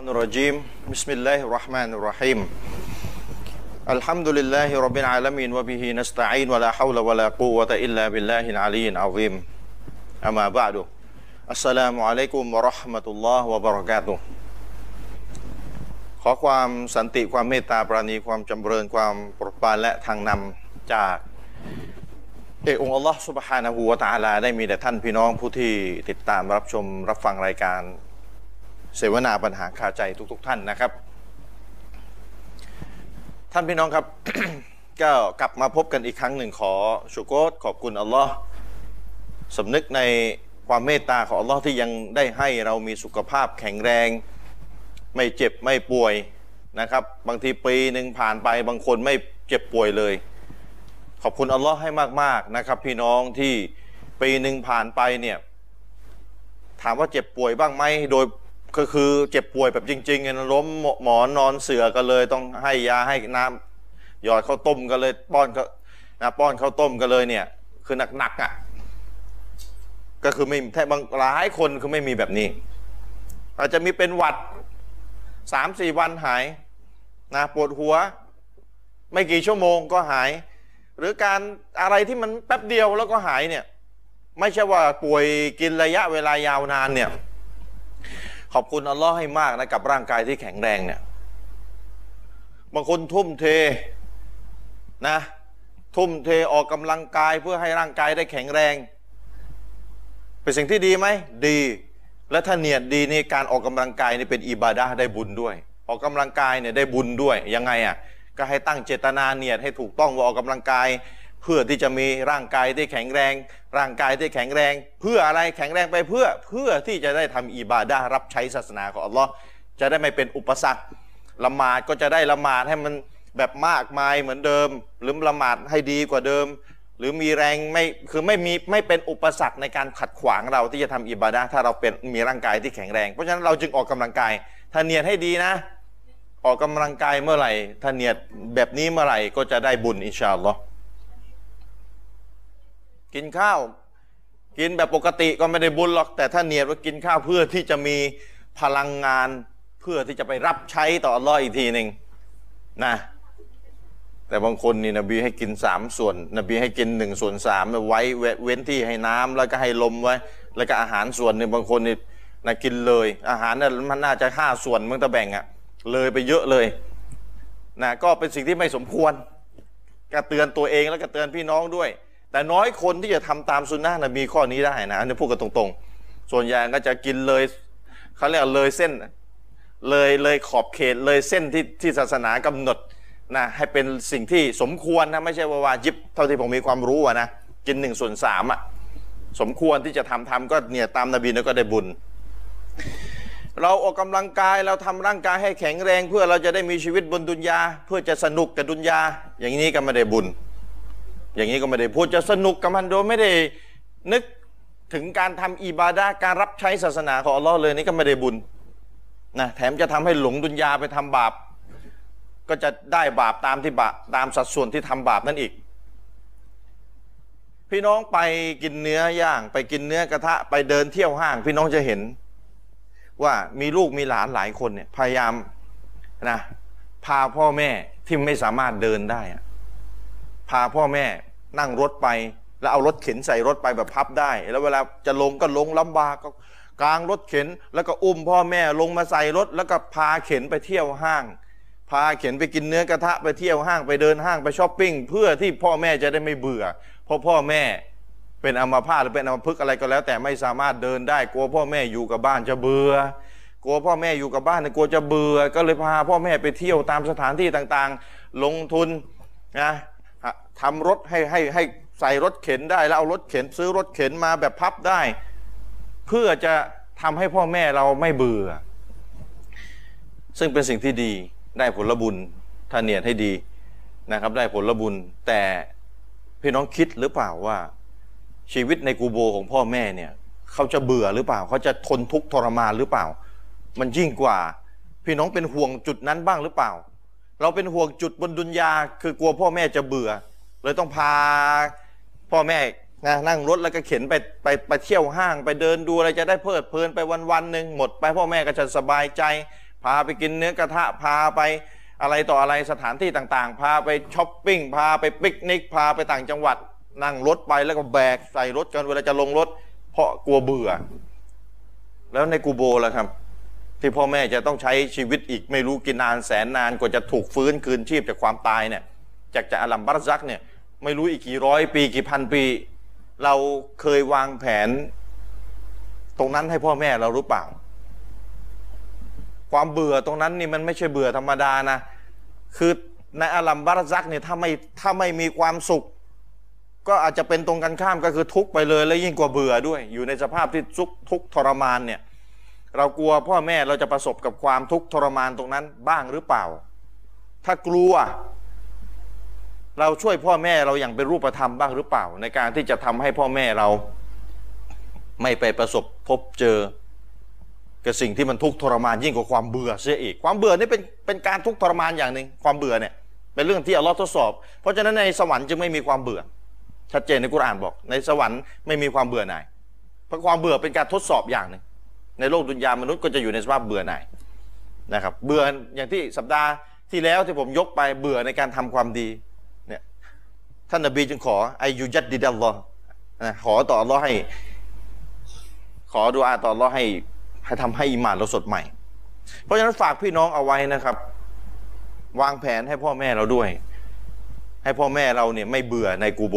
الرحمن الرجيم بسم الله الرحمن الرحيم الحمد لله رب العالمين وبه نستعين ولا حول ولا قوة إلا بالله العلي العظيم أما بعد السلام عليكم ورحمة الله وبركاته ขอความสันติความเมตตาปราณีความจำเริญความโปรดปรานและทางนำจาก เอกองค์อัลลอฮ์สุบฮานะฮูวะตะอาลา ได้มีแต่ท่านพี่น้องผู้ที่ติดตามรับชมรับฟังรายการ เสวนาปัญหาคาใจทุก ๆ ท่านนะครับ ท่านพี่น้องครับ ก็กลับมาพบกันอีกครั้งหนึ่งขอชูโกตขอบคุณอัลลอฮ์สำนึกในความเมตตาของอัลลอฮ์ที่ยังได้ให้เรามีสุขภาพแข็งแรง ไม่เจ็บไม่ป่วยนะครับ บางทีปีหนึ่งผ่านไปบางคนไม่เจ็บป่วยเลย ขอบคุณอัลลอฮ์ให้มากๆนะครับ พี่น้องที่ปีหนึ่งผ่านไปเนี่ย ถามว่าเจ็บป่วยบ้างไหมโดยก็คือเจ็บป่วยแบบจริงๆเนี่ยล้มหมอนนอนเสือกันเลย ต้องให้ยาให้น้ำหยอดข้าวต้มกันเลยป้อนเขานะป้อนข้าวต้มกันเลยเนี่ย คือหนักๆอ่ะก็คือไม่แทบบางหลายคนคือไม่มีแบบนี้ อาจจะมีเป็นหวัดสามสี่วันหายนะปวดหัว ไม่กี่ชั่วโมงก็หาย หรือการอะไรที่มันแป๊บเดียวแล้วก็หายเนี่ย ไม่ใช่ว่าป่วยกินระยะเวลายาวนานเนี่ย ขอบคุณอัลลอฮ์ให้มากนะกับร่างกายที่แข็งแรงเนี่ย บางคนทุ่มเทนะ ทุ่มเทออกกำลังกายเพื่อให้ร่างกายได้แข็งแรง เป็นสิ่งที่ดีไหมดี และถ้าเนียดดีนี่การออกกำลังกายนี่เป็นอิบาดะห์ได้บุญด้วย ออกกำลังกายเนี่ยได้บุญด้วยยังไงอ่ะก็ให้ตั้งเจตนาเนียดให้ถูกต้องว่าออกกำลังกาย เพื่อที่จะมีร่างกายที่แข็งแรง ร่างกายที่แข็งแรง เพื่ออะไรแข็งแรงไปเพื่อเพื่อที่จะได้ทำอิบาดะห์รับใช้ศาสนาของอัลลอฮ์จะได้ไม่เป็นอุปสรรคละหมาดก็จะได้ละหมาดให้มันแบบมากมายเหมือนเดิม หรือละหมาดให้ดีกว่าเดิม หรือมีแรงไม่คือไม่มีไม่เป็นอุปสรรคในการขัดขวางเราที่จะทำอิบาดะห์ถ้าเราเป็นมีร่างกายที่แข็งแรง เพราะฉะนั้นเราจึงออกกำลังกายถ้าเนียดให้ดีนะ ออกกำลังกายเมื่อไหร่ถ้าเนียดแบบนี้เมื่อไหร่ก็จะได้บุญอินชาอัลลอฮ์ กินข้าว กินแบบปกติก็ไม่ได้บุญหรอก แต่ถ้าเนียดว่ากินข้าวเพื่อที่จะมีพลังงานเพื่อที่จะไปรับใช้ต่ออัลลอฮ์อีกทีหนึ่งนะ แต่บางคนนี่นบีให้กินสามส่วน นบีให้กินหนึ่งส่วนสามไว้เวเว้นที่ให้น้ำแล้วก็ให้ลมไว้ แล้วก็อาหารส่วนหนึ่งบางคนนี่นะกินเลย อาหารน่ะมันน่าจะห้าส่วนมึงตะแบ่งอะเลยไปเยอะเลยนะก็เป็นสิ่งที่ไม่สมควร ก็เตือนตัวเองแล้วก็เตือนพี่น้องด้วย แต่น้อยคนที่จะทำตามสุนนะนบีข้อนี้ได้นะอันนี่พูดกันตรงๆ ส่วนใหญ่ก็จะกินเลยเขาเรียกว่าเลยเส้น เลยเลยขอบเขตเลยเส้นที่ที่ศาสนากำหนดนะให้เป็นสิ่งที่สมควรนะไม่ใช่ว่าวาจิบเท่าที่ผมมีความรู้อะนะกินหนึ่งส่วนสามอะสมควรที่จะทำทำก็เนี่ยตามนบีแล้วก็ได้บุญ เราออกกำลังกายเราทำร่างกายให้แข็งแรง เพื่อเราจะได้มีชีวิตบนดุนยา เพื่อจะสนุกกับดุนยา อย่างนี้ก็ไม่ได้บุญ อย่างนี้ก็ไม่ได้พูดจะสนุกกับมันโดยไม่ได้นึกถึงการทำอิบาดาการรับใช้ศาสนาของอัลลอฮ์เลยนี่ก็ไม่ได้บุญนะแถมจะทำให้หลงดุนยาไปทำบาป ก็จะได้บาปตามที่บาปตามสัดส่วนที่ทำบาปนั่นอีก พี่น้องไปกินเนื้อย่างไปกินเนื้อกระทะไปเดินเที่ยวห้าง พี่น้องจะเห็น ว่ามีลูกมีหลานหลายคนเนี่ยพยายามนะพาพ่อแม่ที่ไม่สามารถเดินได้อะ พาพ่อแม่นั่งรถไป แล้วเอารถเข็นใส่รถไปแบบพับได้ แล้วเวลาจะลงก็ลงลำบากก็กลางรถเข็น แล้วก็อุ้มพ่อแม่ลงมาใส่รถ แล้วก็พาเข็นไปเที่ยวห้าง พาเข็นไปกินเนื้อกระทะไปเที่ยวห้างไปเดินห้างไปช้อปปิ้งเพื่อที่พ่อแม่จะได้ไม่เบื่อเพราะพ่อแม่เป็นอัมพาตหรือเป็นอัมพฤกษ์อะไรก็แล้ว แต่ไม่สามารถเดินได้กลัวพ่อแม่อยู่กับบ้านจะเบื่อกลัวพ่อแม่อยู่กับบ้านเนี่ยกลัวจะเบื่อก็เลยพาพ่อแม่ไปเที่ยวตามสถานที่ต่างๆ ลงทุน นะทำรถให้ให้ให้ใส่รถเข็นได้แล้วเอารถเข็นซื้อรถเข็นมาแบบพับได้ เพื่อจะทำให้พ่อแม่เราไม่เบื่อ ซึ่งเป็นสิ่งที่ดีได้ผลบุญถ้าเนียดให้ดีนะครับ ได้ผลบุญ แต่พี่น้องคิดหรือเปล่าว่า ชีวิตในกูโบของพ่อแม่เนี่ยเขาจะเบื่อหรือเปล่า เขาจะทนทุกข์ทรมานหรือเปล่า มันยิ่งกว่า พี่น้องเป็นห่วงจุดนั้นบ้างหรือเปล่า เราเป็นห่วงจุดบนดุนยาคือกลัวพ่อแม่จะเบื่อ เลยต้องพาพ่อแม่นะนั่งรถแล้วก็เข็นไปไปไปเที่ยวห้าง ไปเดินดูอะไรจะได้เพลิดเพลินไปวันวันๆหนึ่งหมดไปพ่อแม่ก็จะสบายใจ พาไปกินเนื้อกระทะพาไปอะไรต่ออะไรสถานที่ต่างๆ พาไปช้อปปิ้งพาไปปิกนิกพาไปต่างจังหวัด นั่งรถไปแล้วก็แบกใส่รถกันเวลาจะลงรถ เพราะกลัวเบื่อ แล้วในกูโบล่ะครับ ที่พ่อแม่จะต้องใช้ชีวิตอีกไม่รู้กี่นานแสนนานกว่าจะถูกฟื้นคืนชีพจากความตายเนี่ย จากจะอาลัมบัรซักเนี่ยไม่รู้อีกกี่ร้อยปีกี่พันปี เราเคยวางแผน ตรงนั้นให้พ่อแม่เรารู้เปล่า ความเบื่อตรงนั้นนี่มันไม่ใช่เบื่อธรรมดานะ คือในอาลัมบัรซักเนี่ยถ้าไม่ถ้าไม่มีความสุข ก็อาจจะเป็นตรงกันข้ามก็คือทุกข์ไปเลยและยิ่งกว่าเบื่อด้วย อยู่ในสภาพที่ทุกข์ทุกข์ทรมานเนี่ย เรากลัวพ่อแม่เราจะประสบกับความทุกข์ทรมานตรงนั้นบ้างหรือเปล่า ถ้ากลัว เราช่วยพ่อแม่เราอย่างเป็นรูปธรรมบ้างหรือเปล่า ในการที่จะทำให้พ่อแม่เรา ไม่ไปประสบพบเจอ กับสิ่งที่มันทุกข์ทรมานยิ่งกว่าความเบื่อเสียอีก ความเบื่อนี่เป็นเป็นการทุกข์ทรมานอย่างหนึ่งความเบื่อเนี่ยเป็นเรื่องที่อัลลอฮ์ทดสอบ เพราะฉะนั้นในสวรรค์จึงไม่มีความเบื่อ ชัดเจนในกุรอานบอก ในสวรรค์ไม่มีความเบื่อหน่ายเพราะความเบื่อเป็นการทดสอบอย่างหนึ่ง ในโลกดุนยามนุษย์ก็จะอยู่ในสภาพเบื่อหน่ายนะครับ เบื่ออย่างที่สัปดาห์ที่แล้วที่ผมยกไปเบื่อในการทำความดีเนี่ยท่านนบีจึงขอไอยุยัดดิดัลลอฮ์นะขอต่ออัลลอฮ์ให้ ขอดูอาต่ออัลลอฮ์ให้ให้ทำให้อิมานเราสดใหม่ เพราะฉะนั้นฝากพี่น้องเอาไว้นะครับ วางแผนให้พ่อแม่เราด้วย ให้พ่อแม่เราเนี่ยไม่เบื่อในกูโบ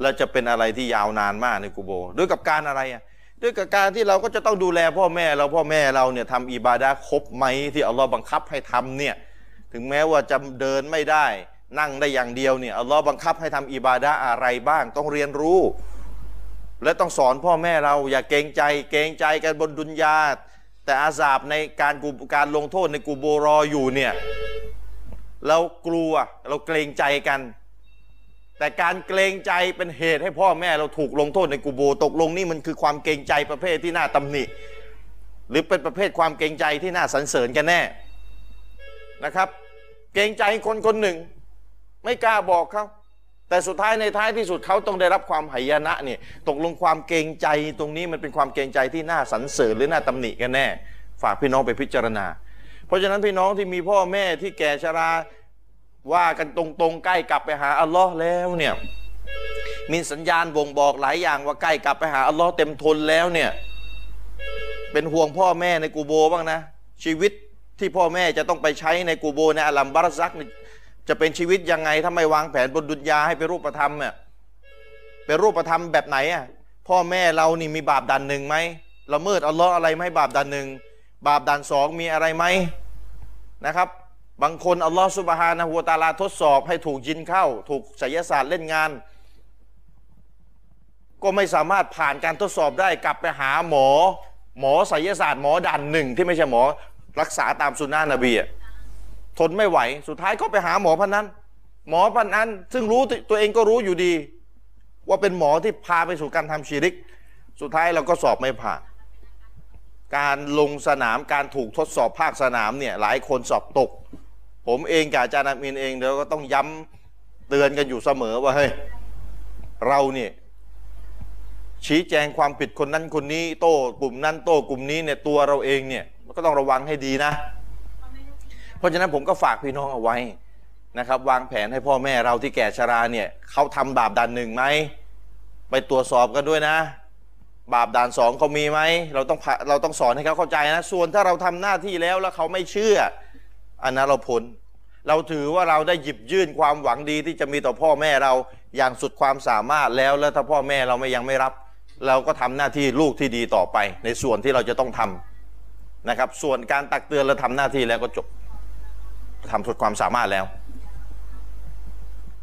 และจะเป็นอะไรที่ยาวนานมากในกูโบร์ด้วยกับการอะไรอ่ะด้วยกับการที่เราก็จะต้องดูแลพ่อแม่เราพ่อแม่เราเนี่ยทำอิบาดะห์ครบไหมที่อัลลอฮ์บังคับให้ทำเนี่ยถึงแม้ว่าจะเดินไม่ได้ นั่งได้อย่างเดียวเนี่ยอัลลอฮ์บังคับให้ทำอิบาดะห์อะไรบ้างต้องเรียนรู้ และต้องสอนพ่อแม่เราอย่าเกรงใจ เกรงใจกันบนดุนยาแต่อาสาบในการกูการลงโทษในกูโบรออยู่เนี่ยเรากลัวเราเกรงใจกัน แต่การเกรงใจเป็นเหตุให้พ่อแม่เราถูกลงโทษในกูโบตกลงนี่มันคือความเกรงใจประเภทที่น่าตำหนิ หรือเป็นประเภทความเกรงใจที่น่าสรรเสริญกันแน่นะครับ เกรงใจคนคนหนึ่ง ไม่กล้าบอกเขาแต่สุดท้ายในท้ายที่สุดเขาต้องได้รับความหายนะเนี่ยตกลงความเกรงใจตรงนี้มันเป็นความเกรงใจที่น่าสรรเสริญหรือน่าตำหนิกันแน่ ฝากพี่น้องไปพิจารณา เพราะฉะนั้นพี่น้องที่มีพ่อแม่ที่แก่ชรา ว่ากันตรงๆ ใกล้กลับไปหาอัลลอฮ์แล้วเนี่ยมีสัญญาณบ่งบอกหลายอย่างว่าใกล้กลับไปหาอัลลอฮ์เต็มทนแล้วเนี่ยเป็นห่วงพ่อแม่ในกูโบบ้างนะ ชีวิตที่พ่อแม่จะต้องไปใช้ในกูโบในอาลัมบารซักนี่จะเป็นชีวิตยังไงถ้าไม่วางแผนบนดุนยาให้เป็นรูปธรรมเนี่ยเป็นรูปธรรมแบบไหนอ่ะพ่อแม่เรานี่มีบาปดันหนึ่งไหมละเมิดอัลลอฮ์อะไรไหมบาปดันหนึ่งบาปดันสองมีอะไรไหม นะครับบางคนอัลลอฮ์สุบฮานะฮูวะตะอาลาทดสอบให้ถูกยินเข้า ถูกไสยศาสตร์เล่นงาน ก็ไม่สามารถผ่านการทดสอบได้กลับไปหาหมอ หมอไสยศาสตร์หมอดันหนึ่งที่ไม่ใช่หมอรักษาตามสุนนะนบีอะทนไม่ไหวสุดท้ายก็ไปหาหมอพันนั้น หมอพันนั้น ซึ่งรู้ตัวตัวเองก็รู้อยู่ดี ว่าเป็นหมอที่พาไปสู่การทำชีริก สุดท้ายเราก็สอบไม่ผ่าน การลงสนามการถูกทดสอบภาคสนามเนี่ยหลายคนสอบตก ผมเองกับอาจารย์อามินเองเดี๋ยวก็ต้องย้ำเตือนกันอยู่เสมอว่าเฮ้ยเราเนี่ยชี้แจงความผิดคนนั้นคนนี้โต้กลุ่มนั้นโต้กลุ่มนี้เนี่ยตัวเราเองเนี่ยมันก็ต้องระวังให้ดีนะ เพราะฉะนั้นผมก็ฝากพี่น้องเอาไว้นะครับ วางแผนให้พ่อแม่เราที่แก่ชราเนี่ยเขาทำบาปดันหนึ่งไหมไปตรวจสอบกันด้วยนะ บาปด่านสองเขามีไหมเราต้องพาเราต้องสอนให้เขาเข้าใจนะ ส่วนถ้าเราทำหน้าที่แล้วแล้วเขาไม่เชื่อ อันนั้นเราพ้นเราถือว่าเราได้หยิบยื่นความหวังดีที่จะมีต่อพ่อแม่เราอย่างสุดความสามารถแล้วแล้วถ้าพ่อแม่เราไม่ยังไม่รับ เราก็ทำหน้าที่ลูกที่ดีต่อไป ในส่วนที่เราจะต้องทำนะครับ ส่วนการตักเตือนเราทำหน้าที่แล้วก็จบทำสุดความสามารถแล้ว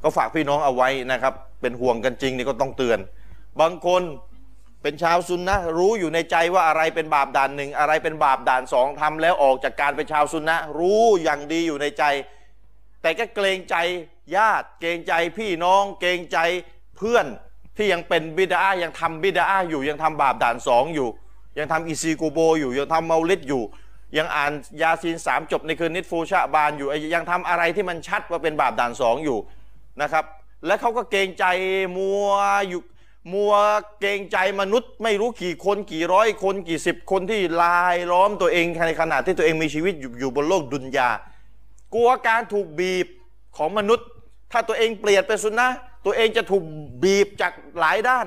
ก็ฝากพี่น้องเอาไว้นะครับ เป็นห่วงกันจริงนี่ก็ต้องเตือน บางคน เป็นชาวซุนนะห์รู้อยู่ในใจว่าอะไรเป็นบาปด่านหนึ่งอะไรเป็นบาปด่านสองทำแล้วออกจากการเป็นชาวซุนนะห์รู้อย่างดีอยู่ในใจ แต่ก็เกรงใจญาติ เกรงใจพี่น้อง เกรงใจเพื่อนที่ยังเป็นบิดายังทำบิดาอยู่ยังทำบาปด่านสองอยู่ ยังทำอิซีกูโบอยู่ยังทำเมาลิดอยู่ ยังอ่านยาซีนสามจบในคืนนิดฟูชะบานอยู่ยังทำอะไรที่มันชัดว่าเป็นบาปด่านสองอยู่นะครับ และเขาก็เกรงใจมัวอยู่ มัวเกรงใจมนุษย์ ไม่รู้กี่คนกี่ร้อยคนกี่สิบคนที่ลายล้อมตัวเองในขณะที่ตัวเองมีชีวิตอยู่อยู่บนโลกดุนยา กลัวการถูกบีบของมนุษย์ ถ้าตัวเองเปลี่ยนเป็นสุนนะตัวเองจะถูกบีบจากหลายด้าน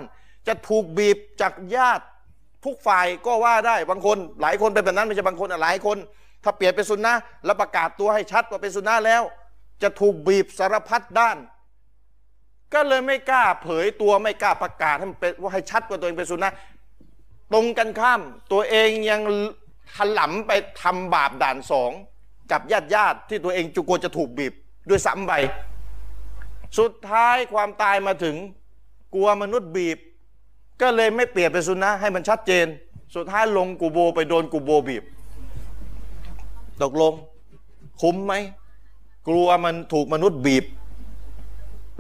จะถูกบีบจากญาติ ทุกฝ่ายก็ว่าได้บางคนหลายคนเป็นแบบนั้นไม่ใช่บางคนอะหลายคน ถ้าเปลี่ยนเป็นสุนนะแล้วประกาศตัวให้ชัดว่าเป็นสุนนะแล้ว จะถูกบีบสารพัดด้าน ก็เลยไม่กล้าเผยตัวไม่กล้าประกาศให้มันเป็นว่าให้ชัดว่าตัวเองเป็นสุนนะตรงกันข้าม ตัวเองยังถลำไปทำบาปด่านสองกับญาติญาติๆที่ตัวเองจุกลัวจะถูกบีบด้วยซ้ำไปสุดท้ายความตายมาถึงกลัวมนุษย์บีบ ก็เลยไม่เปลี่ยนเป็นสุนนะให้มันชัดเจน สุดท้ายลงกูโบไปโดนกูโบบีบตกลง คุ้มไหม กลัวมันถูกมนุษย์บีบ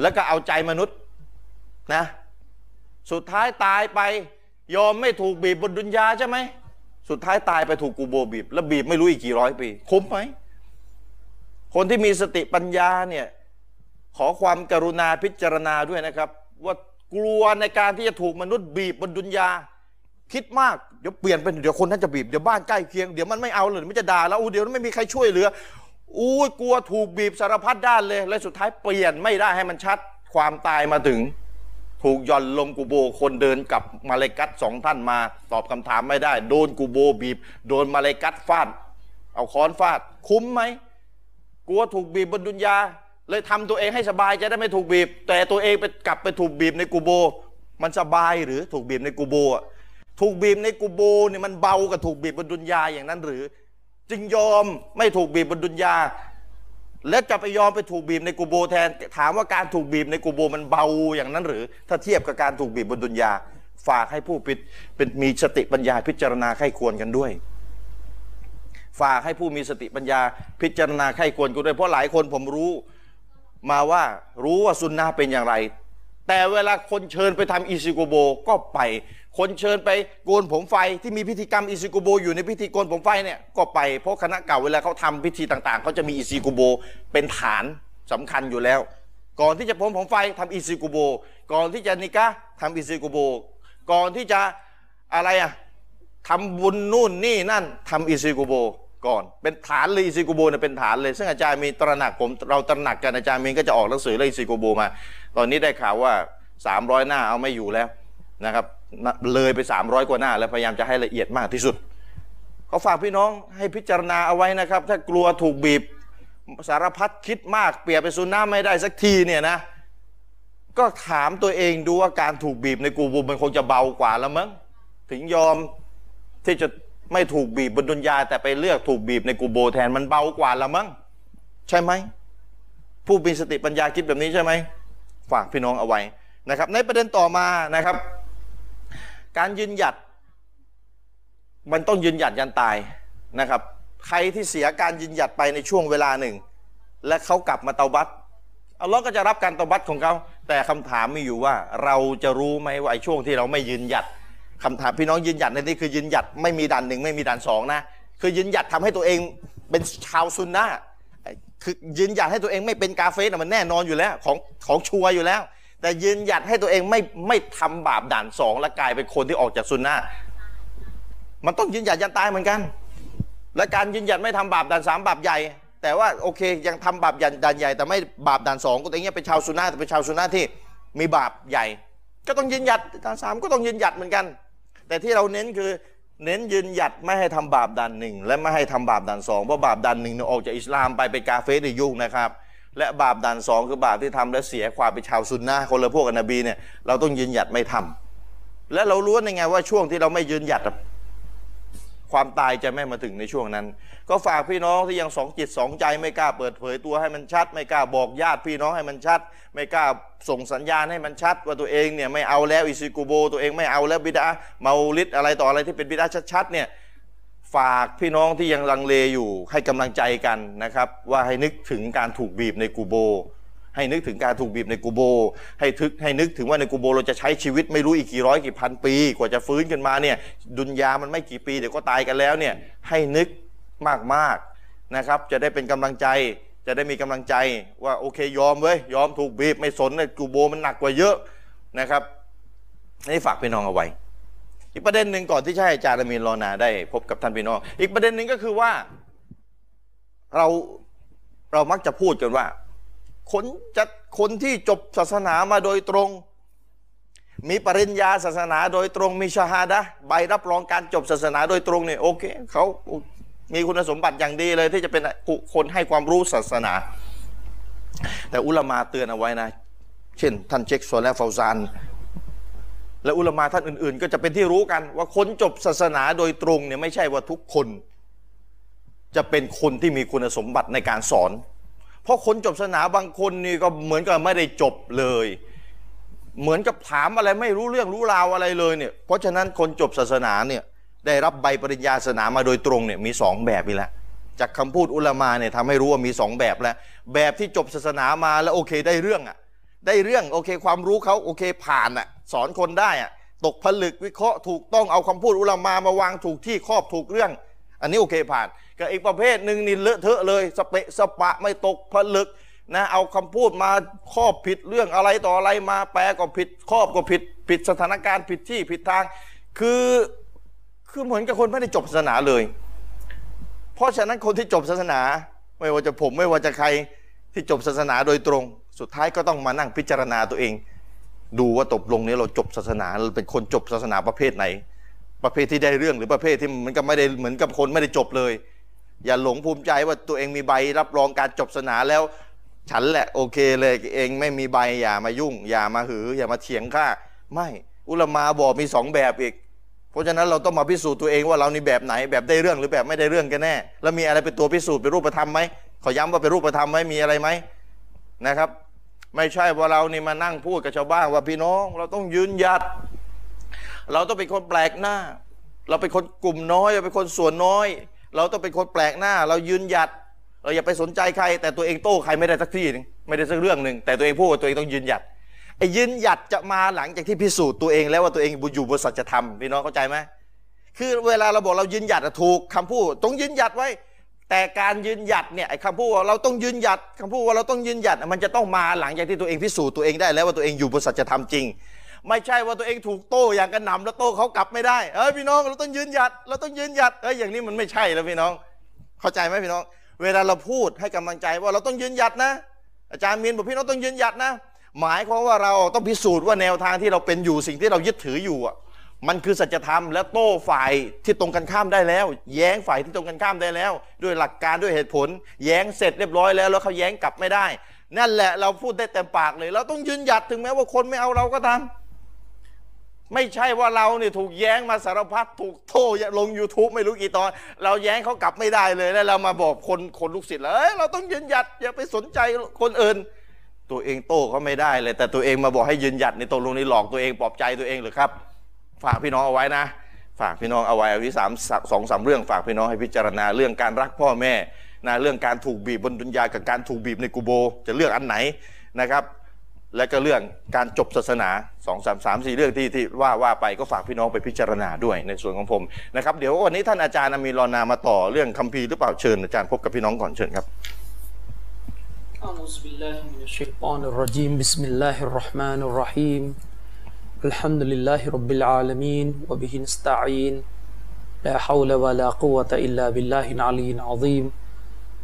แล้วก็เอาใจมนุษย์นะ สุดท้ายตายไป ยอมไม่ถูกบีบบนดุนยาใช่ไหม สุดท้ายตายไปถูกกูโบบีบ แล้วบีบไม่รู้อีกกี่ร้อยปี คุ้มไหม คนที่มีสติปัญญาเนี่ย ขอความกรุณาพิจารณาด้วยนะครับ ว่ากลัวในการที่จะถูกมนุษย์บีบบนดุนยา คิดมากเดี๋ยวเปลี่ยนเป็นเดี๋ยวคนนั้นจะบีบเดี๋ยวบ้านใกล้เคียงเดี๋ยวมันไม่เอาเลยเดี๋ยวมันจะด่าแล้วอู้เดี๋ยวไม่มีใครช่วยเหลืออู้ยกลัวถูกบีบสารพัดด้านเลย และสุดท้ายเปลี่ยนไม่ได้ให้มันชัด ความตายมาถึง ถูกหย่อนลงกูโบคนเดินกับมาเลกัตสองท่านมา ตอบคำถามไม่ได้ โดนกูโบบีบ โดนมาเลกัตฟาดเอาค้อนฟาด คุ้มไหม กลัวถูกบีบบนดุนยา เลยทำตัวเองให้สบายจะได้ไม่ถูกบีบ แต่ตัวเองไปกลับไปถูกบีบในกูโบ มันสบายหรือถูกบีบในกูโบอะถูกบีบในกูโบเนี่ยมันเบากับถูกบีบบนดุนยาอย่างนั้นหรือ จึงยอมไม่ถูกบีบบนดุนยา แล้วจะไปยอมไปถูกบีบในกูโบแทน ถามว่าการถูกบีบในกูโบมันเบาอย่างนั้นหรือ ถ้าเทียบกับการถูกบีบบนดุนยา ฝากให้ผู้ปิดเป็นมีสติปัญญาพิจารณาไข้ควรกันด้วย ฝากให้ผู้มีสติปัญญาพิจารณาไข้ควรกูด้วยเพราะหลายคนผมรู้มาว่ารู้ว่าซุนนะห์เป็นอย่างไร แต่เวลาคนเชิญไปทำอิซิโกโบก็ไป คนเชิญไปโกนผมไฟที่มีพิธีกรรมอิซิโกโบ อยู่ในพิธีโกนผมไฟเนี่ยก็ไปเพราะคณะเก่าเวลาเขาทำพิธีต่างๆเขาจะมีอิซิโกโบเป็นฐานสำคัญอยู่แล้ว ก่อนที่จะผมผมไฟทำอิซิโกโบ ก่อนที่จะนิกะห์ทำอิซิโกโบ ก่อนที่จะอะไรอะ ทำบุญนู่นนี่นั่นทำอิซิกุโบก่อน เป็นฐานเลยอิซิกุโบเนี่ยเป็นฐานเลย ซึ่งอาจารย์มีตระหนักผมเราตระหนักกันอาจารย์มีนก็จะออกหนังสือเรื่องอิซิกุโบมา ตอนนี้ได้ข่าวว่า 300 หน้าเอาไม่อยู่แล้วนะครับนะเลยไป 300 กว่าหน้า แล้วพยายามจะให้ละเอียดมากที่สุดเขาฝากพี่น้องให้พิจารณาเอาไว้นะครับ ถ้ากลัวถูกบีบสารพัดคิดมากเปรียบไปนซุนน่าไม่ได้สักทีเนี่ยนะ ก็ถามตัวเองดูว่าการถูกบีบในกูโบูมันคงจะเบากว่าแล้วมั้งถึงยอม ที่จะไม่ถูกบีบบนดุนยาแต่ไปเลือกถูกบีบในกูโบแทนมันเบากว่าละมั้งใช่ไหม ผู้มีสติปัญญาคิดแบบนี้ใช่ไหม ฝากพี่น้องเอาไว้นะครับ ในประเด็นต่อมานะครับ การยืนหยัด มันต้องยืนหยัดยันตายนะครับ ใครที่เสียการยืนหยัดไปในช่วงเวลาหนึ่ง และเขากลับมาเตาบัตอัลเลอฮ์ก็จะรับการเตาบัตของเขา แต่คำถามมีอยู่ว่า เราจะรู้ไหมว่าไอ้ช่วงที่เราไม่ยืนหยัด คำถามพี่น้องยืนหยัดในที่คือยืนหยัดไม่มีด่านหนึ่งไม่มีด่านสองนะคือยืนหยัดทำให้ตัวเองเป็นชาวซุนนะห์ไอ้คือยืนหยัดให้ตัวเองไม่เป็นกาเฟสน่ะมันแน่นอนอยู่แล้วของของชัวร์อยู่แล้ว แต่ยืนหยัดให้ตัวเองไม่ไม่ทำบาปด่านสองและกลายเป็นคนที่ออกจากซุนนะห์มันต้องยืนหยัดยันตายเหมือนกัน และการยืนหยัดไม่ทำบาปด่านสามบาปใหญ่ แต่ว่าโอเคยังทำบาปยันด่านใหญ่ แต่ไม่บาปด่านสองก็ตัวเองเนี่ยเป็นชาวซุนนะห์แต่เป็นชาวซุนนะห์ที่มีบาปใหญ่ ก็ต้องยืนหยัดด่านสามก็ต้องยืนหยัดเหมือนกัน แต่ที่เราเน้นคือเน้นยืนหยัดไม่ให้ทำบาปด่านหนึ่งและไม่ให้ทำบาปด่านสองเพราะบาปด่านหนึ่งเนี่ยออกจากอิสลามไปเป็นกาเฟสในยุ่งนะครับ และบาปด่านสองคือบาปที่ทำและเสียความเป็นชาวซุนนะห์คนละพวกกับนบีเนี่ยเราต้องยืนหยัดไม่ทำและเรารู้ยังไงว่าช่วงที่เราไม่ยืนหยัดอะความตายจะไม่มาถึงในช่วงนั้น ก็ฝากพี่น้องที่ยังสองจิตสองใจไม่กล้าเปิดเผยตัวให้มันชัด ไม่กล้าบอกญาติพี่น้องให้มันชัด ไม่กล้าส่งสัญญาณให้มันชัด ว่าตัวเองเนี่ยไม่เอาแล้วอิซิกุโบ ตัวเองไม่เอาแล้วบิดาเมาลิดอะไรต่ออะไรที่เป็นบิดาชัดๆเนี่ยฝากพี่น้องที่ยังลังเลอยู่ให้กำลังใจกันนะครับ ว่าให้นึกถึงการถูกบีบในกูโบ ให้นึกถึงการถูกบีบในกูโบ ให้ทึกให้นึกถึงว่าในกูโบเราจะใช้ชีวิตไม่รู้อีกกี่ร้อยกี่พันปี กว่าจะฟื้นขึ้นมาเนี่ยดุนยามันไม่กี่ปีเดี๋ยวก็ตายกันแล้วเนี่ยให้นึกมากๆนะครับ จะได้เป็นกำลังใจจะได้มีกำลังใจว่าโอเคยอมเว้ยยอมถูกบีบไม่สนเลยกูโบมันหนักกว่าเยอะนะครับ นี่ฝากพี่น้องเอาไว้ อีกประเด็นหนึ่งก่อนที่จะให้อาจารย์อามีนรอนาได้ พบกับท่านพี่น้อง อีกประเด็นหนึ่งก็คือว่า เราเรามักจะพูดกันว่า คนจะคนที่จบศาสนามาโดยตรง มีปริญญาศาสนาโดยตรง มีชาฮาดะห์ใบรับรองการจบศาสนาโดยตรงเนี่ยโอเคเขามีคุณสมบัติอย่างดีเลยที่จะเป็นคนให้ความรู้ศาสนา แต่อุลามาเตือนเอาไว้นะ เช่น ท่านเชคโซและฟาวซาน และอุลามาท่านอื่น ๆ ก็จะเป็นที่รู้กันว่าคนจบศาสนาโดยตรงเนี่ยไม่ใช่ว่าทุกคน จะเป็นคนที่มีคุณสมบัติในการสอน เพราะคนจบศาสนาบางคนนี่ก็เหมือนกับไม่ได้จบเลย เหมือนกับถามอะไรไม่รู้เรื่องรู้ราวอะไรเลยเนี่ย เพราะฉะนั้นคนจบศาสนาเนี่ยได้รับใบปริญญาศาสนามาโดยตรงเนี่ยมีสองแบบอีกแล้วจากคำพูดอุลามาเนี่ยทำให้รู้ว่ามีสองแบบแล้ว แบบที่จบศาสนามาแล้วโอเคได้เรื่องอะ่ะได้เรื่องโอเคความรู้เขาโอเคผ่านอะ่ะสอนคนได้อะ่ะตกผลึกวิเคราะห์ถูกต้องเอาคำพูดอุลามามาวางถูกที่ครอบถูกเรื่อง อันนี้โอเคผ่านกับอีกประเภทหนึ่งนี่เลอะเทอะเลยสเปะสปะไม่ตกผลึก นะเอาคำพูดมาครอบผิดเรื่องอะไรต่ออะไรมาแปลก็ผิดครอบก็ผิด ผิดสถานการณ์ผิดที่ผิดทาง คือคือเหมือนกับคนไม่ได้จบศาสนาเลย เพราะฉะนั้นคนที่จบศาสนา ไม่ว่าจะผมไม่ว่าจะใครที่จบศาสนาโดยตรง สุดท้ายก็ต้องมานั่งพิจารณาตัวเอง ดูว่าตกลงเนี้เราจบศาสนาเราเป็นคนจบศาสนาประเภทไหน ประเภทที่ได้เรื่องหรือประเภทที่มันก็ไม่ได้เหมือนกับคนไม่ได้จบเลย อย่าหลงภูมิใจว่าตัวเองมีใบรับรองการจบศาสนาแล้ว ฉันแหละโอเคเลยเองไม่มีใบอย่ามายุ่ง อย่ามาหือ อย่ามาเถียงข้าไม่อุลามาบอกมีสองแบบอีก เพราะฉะนั้นเราต้องมาพิสูจน์ตัวเองว่าเรานี่แบบไหนแบบได้เรื่องหรือแบบไม่ได้เรื่องกันแน่ แล้วมีอะไรเป็นตัวพิสูจน์เป็นรูปธรรมไหมขอย้ำว่าเป็นรูปธรรมไหมมีอะไรไหมนะครับ ไม่ใช่ว่าเรานี่มานั่งพูดกับชาวบ้านว่าพี่น้อง เราต้องยืนหยัด เราต้องเป็นคนแปลกหน้า เราเป็นคนกลุ่มน้อยเราเป็นคนส่วนน้อย เราต้องเป็นคนแปลกหน้า เรายืนหยัด เราอย่าไปสนใจใคร แต่ตัวเองโต้ใครไม่ได้สักทีหนึงไม่ได้สักเรื่องหนึ่งแต่ตัวเองพูดว่าตัวเองต้องยืนหยัดไอ้ยืนหยัดจะมาหลังจากที่พิสูจน์ตัวเองแล้วว่าตัวเองอยู่บนสัจธรรมพี่น้องเข้าใจไหมคือเวลาเราบอกเรายืนหยัดอะถูกคำพูดต้องยืนหยัดไว้ แต่การยืนหยัดเนี่ยไอ้คำพูดว่าเราต้องยืนหยัดคำพูดว่าเราต้องยืนหยัดมันจะต้องมาหลังจากที่ตัวเองพิสูจน์ตัวเองได้แล้วว่าตัวเองอยู่บนสัจธรรมจริง ไม่ใช่ว่าตัวเองถูกโต้อย่างกระหน่ำแล้วโต้เขากลับไม่ได้เอ้ยพี่น้องเราต้องยืนหยัดเราต้องยืนหยัดเอ้ยอย่างนี้มันไม่ใช่แล้วพี่น้อง เข้าใจไหมพี่น้อง เวลาเราพูดให้กำลังใจว่าเราต้องยืนหยัดนะ อาจารย์มีนบอกพี่น้องต้องยืนหยัดนะ หมายความว่าเราต้องพิสูจน์ว่าแนวทางที่เราเป็นอยู่สิ่งที่เรายึดถืออยู่อะมันคือสัจธรรมและโต้ฝ่ายที่ตรงกันข้ามได้แล้ว แย้งฝ่ายที่ตรงกันข้ามได้แล้ว ด้วยหลักการด้วยเหตุผล แย้งเสร็จเรียบร้อยแล้วแล้วเขาแย้งกลับไม่ได้ นั่นแหละเราพูดได้เต็มปากเลย เราต้องยืนหยัดถึงแม้ว่าคนไม่เอาเราก็ตาม ไม่ใช่ว่าเราเนี่ยถูกแย้งมาสารพัดถูกโทษลง YouTube ไม่รู้กี่ตอน เราแย้งเขากลับไม่ได้เลยแล้วเรามาบอกคนคนลูกศิษย์แล้วเอ้ยเราต้องยืนหยัดอย่าไปสนใจคนอื่น ตัวเองโต้เขาไม่ได้เลย แต่ตัวเองมาบอกให้ยืนหยัดในตกลงนี้หลอกตัวเองปลอบใจตัวเองเหรือครับ ฝากพี่น้องเอาไว้นะ ฝากพี่น้องเอาไว้อวิสามสองสามเรื่อง ฝากพี่น้องให้พิจารณาเรื่องการรักพ่อแม่นะเรื่องการถูกบีบบนดุนยากับการถูกบีบในกูโบ จะเลือกอันไหนนะครับ และก็เรื่องการจบศาสนา2 3 3 4 เรื่องที่ที่ว่าว่าไปก็ฝากพี่น้องไปพิจารณาด้วยในส่วนของผมนะครับเดี๋ยววันนี้ท่านอาจารย์อามีรอนามาต่อเรื่องคัมภีร์หรือเปล่าเชิญอาจารย์พบกับพี่น้องก่อนเชิญครับ أعوذ بالله من الشيطان الرجيم بسم الله الرحمن الرحيم الحمد لله رب العالمين وبه نستعين لا حول ولا قوة إلا بالله العلي العظيم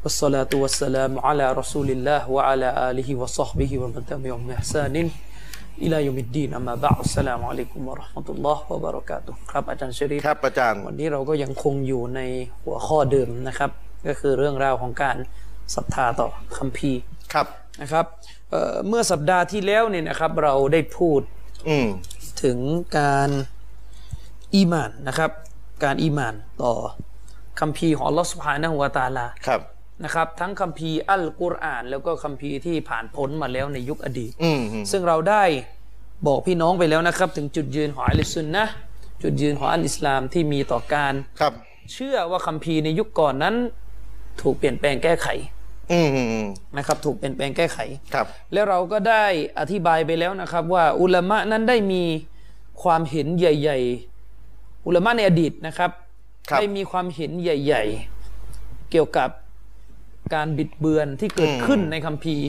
والصلاة والسلام على رسول الله وعلى آله وصحبه ومن تبعهم بإحسان إلى يوم الدين أما بعد السلام عليكم ورحمة الله وبركاته ครับอาจารย์ชริฟ ครับอาจารย์ วันนี้เราก็ยังคงอยู่ในหัวข้อเดิมนะครับ ก็คือเรื่องราวของการศรัทธาต่อคัมภีร์ ครับ นะครับเอ่อเมื่อสัปดาห์ที่แล้วเนี่ยนะครับเราได้พูด อืม ถึงการอีหมานนะครับ การอีหมานต่อคัมภีร์ของอัลลอฮฺสุบฮานะฮูวะตะอาลา ครับ นะครับ ทั้งคัมภีร์อัลกุรอาน แล้วก็คัมภีร์ที่ผ่านพ้นมาแล้วในยุคอดีต อืมอืม ซึ่งเราได้บอกพี่น้องไปแล้วนะครับ ถึงจุดยืนของอัลซุนนะห์จุดยืนของอัลอิสลามที่มีต่อการ ครับ เชื่อว่าคัมภีร์ในยุคก่อนนั้น ถูกเปลี่ยนแปลงแก้ไข อืมอืมอืม นะครับ ถูกเปลี่ยนแปลงแก้ไข ครับ แล้วเราก็ได้อธิบายไปแล้วนะครับ ว่าอุลามะนั้นได้มีความเห็นใหญ่ ๆ อุลามะในอดีตนะครับ ครับ ได้มีความเห็นใหญ่ ๆ เกี่ยวกับการบิดเบือนที่เกิดขึ้นในคัมภีร์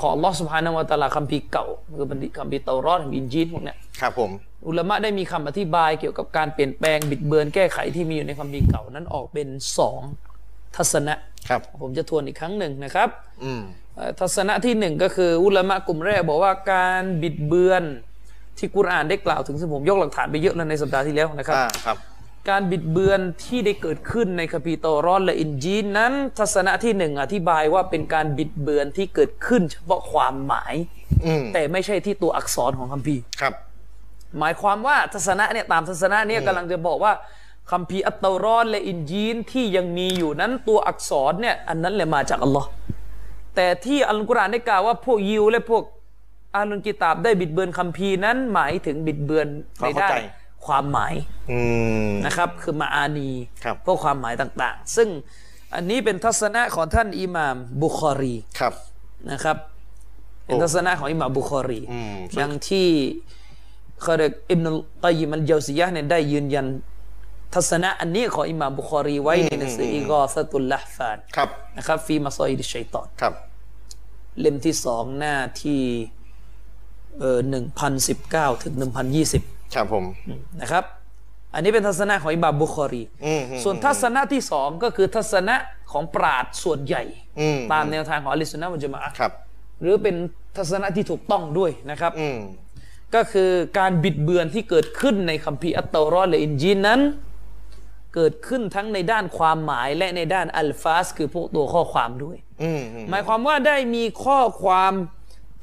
ของลอสพานวตะอาลาคัมภีร์เก่าคือบันฑิตคัมภีร์เตารอดคัมภีร์อินจีนพวกเนี้ย ครับผม อุลามะได้มีคำอธิบายเกี่ยวกับการเปลี่ยนแปลงบิดเบือนแก้ไขที่มีอยู่ในความดีร์เก่านั้นออกเป็นสองทัศนะ ครับ ผมจะทวนอีกครั้งหนึ่งนะครับ อืม เอ่อทัศนะที่หนึ่งก็คืออุลามะกลุ่มแรกบอกว่าการบิดเบือนที่กุรอานได้กล่าวถึงซึ่งผมยกหลักฐานไปเยอะแล้วในสัปดาห์ที่แล้วนะครับ อ่า ครับ การบิดเบือนที่ได้เกิดขึ้นในคัมภีร์เตอรอนและอินจีนนั้น ทัศนะที่หนึ่งอธิบายว่าเป็นการบิดเบือนที่เกิดขึ้นเฉพาะความหมาย อืม แต่ไม่ใช่ที่ตัวอักษรของคัมภีร์ ครับ หมายความว่าทัศนะเนี่ยตามทัศนะเนี่ยกำลังจะบอกว่าคัมภีร์อัตเตอรอนและอินยีนที่ยังมีอยู่นั้นตัวอักษรเนี่ยอันนั้นแหละมาจากอัลลอฮ์แต่ที่อัลกุรอานได้กล่าวว่าพวกยิวและพวกอาลุนกิตาบได้บิดเบือนคัมภีร์นั้นหมายถึงบิดเบือนในด้าเข้านใจ ความหมาย อืม นะครับคือมาอานี ครับ พวกความหมายต่างๆ ซึ่งอันนี้เป็นทัศนะของท่านอิหม่ามบุคอรี ครับ นะครับเป็นทัศนะของอิหม่ามบุคอรี อืม ดังที่คาเรกอิบนุลกอยยิมันเยาซียะห์เนี่ยได้ยืนยันทัศนะอันนี้ของอิหม่ามบุคอรีไว้ในหนังสืออีกอสตุลละฟาน ครับ นะครับฟีมาซอยดิชัยตอน ครับ เล่มที่สองหน้าที่เอ่อหนึ่งพันสิบเก้าถึงหนึ่งพันยี่สิบ ครับผม นะครับ อันนี้เป็นทัศนะของอิบามบุคอรี อืมอืม ส่วนทัศนะที่สองก็คือทัศนะของปราดส่วนใหญ่ อืม ตามแนวทางของอลิสุนนะมัจญะมาอะห์ ครับ หรือเป็นทัศนะที่ถูกต้องด้วยนะครับ อืม ก็คือการบิดเบือนที่เกิดขึ้นในคัมภีร์อัตเตอรอดและอินจีนนั้น เกิดขึ้นทั้งในด้านความหมายและในด้านอัลฟาส คือพวกตัวข้อความด้วย อืมอืม หมายความว่าได้มีข้อความ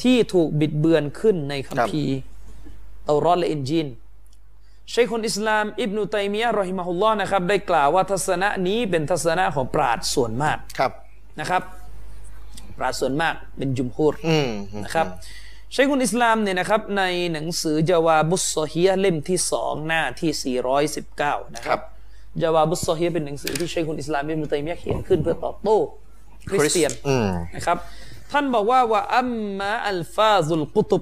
ที่ถูกบิดเบือนขึ้นในคัมภีร์เตารอดและอินจีนชัยคุนอิสลามอิบนุตัยมียะห์รอฮิมะฮุลลอฮ์นะครับ ได้กล่าวว่าทัศนะนี้เป็นทัศนะของปราดส่วนมาก ครับ นะครับ ปราดส่วนมากเป็นจุมฮูร อืมอืม นะครับชัยคุนอิสลามเนี่ยนะครับ ในหนังสือจาวาบุสซอฮียะห์เล่มที่สองหน้าที่ 419 นะค ครั รับบ จาวาบุสซอฮียะห์เป็นหนังสือที่ชัยคุนอิสลามอิบนุตัยมียะห์เขียนขึ้นเพื่อตอบโต้คริสเตียน อืม นะครับท่านบอกว่าว่าอัมมาอัลฟาซุลกุตุบ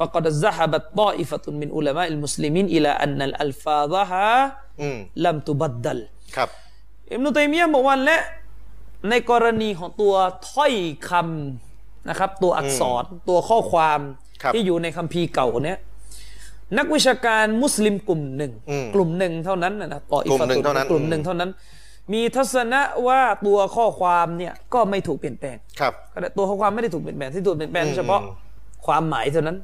فقد ذهبت طائفة من علماء المسلمين إلى أن الألفاظها อืม لم تبدل ครับ อิมนุตัยมียะห์บอกว่าและในกรณีของตัวถ้อยคำนะครับตัวอักษรตัวข้อความ ครับ ที่อยู่ในคัมภีร์เก่าเนี้ยนักวิชาการมุสลิมกลุ่มหนึ่ง อืม กลุ่มหนึ่งเท่านั้นนะนะต่ออี กลุ่มหนึ่ง ฝั่ เท่านั้น กลุ่มหนึ่งเท่านั้น มีทัศนะว่าตัวข้อความเนี่ยก็ไม่ถูกเปลี่ยนแปลง ครับ ก็ได้ตัวข้อความไม่ได้ถูกเปลี่ยนแปลงที่ถูกเปลี่ยนแปลง อืม เฉพาะความหมายเท่านั้น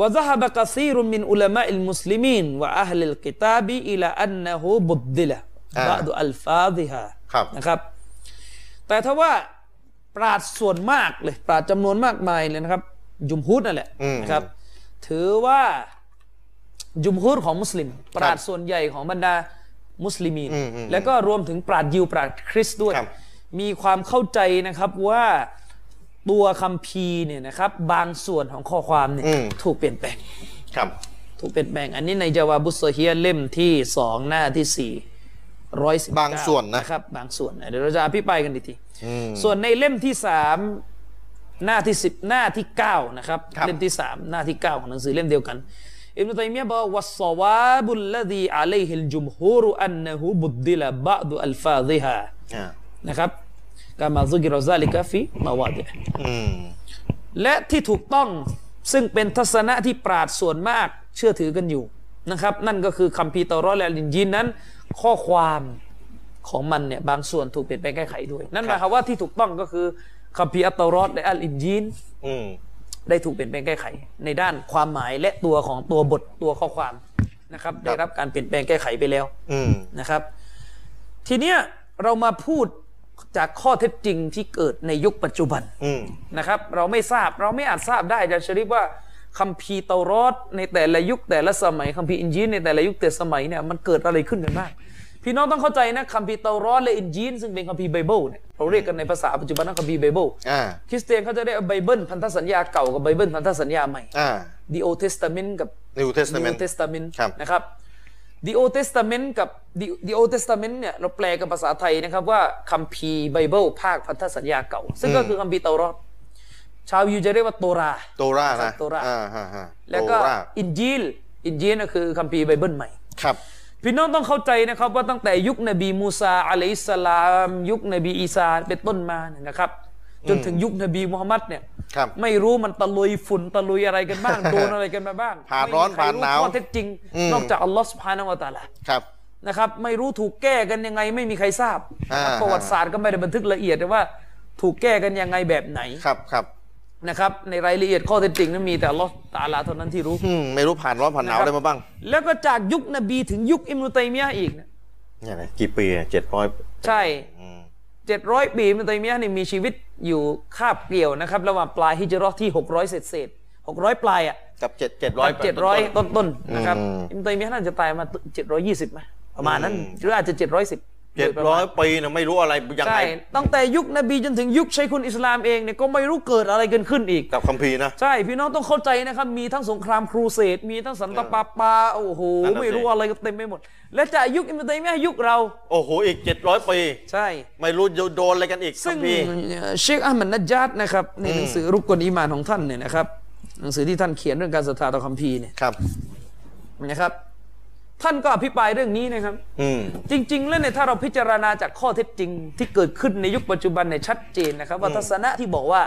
วะซะฮบะกะซีรุมินอุลามะอิลมุสลิมีนวะอัลลกิตาบีอิลาอันนะฮูบุดดิละบะดุอัลฟาดิฮา ครับ นะครับ แต่ถ้าว่าปราดส่วนมากเลย ปราดจำนวนมากมายเลยนะครับ จุมฮุดนั่นแหละ อืม นะครับ ถือว่าจุมฮุดของมุสลิม ปราดส่วนใหญ่ของบรรดามุสลิมีน อืมอืม แล้วก็รวมถึงปราดยิวปราดคริสต์ด้วย ครับ มีความเข้าใจนะครับว่าตัวคัมภีร์เนี่ยนะครับ บางส่วนของข้อความเนี่ย อืม ถูกเปลี่ยนแปลง ครับ ถูกเปลี่ยนแปลง อันนี้ในจาวาบุสโซเฮียเล่มที่สองหน้าที่สี่ร้อยสิบบ างส่วนนะ ครับ บางส่วนเดี๋ยวเราจะอภิปรายกันอีกทีส่วนในเล่มที่สามหน้าที่สิบหน้าที่เก้านะครับ ครับ เล่มที่สามหน้าที่เก้าของหนังสือเล่มเดียวกันอิบนุตัยมียะห์บอกว่าวัสวาบุลลดีอะลัยฮิลจุมฮูรุอันนะฮูบุดดิละบะดุอัลฟาดิฮา อ่า นะครับกามาซุกิรอซาลิกาฟิมาวาดะ อืม และที่ถูกต้องซึ่งเป็นทัศนะที่ปราดส่วนมากเชื่อถือกันอยู่นะครับ นั่นก็คือคัมภีร์เตารอดและลินยินนั้น ข้อความของมันเนี่ยบางส่วนถูกเปลี่ยนแปลงแก้ไขด้วย นั่นหมายความว่าที่ถูกต้องก็คือคัมภีร์อัตเตารอดและอัลอินยิน อืม ได้ถูกเปลี่ยนแปลงแก้ไข ในด้านความหมายและตัวของตัวบทตัวข้อความนะครับได้รับการเปลี่ยนแปลงแก้ไขไปแล้ว อืม นะครับ ทีเนี้ยเรามาพูดจากข้อเท็จจริงที่เกิดในยุคปัจจุบัน อืม นะครับ เราไม่ทราบเราไม่อาจทราบได้อาจารย์ชริฟว่าคัมภีร์เตารอดในแต่ละยุคแต่ละสมัยคัมภีร์อินจีนในแต่ละยุคแต่ละสมัยเนี่ยมันเกิดอะไรขึ้นกันบ้างพี่น้องต้องเข้าใจนะคัมภีร์เตารอดและอินจีนซึ่งเป็นคัมภีร์ไบเบิลเนี่ยเราเรียกกันในภาษาปัจจุบันว่าคัมภีร์ไบเบิล อ่า คริสเตียนเขาจะเรียกไบเบิลพันธสัญญาเก่ากับไบเบิลพันธสัญญาใหม่ อ่า The Old Testament กับ New Testament New Testament ครับ นะครับ The Old Testament กับ The- The Old Testament เนี่ยเราแปลกันภาษาไทยนะครับว่าคัมภีร์ไบเบิลภาคพันธสัญญาเก่า ซึ่งก็คือคัมภีร์เตารอดชาวยิวจะเรียกว่าโตรา โตรานะ โตรา อ่าฮะฮะ แล้วก็ โตรา อินจีลอินจีลก็คือคัมภีร์ไบเบิลใหม่ ครับ พี่น้องต้องเข้าใจนะครับว่าตั้งแต่ยุคนบีมูซาอะลัยฮิสสลาม ยุคนบีอีสาเป็นต้นมาเนี่ยนะครับ จนถึงยุคนบีมูฮัมมัดเนี่ย ครับ ไม่รู้มันตะลุยฝุ่นตะลุยอะไรกัน บ้าง โดนอะไรกันมาบ้าง ผ่านร้อน ไม่มีใค ผ่านหนาว ข้อเท็จจริง อืม นอกจากอัลลอฮ์สุภานะฮูวะตะอาลา ครับ นะครับไม่รู้ถูกแก้กันยังไงไม่มีใครทราบนะครับ อ่า ประวัติศาสตร์ก็ไม่ได้บันทึกละเอียดนะว่าถูกแก้กันยังไงแบบไหน ครับครับ นะครับในรายละเอียดข้อเท็จจริงนั้นมีแต่อัลลอฮ์ตะอาลาเท่านั้นที่รู้ อืมไม่รู้ผ่านร้อนผ่านหนาวอะนะครับไรมาบ้าง แล้วก็จากยุคนบีถึงยุคอิมนุตัยมียะห์อีกนะ เนี่ยนะกี่ปีเจ็ดร้อย ใช่ อืม เจ็ดร้อยปีอิมนุตัยมียะห์นี่มีชีวิตอยู่คาบเกี่ยวนะครับระหว่างปลายฮิจเราะห์ที่หกร้อยเศษเศษหกร้อยปลายอ่ะ กับเจ็ดเจ็ดร้อย เจ็ดร้อยต้นๆนะครับ อืม อิมนุตัยมียะห์น่าจะตายมาเจ็ดร้อยยี่สิบไหมประมาณนั้น อืม หรืออาจจะเจ็ดร้อยสิบ เจ็ดร้อยปีนะไม่รู้อะไรยังไง ใช่ ตั้งแต่ยุคนบีจนถึงยุคชัยคุณอิสลามเองเนี่ยก็ไม่รู้เกิดอะไรกันขึ้นอีก กับคัมภีร์นะ ใช่ พี่น้องต้องเข้าใจนะครับ มีทั้งสงครามครูเสด มีทั้งสันตะปาปา โอ้โห นั่นน่ะสิ ไม่รู้อะไรกันเต็มไปหมด และจากยุคอิมามตัยมียะห์ยุคเรา โอ้โหอีกเจ็ดร้อยปี ใช่ ไม่รู้จะโดนอะไรกันอีก ซึ่ง คัมภีร์ เชคอัมมัดนัจญาดนะครับ ในหนังสือรุกกลอีมานของท่านเนี่ยนะครับ หนังสือที่ท่านเขียนเรื่องการศรัทธาต่อคัมภีร์เนี่ย ครับ นะครับ ท่านก็อภิปรายเรื่องนี้นะครับ อืม จริง ๆ แล้วเนี่ยถ้าเราพิจารณาจากข้อเท็จจริงที่เกิดขึ้นในยุคปัจจุบันเนี่ยชัดเจนนะครับ ว่าทัศนะที่บอกว่า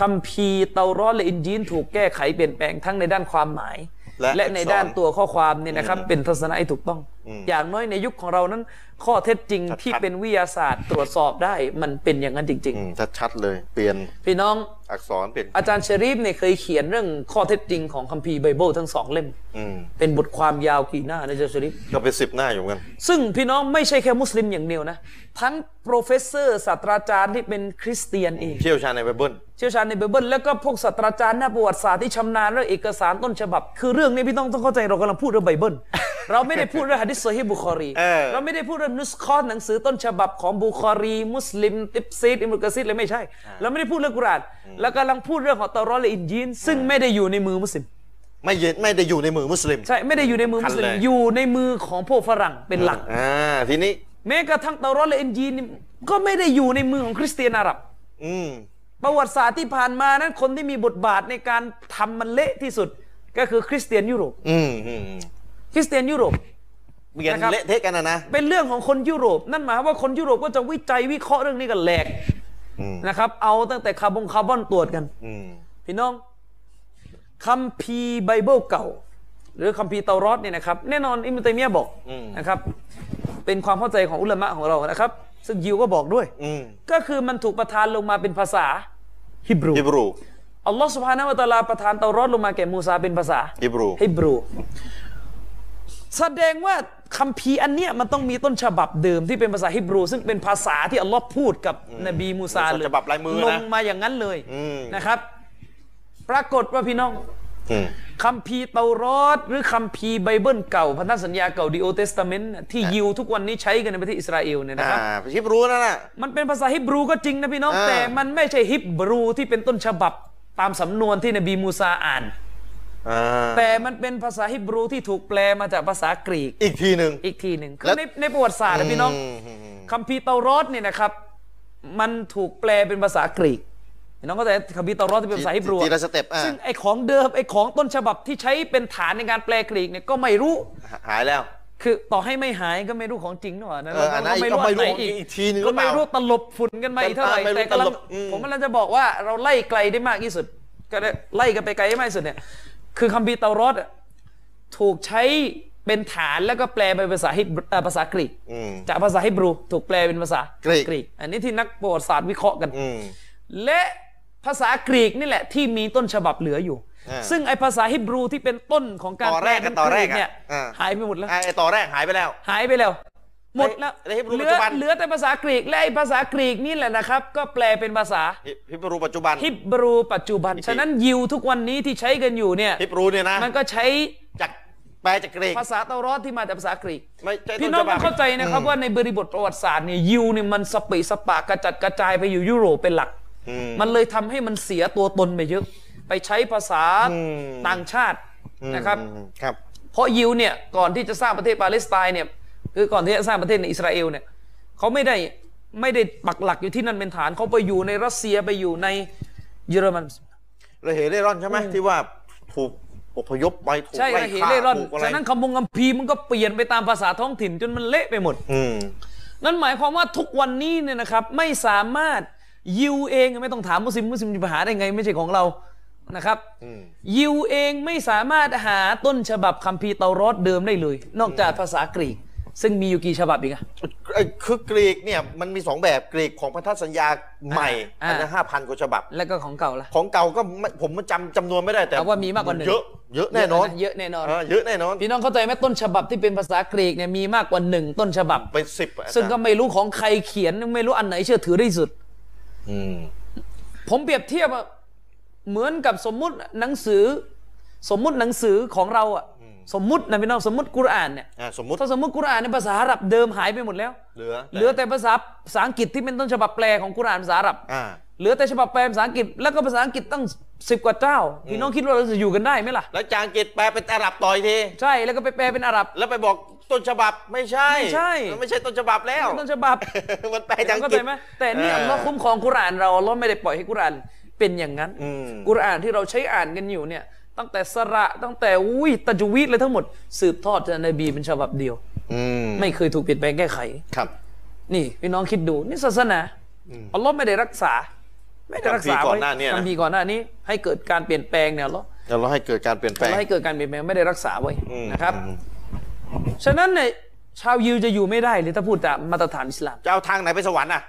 คัมภีร์เตารอดและอินจีนถูกแก้ไขเปลี่ยนแปลงทั้งในด้านความหมาย และ และในด้าน อักษร ตัวข้อความเนี่ยนะครับ เป็นทัศนะที่ถูกต้อง อย่างน้อยในยุคของเรานั้น ข้อเท็จจริง ชัดๆ ที่เป็นวิทยาศาสตร์ตรวจสอบได้มันเป็นอย่างนั้นจริง อืมชัดๆเลย เปลี่ยน ๆ พี่น้อง อักษรเปลี่ยน อาจารย์ชรีฟเนี่ยเคยเขียนเรื่องข้อเท็จจริงของคัมภีร์ไบเบิลทั้งสองเล่ม อืม เป็นบทความยาวกี่หน้านะอาจารย์ชรีฟ ก็เป็นสิบหน้าอยู่เหมือนกัน ซึ่งพี่น้องไม่ใช่แค่มุสลิมอย่างเดียวนะ ทั้งโปรเฟสเซอร์ศาสตราจารย์ที่เป็นคริสเตียนเอง เชี่ยวชาญในไบเบิล เชี่ยวชาญในไบเบิลแล้วก็พวกศาสตราจารย์หน้าประวัติศาสตร์ที่ชำนาญเรื่องเอกสารต้นฉบับ คือเรื่องนี้พี่ต้องต้องเข้าใจเรากำลังพูดเรื่องไบเบิล เราไม่ได้พูดเรื่องฮะดิษซอฮีบุคอรี เออ เราไม่ได้พูดเรื่องนุสคอหนังสือต้นฉบับของบุคอรี มุสลิม ติบซีดอิมรุกะซีดเลยไม่ใช่ เราไม่ได้พูดเรื่องกุรอานเรากำลังพูดเรื่องของเตารอดและอินยีนซึ่งไม่ได้อยู่ในมือมุสลิม ไม่เย็นไม่ได้อยู่ในมือมุสลิม ใช่ไม่ได้อยู่ในมือมุสขัลิม นเลย อยู่ในมือของพวกฝรั่งเป็นหลัก อ่าทีนี้ แม้กระทั่งเตารอดและเอ็นจีนนี่ก็ไม่ได้อยู่ในมือของคริสเตียนอาหรับ อืม ประวัติศาสตร์ที่ผ่านมานั้นคนที่มีบทบาทในการทำมันเละที่สุด ก็คือคริสเตียนยุโรป อืมอืมอืม คริสเตียนยุโรป เปลี่ยน นะครับ เละเทะกันนะนะ เป็นเรื่องของคนยุโรป นั่นหมายความว่าคนยุโรปก็จะวิจัยวิเคราะห์เรื่องนี้กันแหลก อืม นะครับ เอาตั้งแต่คาร์บอนคาร์บอนตรวจกัน อืม พี่น้องคัมภีร์ไบเบิลเก่า หรือคัมภีร์เตารอดเนี่ยนะครับ แน่นอนอิมามตัยมียะห์บอก อืม นะครับ เป็นความเข้าใจของอุลามะของเรานะครับ ซึ่งยิวก็บอกด้วย อืม ก็คือมันถูกประทานลงมาเป็นภาษาฮิบรู ฮิบรู อัลลอฮ์สุบฮานะฮูวะตะอาลาประทานเตารอดลงมาแก่มูซาเป็นภาษา ฮิบรู ฮิบรูแสดงว่าคัมภีร์อันเนี้ยมันต้องมีต้นฉบับเดิมที่เป็นภาษาฮิบรู ซึ่งเป็นภาษาที่อัลลอฮ์พูดกับนบีมูซาเลย ฉบับลายมือ ลง นะ มาอย่างนั้นเลย อืม นะครับ ปรากฏว่าพี่น้อง อืม คัมภีร์เตารอดหรือคัมภีร์ไบเบิลเก่าพันธสัญญาเก่าดีโอเตสตเมนต์ที่ยิวทุกวันนี้ใช้กันในประเทศอิสราเอลเนี่ยนะ อ่า ครับ ฮิบรูนั่นน่ะ มันเป็นภาษาฮิบรูก็จริงนะพี่น้อง อ่า แต่มันไม่ใช่ฮิบรูที่เป็นต้นฉบับตามสำนวนที่นบีมูซาอ่าน อ่า แต่มันเป็นภาษาฮิบรูที่ถูกแปลมาจากภาษากรีก อีกทีหนึ่ง อีกทีหนึ่งคื แล้ อ ว ในในประวัติศาสตร์นะพี่น้อง อืมอืม คัมภีร์เตารอดเนี่ยนะครับ มันถูกแปลเป็นภาษากรีกพี่น้องก็แต่คัมภีร์เตารอดที่เป็นภาษาฮิบรู ทีละสเต็ปอ่า ซึ่งไอของเดิมไอของต้นฉบับที่ใช้เป็นฐานในการแปลกรีกเนี่ยก็ไม่รู้ หายแล้ว คือต่อให้ไม่หายก็ไม่รู้ของจริงหรอเปล่านะ เอออันนั้น ก็ อีกก็ไม่รู้ อันหน อีกทีนึงหรื ก็ อเป ไม่ ล่า รู้ตลบฝุ่นกันมาอีกเท่าไหร่ ไม่รู้ แต่กำลั ตล ง บอืม ผมกำลังจะบอกว่าเราไล่ไกลได้มากที่สุด ก็ได้ไล่กันไปไกลได้มากที่สุดเนี่ย คือคัมภีร์เตารอดอะถูกใช้เป็นฐานแล้วก็แปลเป็นภาษาฮิบรูเอ่อภาษากรีก อืม จากภาษาฮิบรูถูกแปลเป็นภาษาก กรีก กรีก อันนี้ที่นักประวัติศาสตร์วิเคราะห์กัน อืม และภาษากรีกนี่แหละที่มีต้นฉบับเหลืออยู่ อ่า ซึ่งไอภาษาฮิบรูที่เป็นต้นของการ ต่อแรกกับ ปลเป็น ต่อแรก กเนี่ย อ่า หายไปหมดแล้ว ไอ้ต่อแรกหายไปแล้ว หายไปแล้ว หมดแล้ว ในฮิบรู เหลื ปัจจุบัน เหลือแต่ภาษากรีกและไอ้ภาษากรีกนี่แหละนะครับ ก็แปลเป็นภาษา ฮิฮิบรูปัจจุบัน ฮิบรูปัจจุบัน ฉะนั้นยิวทุกวันนี้ที่ใช้กันอยู่เนี่ย ฮิบรูเนี่ยนะ มันก็ใช้ จากแปลจากกรีก ภาษาเตารอดที่มาจากภาษากรีก ไม่ใช่ พี่น้อง ต้ ต้อฉบับงเข้าใจนะครับว่าในบริบทประวัติศาสตร์เนี่ยยิวเนี่ยมันสเปะสปะกระจัดกระจายไปอยู่ยุโรปเป็นหลัก อืม มันเลยทำให้มันเสียตัวตนไปเยอะ ไปใช้ภาษา อืม ต่างชาตินะครับ อืมครับ เพราะยิวเนี่ยก่อนที่จะสร้างประเทศปาเลสไตน์เนี่ยคือก่อนที่จะสร้างประเทศในอิสราเอลเนี่ยเขาไม่ได้ไม่ได้ปักหลักอยู่ที่นั่นเป็นฐานเขาไปอยู่ในรัสเซียไปอยู่ในเยอรมัน ระเหเร่ร่อนใช่ไหมที่ว่าถูกอพยพไปถูก ใช่ ไล่ ระเห ฆ่า เร่ร่อน ถูกอะไร จากนั้นคำมงคำพีร์มันก็เปลี่ยนไปตามภาษาท้องถิ่นจนมันเละไปหมด อืม นั่นหมายความว่าทุกวันนี้เนี่ยนะครับไม่สามารถ ยิวเองไม่ต้องถามมุสลิมมุสลิมมีปัญหาได้ไงไม่ใช่ของเรานะครับยิวเองไม่สามารถหาต้นฉบับคัมภีร์เตารอดเดิมได้เลย นอกจากภาษากรีก ซึ่งมีอยู่กี่ฉบับอีกอะ ไอ้คือกรีกเนี่ยมันมีสองแบบกรีกของพันธสัญญาใหม่ อ่า อันละห้าพันกว่าฉบับ แล้วก็ของเก่าละ ของเก่าก็ไม่ผมจำจำนวนไม่ได้แต่ เอาว่ามีมากกว่าหนึ่ง เยอะเยอะแน่นอน เยอะแน่นอน าเยอะแน่นอน พี่น้องเข้าใจไหมต้นฉบับที่เป็นภาษากรีกเนี่ยมีมากกว่าหนึ่งต้นฉบับ ไปสิบอะ ซึ่งก็ไม่รู้ของใครเขียนไม่รู้อันไหนเชื่อถือได้สุด อืม ผมเปรียบเทียบอะเหมือนกับสมมุติหนังสือ สมมุติหนังสือของเราอะสมมุตินะพี่น้องสมมุติกุรอานเนี่ย อ่าสมมุติ ถ้าสมมุติกุรอานในยภาษาอาหรับเดิมหายไปหมดแล้ว เหลือ เหลือแต่ภาษาภาษาอังกฤษที่เป็นต้นฉบับแปลของกุรอานภาษาอาหรับ อ่า เหลือแต่ฉบับแปลภาษาอังกฤษแล้วก็ภาษาอังกฤษตั้งสิบกว่าเจ้าพี่น้องคิดว่าเราจะอยู่กันได้ไหมล่ะ แล้วจางกิจแปลเป็นอาหรับต่อยที ใช่แล้วก็ไปแปลเป็นอาหรับ แล้วไปบอกต้นฉบับไม่ใช่ ไม่ใช่ นไม่ใช่ต้นฉบับแล้ว เป็นต้นฉบับ มันแปลจากอัง เข้าก ฤ ใจ ษ ไหมแต่นี่อัลลอฮ์คุ้มครองกุรอานเราอัลลอฮ์ไม่ได้ปล่อยให้กุรอานเป็นอย่างนั้น อืม กุรอานที่เราใช้อ่านกันอยู่เนี่ยตั้งแต่สระตั้งแต่อุ้ยตะจวีดเลยทั้งหมด สืบทอดจากนบีเป็นฉบับเดียว อืม ไม่เคยถูกเปลี่ยนแปลงแก้ไข ครับ นี่พี่น้องคิดดูนี่ศาสนาอัลลอฮ์ไม่ได้รักษา ไม่ได้รักษา คัมภีร์ก่ ไว้ อนหน้าเนี่ยนะ คัมภีร์ก่อนหน้านี้ ให้เกิดการเปลี่ยนแปลงเนี่ยอัลลอฮ์ เดี๋ยวเราให้เกิดการเปลี่ยนแปลง แล้วให้เกิดการเปลี่ยนแปลงไม่ได้รักษาไว้ อืม นะครับ อืม ฉะนั้นเนี่ยชาวยิวจะอยู่ไม่ได้เลยถ้าพูดตามมาตรฐานอิสลาม จะเอาทางไหนไปสวรรค์อ่ะ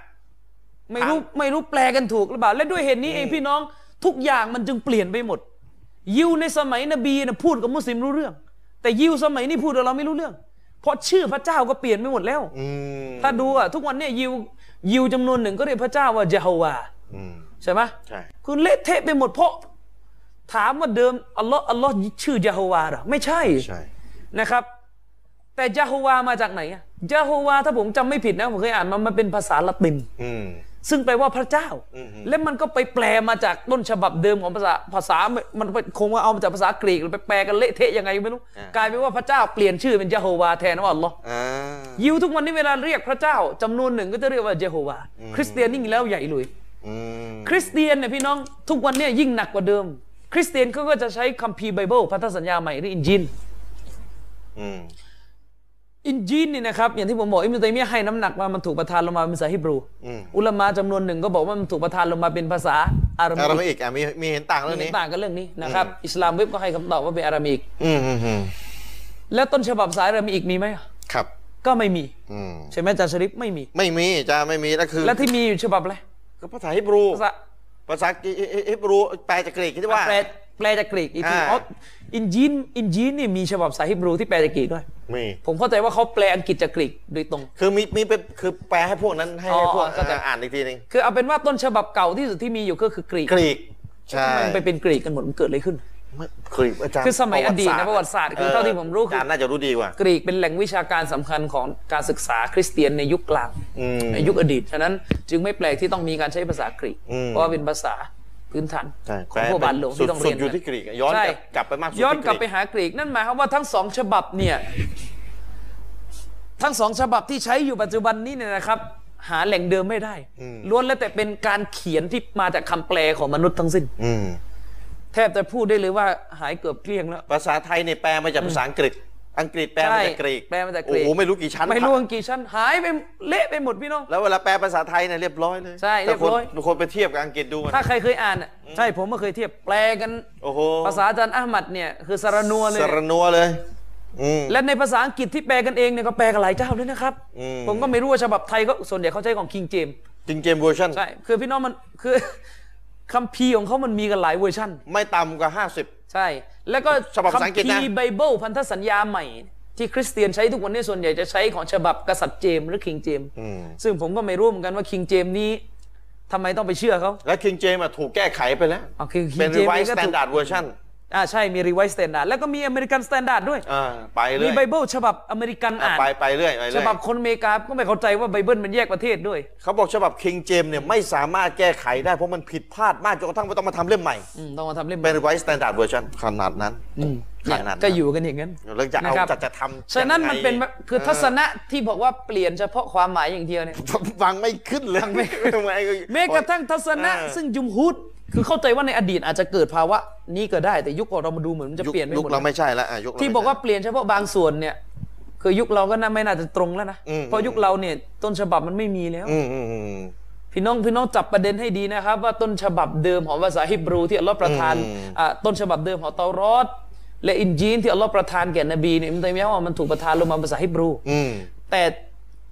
ไม่รู้ไม่รู้แปลกันถูกหรือเปล่า และด้วยเหตุนี้เองพี่น้องทุกอย่างมันจึงเปลี่ยนไปหมด ยิวในสมัยนบีนะพูดกับมุสลิมรู้เรื่อง แต่ยิวสมัยนี้พูดกับเราไม่รู้เรื่อง เพราะชื่อพระเจ้าก็เปลี่ยนไปหมดแล้ว อืม ถ้าดูอ่ะทุกวันเนี่ยยิวยิวจำนวนหนึ่งก็เรียกพระเจ้าว่าเยโฮวา อืม ใช่ไหม ใช่ คุณเละเทะไปหมดเพราะ ถามว่าเดิมอัลลอฮ์อัลลอฮ์ชื่อยาโฮวาเหรอไม่ใช่ ใช่ นะครับ แต่ยาโฮวามาจากไหนอะยาโฮวาถ้าผมจำไม่ผิดนะผมเคยอ่านมันมันเป็นภาษาละติน อืม ซึ่งแปลว่าพระเจ้า อืม และมันก็ไปแปลมาจากต้นฉบับเดิมของภาษาภาษามันคงว่าเอามาจากภาษากรีกแล้วไปแปลกันเละเทะยังไงไม่รู้ กลายเป็นว่าพระเจ้าเปลี่ยนชื่อเป็นยาโฮวาแทนว่าอัลลอฮ์ อ่า ยิวทุกวันนี้เวลาเรียกพระเจ้าจำนวนหนึ่งก็จะเรียกว่าเยโฮวา คริสเตียนยิ่งแล้วใหญ่เลย อืม คริสเตียนเนี่ยพี่น้องทุกวันเนี่ยยิ่งหนักกว่าเดิม คริสเตียนเขาก็จะใช้คัมภีร์ไบเบิลพันธสัญญาใหม่หรืออินจีน อืม อินจีนเนี่ยนะครับอย่างที่ผมบอกอิมตัยมียะห์ให้น้ำหนักมามันถูกประทานลงมาเป็นภาษาฮิบรู อุลามะจำนวนหนึ่งก็บอกว่ามันถูกประทานลงมาเป็นภาษาอาหรั อารา มิก มิกอ่ะมีมีเห็นต่างเรื่อง มี นี้ ต่างกันเรื่องนี้นะครับอิสลามเว็บก็ให้คำตอบว่าเป็นอาหรัมิก อืมอืมอืม แล้วต้นฉบับภาษาอาหรัมิกมีไหม ครับ ก็ไม่มี อืม ใช่ไหมอาจารย์ชริปไม่มี ไม่มีจ้าไม่มีนั่นคือ และที่มีอยู่ฉบับอะไร ก็ภาษาฮิบรู ภาษา ภาษาฮิบรูแปลจากกรีกที่ว่า แปลแปลจากกรีกอีกที อ่า อ๋ออินจีนอินจีนนี่มีฉบับภาษาฮิบรูที่แปลจากกรีกด้วย มี ผมเข้าใจว่าเขาแปลอังกฤษจากกรีกโดยตรง คือมีมีเป็นคือแปลให้พวกนั้นให้ อ๋อ ให้พวก อ๋อเข้าใจ อ่านอีกทีหนึง คือเอาเป็นว่าต้นฉบับเก่าที่สุดที่มีอยู่ก็คือกรีก กรีก ใช่ มันไปเป็นกรีกกันหมดมันเกิดอะไรขึ้น ไม่กรีกอาจารย์ คือสมัยอดีตนะ ป ประระวั วั ติ ติศา ศา ส ส ตร์ตร์คือเท่าที่ผมรู้คือ อาจารย์น่าจะรู้ดีกว่า กรีกเป็นแหล่งวิชาการสำคัญของการศึกษาคริสเตียนในยุคกลาง อืม ในยุคอดีตฉะนั้นจึงไม่แปลกที่ต้องมีการใช้ภาษากรีก อืม เพราะว่าเป็นภาษาพื้นฐาน ใช่ ของพวกบาทหลวงที่ต้อง สุดเรียน อยู่ที่กรีกย้อน ใช่ กลับกลับไปมากสุด ย้อนกลับ ที่ ไปหากรีกนั่นหมายความว่าทั้งสองฉบับเนี่ยทั้งสองฉบับที่ใช้อยู่ปัจจุบันนี้เนี่ยนะครับ หาแหล่งเดิมไม่ได้ล้วนแล้วแต่เป็นการเขียนที่มาจากคำแปลของมนุษย์ทั้งสิ้น อืม แทบจะพูดได้เลยว่าหายเกือบเกลี้ยงแล้ว ภาษาไทยเนี่ยแปลมาจากภาษาอังกฤษ อังกฤษแปลมาจากกรีก ใช่แปลมาจากกรีก โอ้โหไม่รู้กี่ชั้น ไม่รู้อังกี่ชั้นหายไปเละไปหมดพี่น้อง แล้วเวลาแปลภาษาไทยเนี่ยเรียบร้อยเลย ใช่เรียบร้อย แต่คนคนไปเทียบกับอังกฤษดูมัน ถ้าใครเคยอ่านอ่ะใช่ผมก็เคยเทียบแปลกัน โอ้โห ภาษาอาจารย์อาหมัดเนี่ยคือสารนัวเลย สารนัวเลยอืม และในภาษาอังกฤษที่แปลกันเองเนี่ยก็แปลกันหลายเจ้าด้วยนะครับ อืม ผมก็ไม่รู้ว่าฉบับไทยก็ส่วนใหญ่เขาใช้ของคิงเจม จริงเกมเวอร์ชัน ใช่คือพี่น้องมันคือ คัมภีร์ของเขามันมีกันหลายเวอร์ชัน ไม่ต่ำกว่า 50 ใช่ แล้วก็ ฉบับภาษาอังกฤษนะ คัมภีร์ไบเบิลพันธสัญญาใหม่ ที่คริสเตียนใช้ทุกวันนี้ส่วนใหญ่จะใช้ของฉบับกษัตริย์เจมส์หรือคิงเจมส์ซึ่งผมก็ไม่รู้เหมือนกันว่าคิงเจมส์นี้ทำไมต้องไปเชื่อเขา และ King James อะถูกแก้ไขไปแล้ว อ๋อคือ King เป็น James นี่ Revised ก็ถูก Standard Version อ่าใช่มีรีไวซ์สแตนดาร์ดแล้วก็มีอเมริกันสแตนดาร์ดด้วย อ่าไปเรื่ มี อย ไบเบิลฉบับอเมริกัน อ่ะ อ่าน ไปไปเรื่อยไป ฉ เรื่อย บับคนอเมริกาก็ไม่เข้าใจว่าไบเบิลมันแยกประเทศด้วย เขาบอกฉบับ King James เนี่ยไม่สามารถแก้ไขได้ เพราะมันผิดพลาดมากจนกระทั่งว่าต้องมาทำเล่มใหม่ อืมต้องมาทำเล่มใหม่ เป็น Revised Standard Version ขนาดนั้นขนาดนั้น ก็อยู่กันอย่างนั้น เรื่องจะเอา นครับ จะจะทำ ฉะนั้นมันเป็น ยังไง คือทัศนะที่บอกว่าเปลี่ยนเฉพาะความหมายอย่างเดียวเนี่ย ฟังไม่ขึ้นเลยทำไม แม้กระทั่งทัศนะ เออ ซึ่งยุมฮุดคือเข้าใจว่าในอดีตอาจจะเกิดภาวะนี้ก็ได้แต่ยุคก่อนเรามาดูเหมือนมันจะ ยุค เปลี่ยนไปห ยุค มด เราไม่ใช่แล้วะยุคเร ที่ ไม่ บอกว่า ใช่ เปลี่ยนเฉพาะบางส่วนเนี่ยคือยุคเราก็น่าไม่น่าจะตรงแล้วนะ อืม เพราะยุคเราเนี่ยต้นฉบับมันไม่มีแล้ว อืมอืมอืม พี่น้องพี่น้องจับประเด็นให้ดีนะครับ ว่าต้นฉบับเดิมของภาษาฮิบรูที่อัลลอฮ์ประทานอ่ะต้นฉบับเดิมของเตารอดและอินจีนที่อัลลอฮ์ประทานแก่นบีเนี่ยมันเต็มยว่ามันถูกประทานลงมาภาษาฮิบรู อืม แต่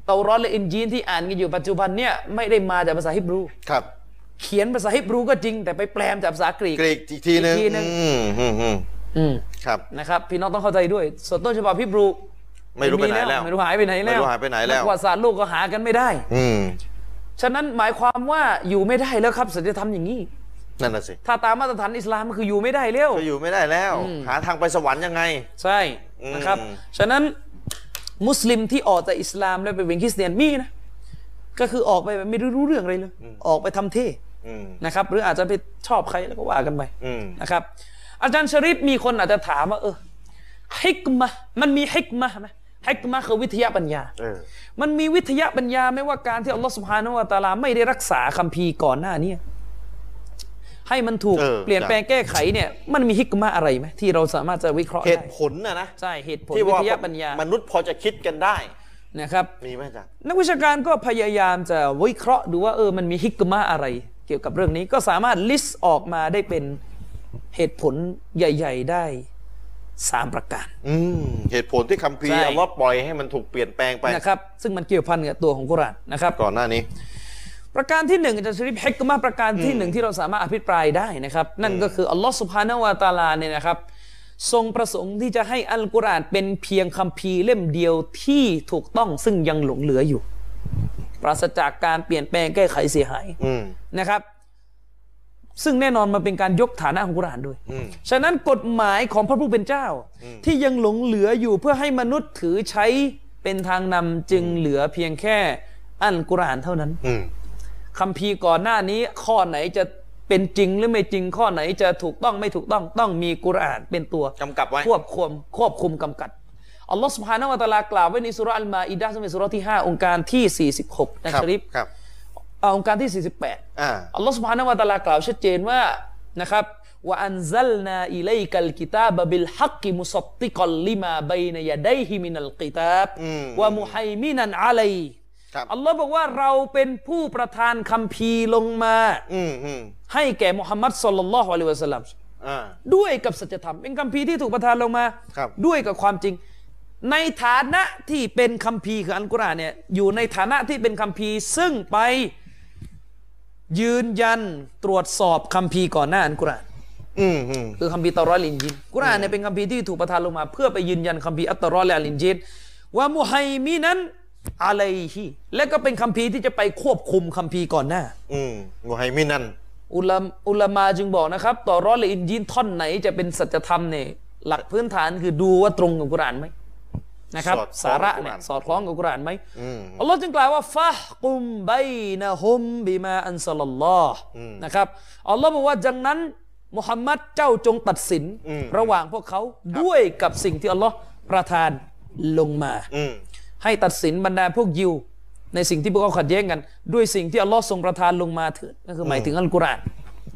เตารอดและอินจีนที่อ่านกันอยู่ปัจจุบันเนี่ยไม่ได้มาจากภาษาฮิบรู ครับ เขียนภาษาฮิบรูก็จริง แต่ไปแปลมจากภาษากรีก กรีกอีกทีหนึ่ง อีกทีหนึ่ง อืมอืมอืม อืม ครับ นะครับพี่น้องต้องเข้าใจด้วย ส่วนต้นฉบับฮิบรู ไม่รู้ไปไหนแล้ว ไม่รู้หายไปไหนแล้ว ไม่รู้หายไปไหนแล้ว กว่าศาสตร์โลกก็หากันไม่ได้ อืม ฉะนั้นหมายความว่าอยู่ไม่ได้แล้วครับศีลธรรมอย่างนี้ นั่นน่ะสิ ถ้าตามมาตรฐานอิสลามก็คืออยู่ไม่ได้แล้ว ก็อยู่ไม่ได้แล้ว หาทางไปสวรรค์ยังไง ใช่นะครับ อืม ฉะนั้นมุสลิมที่ออกจากอิสลามแล้วไปเป็นคริสเตียนมีนะ ก็คือออกไปแบบไม่รู้เรื่องอะไรเลย ออกไปทำเท่ อืม นะครับ หรืออาจจะไปชอบใครแล้วก็ว่ากันไป อืม นะครับ อาจารย์ชริปมีคนอาจจะถามว่า เออฮิกมะห์มันมีฮิกมะห์ไหมฮิกมะห์คือวิทยาปัญญา เออ มันมีวิทยาปัญญาไหมว่าการที่อัลลอฮ์สุบฮานะฮูวะตะอาลาไม่ได้รักษาคัมภีร์ก่อนหน้าเนี้ให้มันถูก เออ เปลี่ยนแปลงแก้ไขเนี่ย มันมีฮิกมะห์อะไรไหมที่เราสามารถจะวิเคราะห์ เห ได้ ตุผลนะนะ ใช่เหตุผล ที่ วิ ว่า ทยาปัญญาม นุษย์พอจะคิดกันได้ นะครับ มีไหมอาจารย์ นักวิชาการก็พยายามจะวิเคราะห์ดูว่าเออมันมีฮิกมะห์อะไร เกี่ยวกับเรื่องนี้ก็สามารถลิสต์ออกมาได้เป็นเหตุผลใหญ่ ๆ ได้สามประการ อืมเหตุผลที่คัมภี ใช่ ร์อัลเลอฮ์ปล่อยให้มันถูกเปลี่ยนแปลงไป นะครับ ซึ่งมันเกี่ยวพันกับตัวของกุรอานนะครับ ก่อนหน้านี้ ประการที่หนึ่งอาจารย์ชริปเฮกมาประการที่หนึ่งที่เราสามารถอภิปรายได้นะครับ นั่นก็คืออัลลอฮ์สุภาณวาตาลาเนี่ยนะครับ ทรงประสงค์ที่จะให้อัลกุรอานเป็นเพียงคัมภีร์เล่มเดียวที่ถูกต้องซึ่งยังหลงเหลืออยู่ ปราศจากการเปลี่ยนแปลงแก้ไขเสียหาย อืม นะครับ ซึ่งแน่นอนมันเป็นการยกฐานะของกุรอานด้วย อืม ฉะนั้นกฎหมายของพระผู้เป็นเจ้า ที่ยังหลงเหลืออยู่เพื่อให้มนุษย์ถือใช้เป็นทางนำจึงเหลือเพียงแค่อัลกุรอานเท่านั้น อืม คัมภีร์ก่อนหน้านี้ข้อไหนจะเป็นจริงหรือไม่จริงข้อไหนจะถูกต้องไม่ถูกต้องต้องมีกุรอานเป็นตัว กำกับไว้ ควบคุมควบคุมกำกับอัลลอฮ์สุบฮานะฮูวะตะอาลากล่าวไว้ในสุราะห์อัลมาอิดะห์ซึ่งเป็นสุราะห์ที่ 5 องค์การที่ 46 นะ ครั คริบ ครับ เอ่อองค์การที่ 48 อ่า อัลลอฮ์สุบฮานะฮูวะตะอาลากล่าวชัดเจนว่านะครับว่าอันซัลนาอิเลกัลกิตาบบิลฮักกิมุสดติกัลลิมาบัยนยะดัยฮิมินัลกิตาบ อืม วะมุไฮมินันอะลัย ครับ อัลลอฮ์บอกว่าเราเป็นผู้ประทานคัมภีร์ลงมา อืมอืม ให้แก่มุฮัมมัดสุลลัลลอฮุอะลัยฮิวะสัลลัม อ่า ด้วยกับสัจธรรมเป็นคัมภีร์ที่ถูกประทานลงมา ครับ ด้วยกับความจริง ในฐานะที่เป็นคัมภีร์คืออัลกุรอานเนี่ยอยู่ในฐานะที่เป็นคัมภีร์ ซึ่งไปยืนยันตรวจสอบคัมภีร์ก่อนหน้าอัลกุรอาน อืมอืม คือคัมภีร์เตารอดลินจินกุรอานเนี่ยเป็นคัมภีร์ที่ถูกประทานลงมา เพื่อไปยืนยันคัมภีร์อัตตารอดและอัลลินจินว่ามุไฮมินันอะลัยฮิและก็เป็นคัมภีร์ที่จะไปควบคุมคัมภีร์ก่อนหน้า อืมมูฮัยมินัน อุลามอุลามาจึงบอกนะครับ ต่อรอดและอินยีนท่อนไหนจะเป็นสัจธรรมเนี่ยหลักพื้นฐานคือดูว่าตรงกับกุรอานไหมนะครับ สอดคล้องกับ สาระเนี่ย กุรอาน สอดคล้องกับกุรอานไหม อืม อัลลอฮ์จึงกล่าวว่าฟะฮ์กุมไบนะฮุมบิมาอันซาลลลอฮ์นะครับอัลลอฮ์บอกว่าจากนั้นมุฮัมมัดเจ้าจงตัดสิน อืม ระหว่างพวกเขาด้วยกับสิ่งที่อัลลอฮ์ประทานลงมา อืม ให้ตัดสินบรรดาพวกยิว ในสิ่งที่พวกเขาขัดแย้งกัน ด้วยสิ่งที่อัลลอฮ์ทรงประทานลงมาเถิดก็คือหมายถึงอัลกุรอาน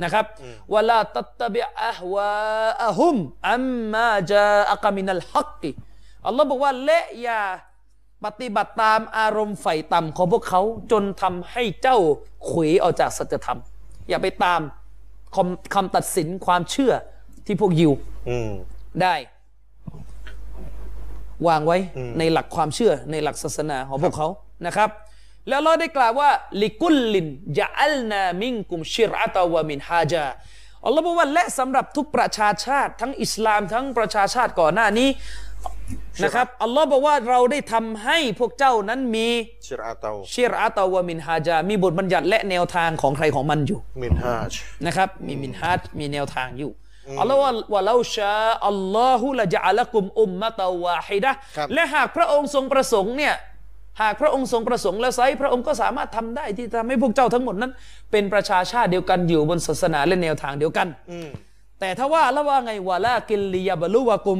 นะครับวะลาตัตตะบิอะฮวาอะฮุมอัมมาจาอะกะมินัลฮักกิอัลลอฮ์บอกว่าและอย่าปฏิบัติตามอารมณ์ใฝ่ต่ำของพวกเขาจนทำให้เจ้าขวยออกจากสัจธรรม อย่าไปตามคำคำตัดสินความเชื่อที่พวกยิว อืม ได้ วางไว้ในหลักความเชื่อในหลักศาสนาของพวกเขานะครับ แล้วเราได้กล่าวว่าลิกุลลินยะอัลนามิงกุมชิรอะตะวะมินฮาจาอัลลอฮ์บอกว่าและสำหรับทุกประชาชาติ ทั้งอิสลามทั้งประชาชาติก่อนหน้านี้นะครับอัลลอฮ์บอกว่าเราได้ทำให้พวกเจ้านั้นมี ชิรอาเตา ชิรอะตะวะมินฮาจามีบทบัญญัติและแนวทางของใครของมันอยู่ มินฮาจ นะครับมีมินฮัดมีแนวทางอยู่อัลลอฮ์ว่าว่าเราชาอัลลอฮุละจะอัลกุมอุมมะตะวาฮิดะห์ ครับ และหากพระองค์ทรงประสงค์เนี่ยหากพระองค์ทรงประสงค์แล้วไซร้พระองค์ก็สามารถทำได้ที่ทำให้พวกเจ้าทั้งหมดนั้น เป็นประชาชาติเดียวกันอยู่บนศาสนาและแนวทางเดียวกัน อืม แต่ถ้าว่าแล้วว่าไงวะลากินลียาบลุวะกุม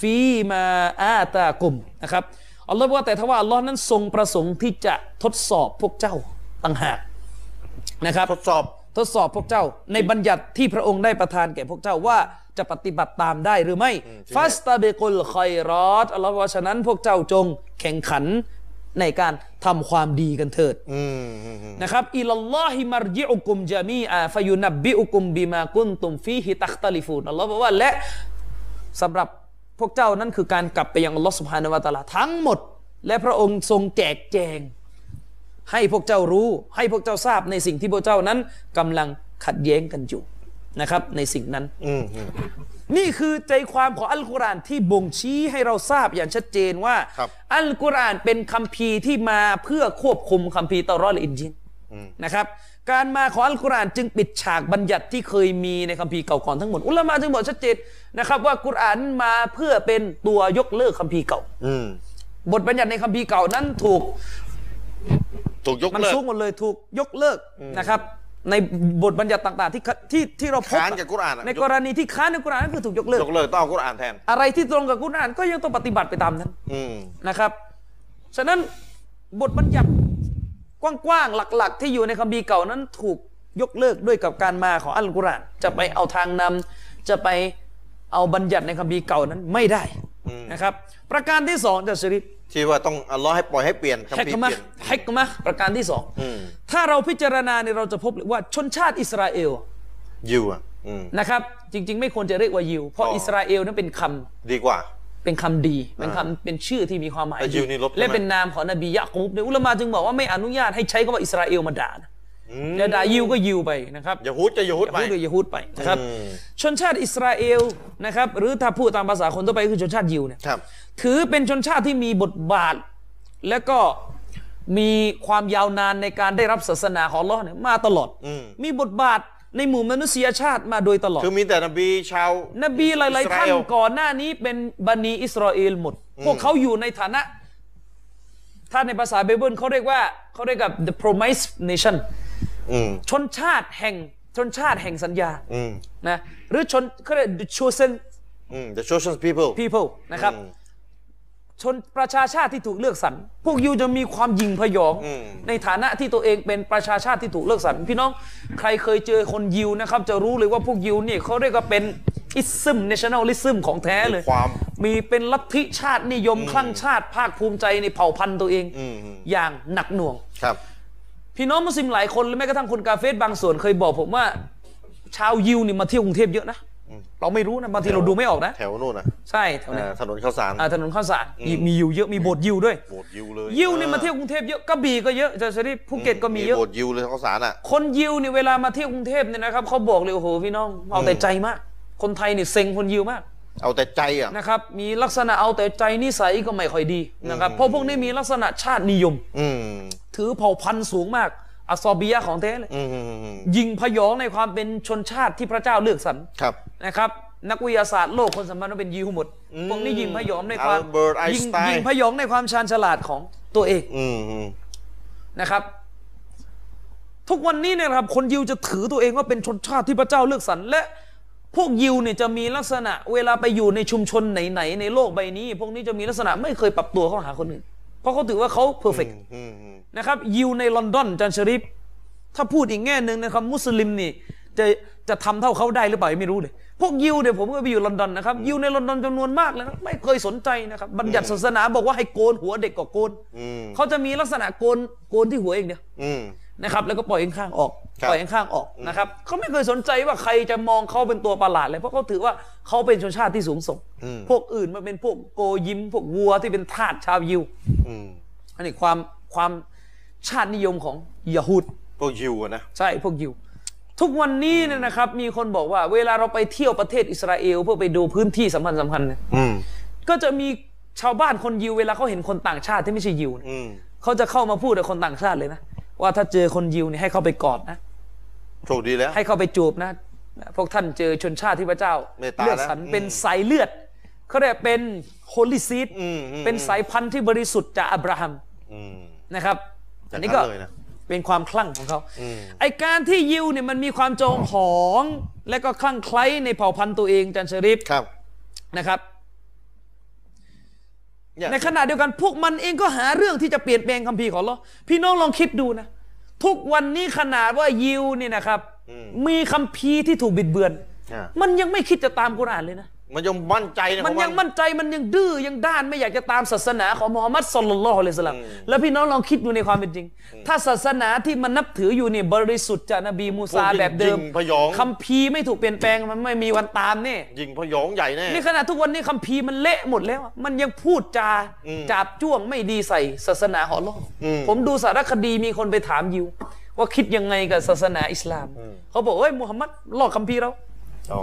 ฟีมาอาตากุมนะครับอัลลอฮ์บอกว่าแต่ถ้าว่าอัลลอฮ์นั้นทรงประสงค์ที่จะทดสอบพวกเจ้าต่างหากนะครับ ทดสอบ ทดสอบพวกเจ้าในบัญญัติที่พระองค์ได้ประทานแก่พวกเจ้าว่าจะปฏิบัติตามได้หรือไม่ ฟัสตาเบกุลคอยรอดอัลลอฮ์บอกว่าฉะนั้นพวกเจ้าจงแข่งขัน ในการทำความดีกันเถิด อืมอืมอืม นะครับอิลลลอฮิมารจิอุกุมจามีอาฟายุนับบิอุกุมบิมากุนตุมฟีฮิตักตลิฟูนอัลลอฮ์บอกว่าและสำหรับพวกเจ้านั้นคือการกลับไปยังอัลลอฮ์สุบฮานาวะตะอาลาทั้งหมด และพระองค์ทรงแจกแจง ให้พวกเจ้ารู้ ให้พวกเจ้าทราบในสิ่งที่พวกเจ้านั้นกำลังขัดแย้งกันอยู่นะครับ ในสิ่งนั้น อืมอืม นี่คือใจความของอัลกุรอานที่บ่งชี้ให้เราทราบอย่างชัดเจนว่า ครับ อัลกุรอานเป็นคัมภีร์ที่มาเพื่อควบคุมคัมภีร์เตารอดและอินจินนะครับ การมาของอัลกุรอานจึงปิดฉากบัญญัติที่เคยมีในคัมภีร์เก่าก่อนทั้งหมด อุลามะจึงบอกชัดเจนนะครับ ว่ากุรอานมาเพื่อเป็นตัวยกเลิกคัมภีร์เก่า อืม บทบัญญัติในคัมภีร์เก่านั้นถูก ถูกยก มัน เลิก ซุกหมดเลยถูกยกเลิกนะครับ ในบทบัญญัติต่าง ๆ ที่ที่ที่เราพบ ค้านกับกุรอานอะ ในกรณีที่ค้านในกุรอานก็คือถูกยกเลิก ยกเลิกต้องเอากุรอานแทน อะไรที่ตรงกับกุรอานก็ยังต้องปฏิบัติไปตามนั้น อืม นะครับ ฉะนั้นบทบัญญัติกว้างๆหลัก ๆ ที่อยู่ในคัมภีร์เก่านั้นถูกยกเลิกด้วยกับการมาของอัลกุรอานจะไปเอาทางนำจะไปเอาบัญญัติในคัมภีร์เก่านั้นไม่ได้นะครับ ประการที่สองจะสริป ที่ว่าต้องอัลลอฮ์ให้ปล่อยให้เปลี่ยนคัม ฮิ ภี ก ร์ มะ เปลี่ยน ฮิกมะประการที่สอง อืม ถ้าเราพิจารณาเนี่ยเราจะพบเลยว่าชนชาติอิสราเอล ยิวอ่ะอืม นะครับ จริง ๆ ไม่ควรจะเรียกว่ายิว เพราะ อ๋ออิ อิสราเอลนั้นเป็นคำ ดีกว่า เป็นคำดีเป็นคำเป็นชื่อที่มีความหมาย แต่ยิวนี่ลบใช่ไหม และเป็นนามของนบียะกูบเนี่ยอุลามะจึงบอกว่าไม่อนุญาตให้ใช้คำว่าอิสราเอลมาด่านะจะด่ายิวก็ยิวไปนะครับ ยะฮูดจะยะฮูดไป พูดโดยยะฮูดไปนะครับ อืม ชนชาติอิสราเอลนะครับหรือถ้าพูดตามภาษาคนทั่วไปคือชนชาติยิวเนี่ย ครับ ถือเป็นชนชาติที่มีบทบาท และก็มีความยาวนานในการได้รับศาสนาของอัลลอฮ์เนี่ยมาตลอด อืม มีบทบาทในหมู่มนุษยชาติมาโดยตลอด คือมีแต่นบีชาวน บีหลาย ๆ ท่าน อิสรเอล ก่อนหน้านี้เป็นบันีอิสราเอลหมด พวกเขาอยู่ในฐานะ ถ้าในภาษาไบเบิลเขาเรียกว่าเขาเรียกกับ the promised nation อืม ชนชาติแห่งชนชาติแห่งสัญญา อืม นะหรือชนเขาเรียก the chosen อืม the chosen people people นะครับ อืม ชนประชาชาติที่ถูกเลือกสรร พวกยูจะมีความยิงพยอง อืม ในฐานะที่ตัวเองเป็นประชาชาติที่ถูกเลือกสรร พี่น้องใครเคยเจอคนยิวนะครับ จะรู้เลยว่าพวกยิวเนี่ยเขาเรียกว่าเป็นอิสซึมเนชั่นแนลิซึมของแท้เลย ความ มีเป็นลัทธิชาตินิยมคลั่งชาติภาคภูมิใจในเผ่าพันธุ์ตัวเอง อืม อย่างหนักหน่วง ครับ พี่น้องมุสลิมหลายคนและแม้กระทั่งคนกาเฟสบางส่วนเคยบอกผมว่า ชาวยิวนี่มาเที่ยวกรุงเทพเยอะนะเราไม่รู้นะบางทีเราดูไม่ออกนะ แถวนู่นนะ ใช่แถวนั้น อ่าถนนข้าวสาร อ่าถนนข้าวสารมียิวเยอะมีโบสถ์ยิวด้วย โบสถ์ยิวเลย ยิวเนี่ย ออ มาเที่ยวกรุงเทพเยอะกระบี่ก็เยอะจะจะได้ภูเก็ตก็มีเยอะ โบสถ์ยิวเลยข้าวสารอ่ะ คนยิวเนี่ยเวลามาเที่ยวกรุงเทพเนี่ยนะครับเขาบอกเลยโอ้โหพี่น้องเอาแต่ใจมาก คนไทยเนี่ยเซ็งคนยิวมาก เอาแต่ใจอ่ะ นะครับ มีลักษณะเอาแต่ใจนิสัยก็ไม่ค่อยดีนะครับเพราะพวกนี้มีลักษณะชาตินิยม อืม ถือเผ่าพันธุ์สูงมากอัสซอบียะของแท้เลย อืมอืมอืม ยิงพยองในความเป็นชนชาติที่พระเจ้าเลือกสรร ครับ นะครับ นักวิทยาศาสตร์โลกคนสำคัญว่าเป็นยิวหมดพวกนี้ยิงพยองในความ Albert ยิง Einstein ยิงพยองในความชาญฉลาดของตัวเอง อืมอืม นะครับ ทุกวันนี้เนี่ยนะครับ คนยิวจะถือตัวเองว่าเป็นชนชาติที่พระเจ้าเลือกสรรและพวกยิวเนี่ยจะมีลักษณะ เวลาไปอยู่ในชุมชนไหนๆในโลกใบนี้ พวกนี้จะมีลักษณะไม่เคยปรับตัวเข้าหาคนอื่นเพราะเขาถือว่าเขาเพอร์เฟก อืมอืม นะครับยิวในลอนดอนจันชริฟถ้าพูดอีกแง่หนึ่งนะครับ มุสลิมนี่จะจะทำเท่าเขาได้หรือเปล่าไม่รู้เลย พวกยิวเนี่ยผมก็ไปอยู่ลอนดอนนะครับยิวในลอนดอนจำนวนมากเลยนะไม่เคยสนใจนะครับบัญญัติศาสนาบอกว่าให้โกนหัวเด็กก็โกน อืม เขาจะมีลักษณะโกนโกนที่หัวเองเดียว อืม นะครับแล้วก็ปล่อยข้างๆออก ครับ ปล่อยข้างๆออกนะครับเขาไม่เคยสนใจว่าใครจะมองเขาเป็นตัวประหลาดเลยเพราะเขาถือว่าเขาเป็นชนชาติที่สูงส่ง พวกอื่นมันเป็นพวกโกยิมพวกวัวที่เป็นทาสชาวยิว อืม อันนี้ความความชาตินิยมของยะฮูด พวกยิวอะนะ ใช่พวกยิว ทุกวันนี้เนี่ยนะครับ มีคนบอกว่าเวลาเราไปเที่ยวประเทศอิสราเอลเพื่อไปดูพื้นที่สำคัญสำคัญเนี่ย อืม ก็จะมีชาวบ้านคนยิวเวลาเขาเห็นคนต่างชาติที่ไม่ใช่ยิวเนี่ย อืม เขาจะเข้ามาพูดกับคนต่างชาติเลยนะ ว่าถ้าเจอคนยิวเนี่ยให้เข้าไปกอดนะ โชคดีแล้ว ให้เข้าไปจูบนะ พวกท่านเจอชนชาติที่พระเจ้า เมตตา เลือกสรร นะ เป็นสายเลือดเขาเรียกเป็น holy seed อืมอืม เป็นสายพันธุ์ที่บริสุทธิ์จากอับราฮัม อืม นะครับ อย่าง นี้ นั้ ก็ นเลยนะ เป็นความคลั่งของเขา อืม ไอการที่ยิวเนี่ยมันมีความจองหอง และก็คลั่งไคล้ในเผ่าพันธุ์ตัวเองจันชริฟ ครับ นะครับ เนี่ย ในขณะเดียวกันพวกมันเองก็หาเรื่องที่จะเปลี่ยนแปลงคัมภีร์ของอัลเลอพี่น้องลองคิดดูนะ ทุกวันนี้ขนาดว่ายิวเนี่ยนะครับ มีคัมภีร์ที่ถูกบิดเบือน อ่า มันยังไม่คิดจะตามกุรอานเลยนะ อ มันยังมั่นใจนะ มัน ของ ยังมั่นใจมันยังดื้อยังด้านไม่อยากจะตามศาสนาของมูฮัมมัดสลลัลลอฮุอะลัยฮิวสลลัมแล้วพี่น้องลองคิดดูในความเป็นจริง ถ้าศาสนาที่มันนับถืออยู่เนี่ยบริสุทธิ์จากนบีมูซา พูดจริง แบบเดิม จริงพยอง คัมภีร์ไม่ถูกเปลี่ยนแปลงมันไม่มีวันตามเนี่ย ยิงพยองใหญ่แน่ นี่ขนาดทุกวันนี้คัมภีร์มันเละหมดแล้วอะมันยังพูดจา อืม จับจ้วงไม่ดีใส่ศาสนาของอัลลอฮ์ อืม ผมดูสารคดีมีคนไปถามยิว ว่าคิดยังไงกับศาสนาอิสลาม เขาบอกเอ้ยมูฮัมมัดลอกคัมภีร์เรา ๋อ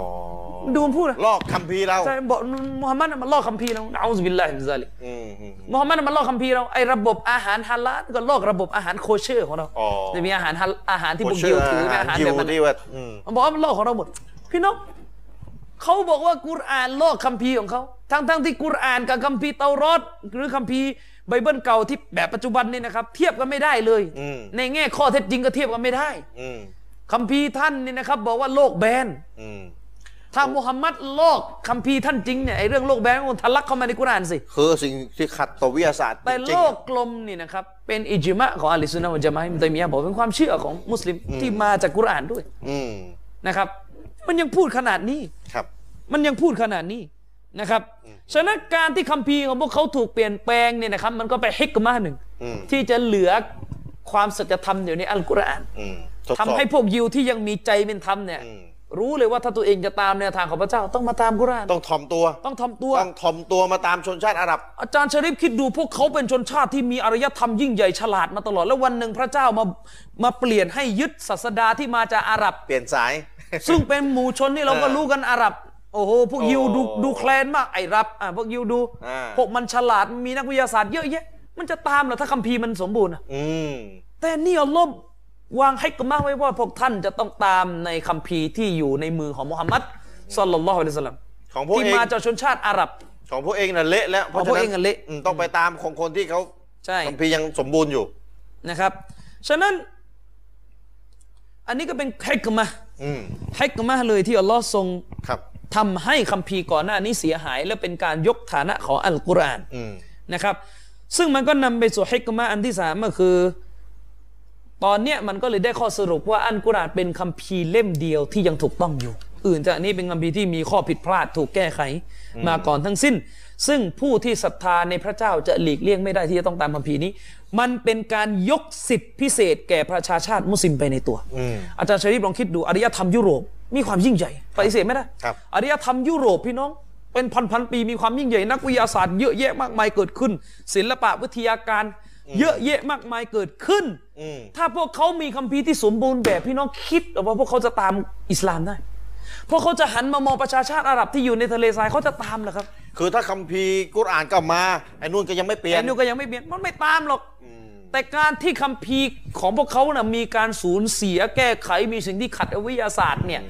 ดูมันพูดนะ ลอกคัมภีร์เรา ใช่บอกมูฮัมมัดน่ะมันลอกคัมภีร์เราเอาซุบิลลาฮิมินซาลิก อืมอืม มูฮัมมัดน่ะมันลอกคัมภีร์เราไอ้ระบบอาหารฮาลาลก็ลอกระบบอาหารโคเชอร์ของเรา อ๋อ จะมีอาหารฮาลอาหารที่พวก เชื่ ยิวถือเป็นอาหาร ยิ แบบ ว นั้น ที่ว่าอืม มันบอกว่ามันลอกของเราหมด พี่น้องเขาบอกว่ากุรอานลอกคัมภีร์ของเขาทั้งๆที่กุรอานกับคัมภีร์เตารอดหรือคัมภีร์ไบเบิลเก่าที่แบบปัจจุบันนี่นะครับ เทียบกันไม่ได้เลย อืม ในแง่ข้อเท็จจริงก็เทียบกันไม่ได้ อืม คัมภีร์ท่านนี่นะครับ บอกว่าโลกแบน อืม ถ้ามุฮัมมัดลอกคัมภีร์ท่านจริงเนี่ยไอ้เรื่องโลกแบนก็คงทะลักเข้ามาในกุรอานสิ คือสิ่งที่ขัดต่อวิทยาศาสตร์ แต่ จริ โล ง กกลมนี่นะครับเป็นอิจมะของอัลิสุนนะวะจามะฮ์อิมตัยมียะห์บอกเป็นความเชื่อของมุสลิมที่มาจากกุรอานด้วย ๆอืม นะครับ มันยังพูดขนาดนี้ ครับ มันยังพูดขนาดนี้นะครับ ฉะนั้นการที่คัมภีร์ของพวกเขาถูกเปลี่ยนแปลงเนี่ยนะครับ มันก็ไปนฮิกมาหนึ่ง อืม ที่จะเหลือความสัจธรรมอยู่ในอัลกุรอาน อืมทดสอบ ทำให้พวกยิวที่ยังมีใจเป็นธรรมเนี่ย อืม รู้เลยว่าถ้าตัวเองจะตามแนวทางของพระเจ้าต้องมาตามกุรอาน ต้องถ่อมตัว ต้องทำตัว ต้องถ่อมตัวมาตามชนชาติอาหรับ อาจารย์ชริฟคิดดูพวกเขาเป็นชนชาติที่มีอารยธรรมยิ่งใหญ่ฉลาดมาตลอด แล้ววันหนึ่งพระเจ้ามามาเปลี่ยนให้ยึดศาสดาที่มาจากอาหรับ เปลี่ยนสาย ซึ่งเป็นหมู่ชนนี่เราก็ เออ รู้กันอาหรับ โอ้โห พวกยิวดู โอ้ ดูแคลนมากไอ้รับอ่ะพวกยิวดู อ่า พวกมันฉลาดมีนักวิทยาศาสตร์เยอะแยะ มันจะตามเหรอถ้าคัมภีร์มันสมบูรณ์อะ อืม แต่นี่อัลลอฮ์วางให้กมาไว้ว่าพวกท่านจะต้องตามในคัมภีร์ที่อยู่ในมือของมุฮัมมัดสลลัลลอฮุอะลัยฮิวะสัลลัม ของพวก ที่ เอง มาจากชนชาติอาหรับ ของพวกเองน่ะเละแล้ว ของพวกเองน่ะเละ มต้องไปตามของคนที่เขา ใช่ คัมภีร์ยังสมบูรณ์อยู่ นะครับ ฉะนั้น อันนี้ก็เป็นไฮกมะห์ อืม ไฮกมะห์เลยที่อัลลอฮ์ทรง ครับ ทำให้คัมภีร์ก่อนหน้านี้เสียหาย และเป็นการยกฐานะของอัลกุรอาน อืม นะครับ ซึ่งมันก็นำไปสู่ฮิกมาอันที่สามก็คือ ตอนเนี้ยมันก็เลยได้ข้อสรุปว่าอัลกุรอานเป็นคัมภีร์เล่มเดียวที่ยังถูกต้องอยู่ อื่นจากนี้เป็นคัมภีร์ที่มีข้อผิดพลาดถูกแก้ไข มาก่อนทั้งสิ้น ซึ่งผู้ที่ศรัทธาในพระเจ้าจะหลีกเลี่ยงไม่ได้ที่จะต้องตามคัมภีร์นี้ มันเป็นการยกสิทธิพิเศษแก่ประชาชาติมุสลิมไปในตัว อืม อาจารย์ชริปลองคิดดูอารยธรรมยุโรปมีความยิ่งใหญ่ปฏิเสธไม่ได้ ครับ อารยธรรมยุโรปพี่น้อง เป็นพันพันๆปีมีความยิ่งใหญ่นักวิทยาศาสตร์เยอะแยะมากมายเกิดขึ้น ศิลปะวิทยาการ เยอะแยะมากมายเกิดขึ้น อืม ถ้าพวกเขามีคัมภีร์ที่สมบูรณ์แบบพี่น้องคิดว่าพวกเขาจะตามอิสลามได้พวกเขาจะหันมามองประชาชาติอาหรับที่อยู่ในทะเลทรายเขาจะตามเหรอครับ คือถ้าคัมภีร์กุรอานก็มาไอ้นู่นก็ยังไม่เปลี่ยน ไอ้นูนก็ยังไม่เปลี่ยนมันไม่ตามหรอก อืม แต่การที่คัมภีร์ของพวกเขานะ่ะมีการสูญเสียแก้ไขมีสิ่งที่ขัดอวิทยาศาสตร์เนี่ย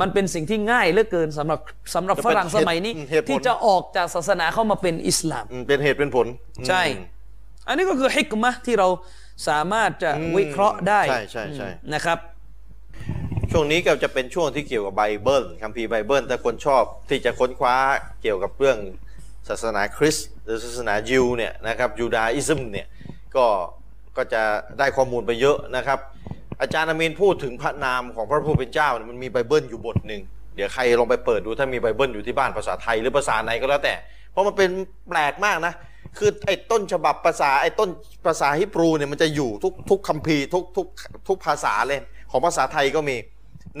มันเป็นสิ่งที่ง่ายเหลือเกินสำหรับสำหรับฝรั่งสมัยนี้ ที่จะออกจากศาสนาเข้ามาเป็นอิสลาม อืมเป็นเหตุเป็นผลอืม ใช่ อันนี้ก็คือฮิกมะห์ที่เราสามารถจะวิเคราะห์ได้ ใช่ใช่ใช่ นะครับ ช่วงนี้ก็จะเป็นช่วงที่เกี่ยวกับไบเบิลคัมภีร์ไบเบิลถ้าคนชอบที่จะค้นคว้าเกี่ยวกับเรื่องศาสนาคริสต์หรือศาสนายิวเนี่ยนะครับยูดาอิซึมเนี่ยก็ก็จะได้ข้อมูลไปเยอะนะครับ อาจารย์อามีนพูดถึงพระนามของพระผู้เป็นเจ้าเนี่ยมันมีไบเบิลอยู่บทหนึ่งเดี๋ยวใครลองไปเปิดดูถ้ามีไบเบิลอยู่ที่บ้านภาษาไทยหรือภาษาไหนก็แล้วแต่ เพราะมันเป็นแปลกมากนะ คือไอ้ต้นฉบับภาษาไอ้ต้นภาษาฮิบรูเนี่ยมันจะอยู่ทุกทุกคัมภีร์ทุกทุกทุกภาษาเลย ของภาษาไทยก็มี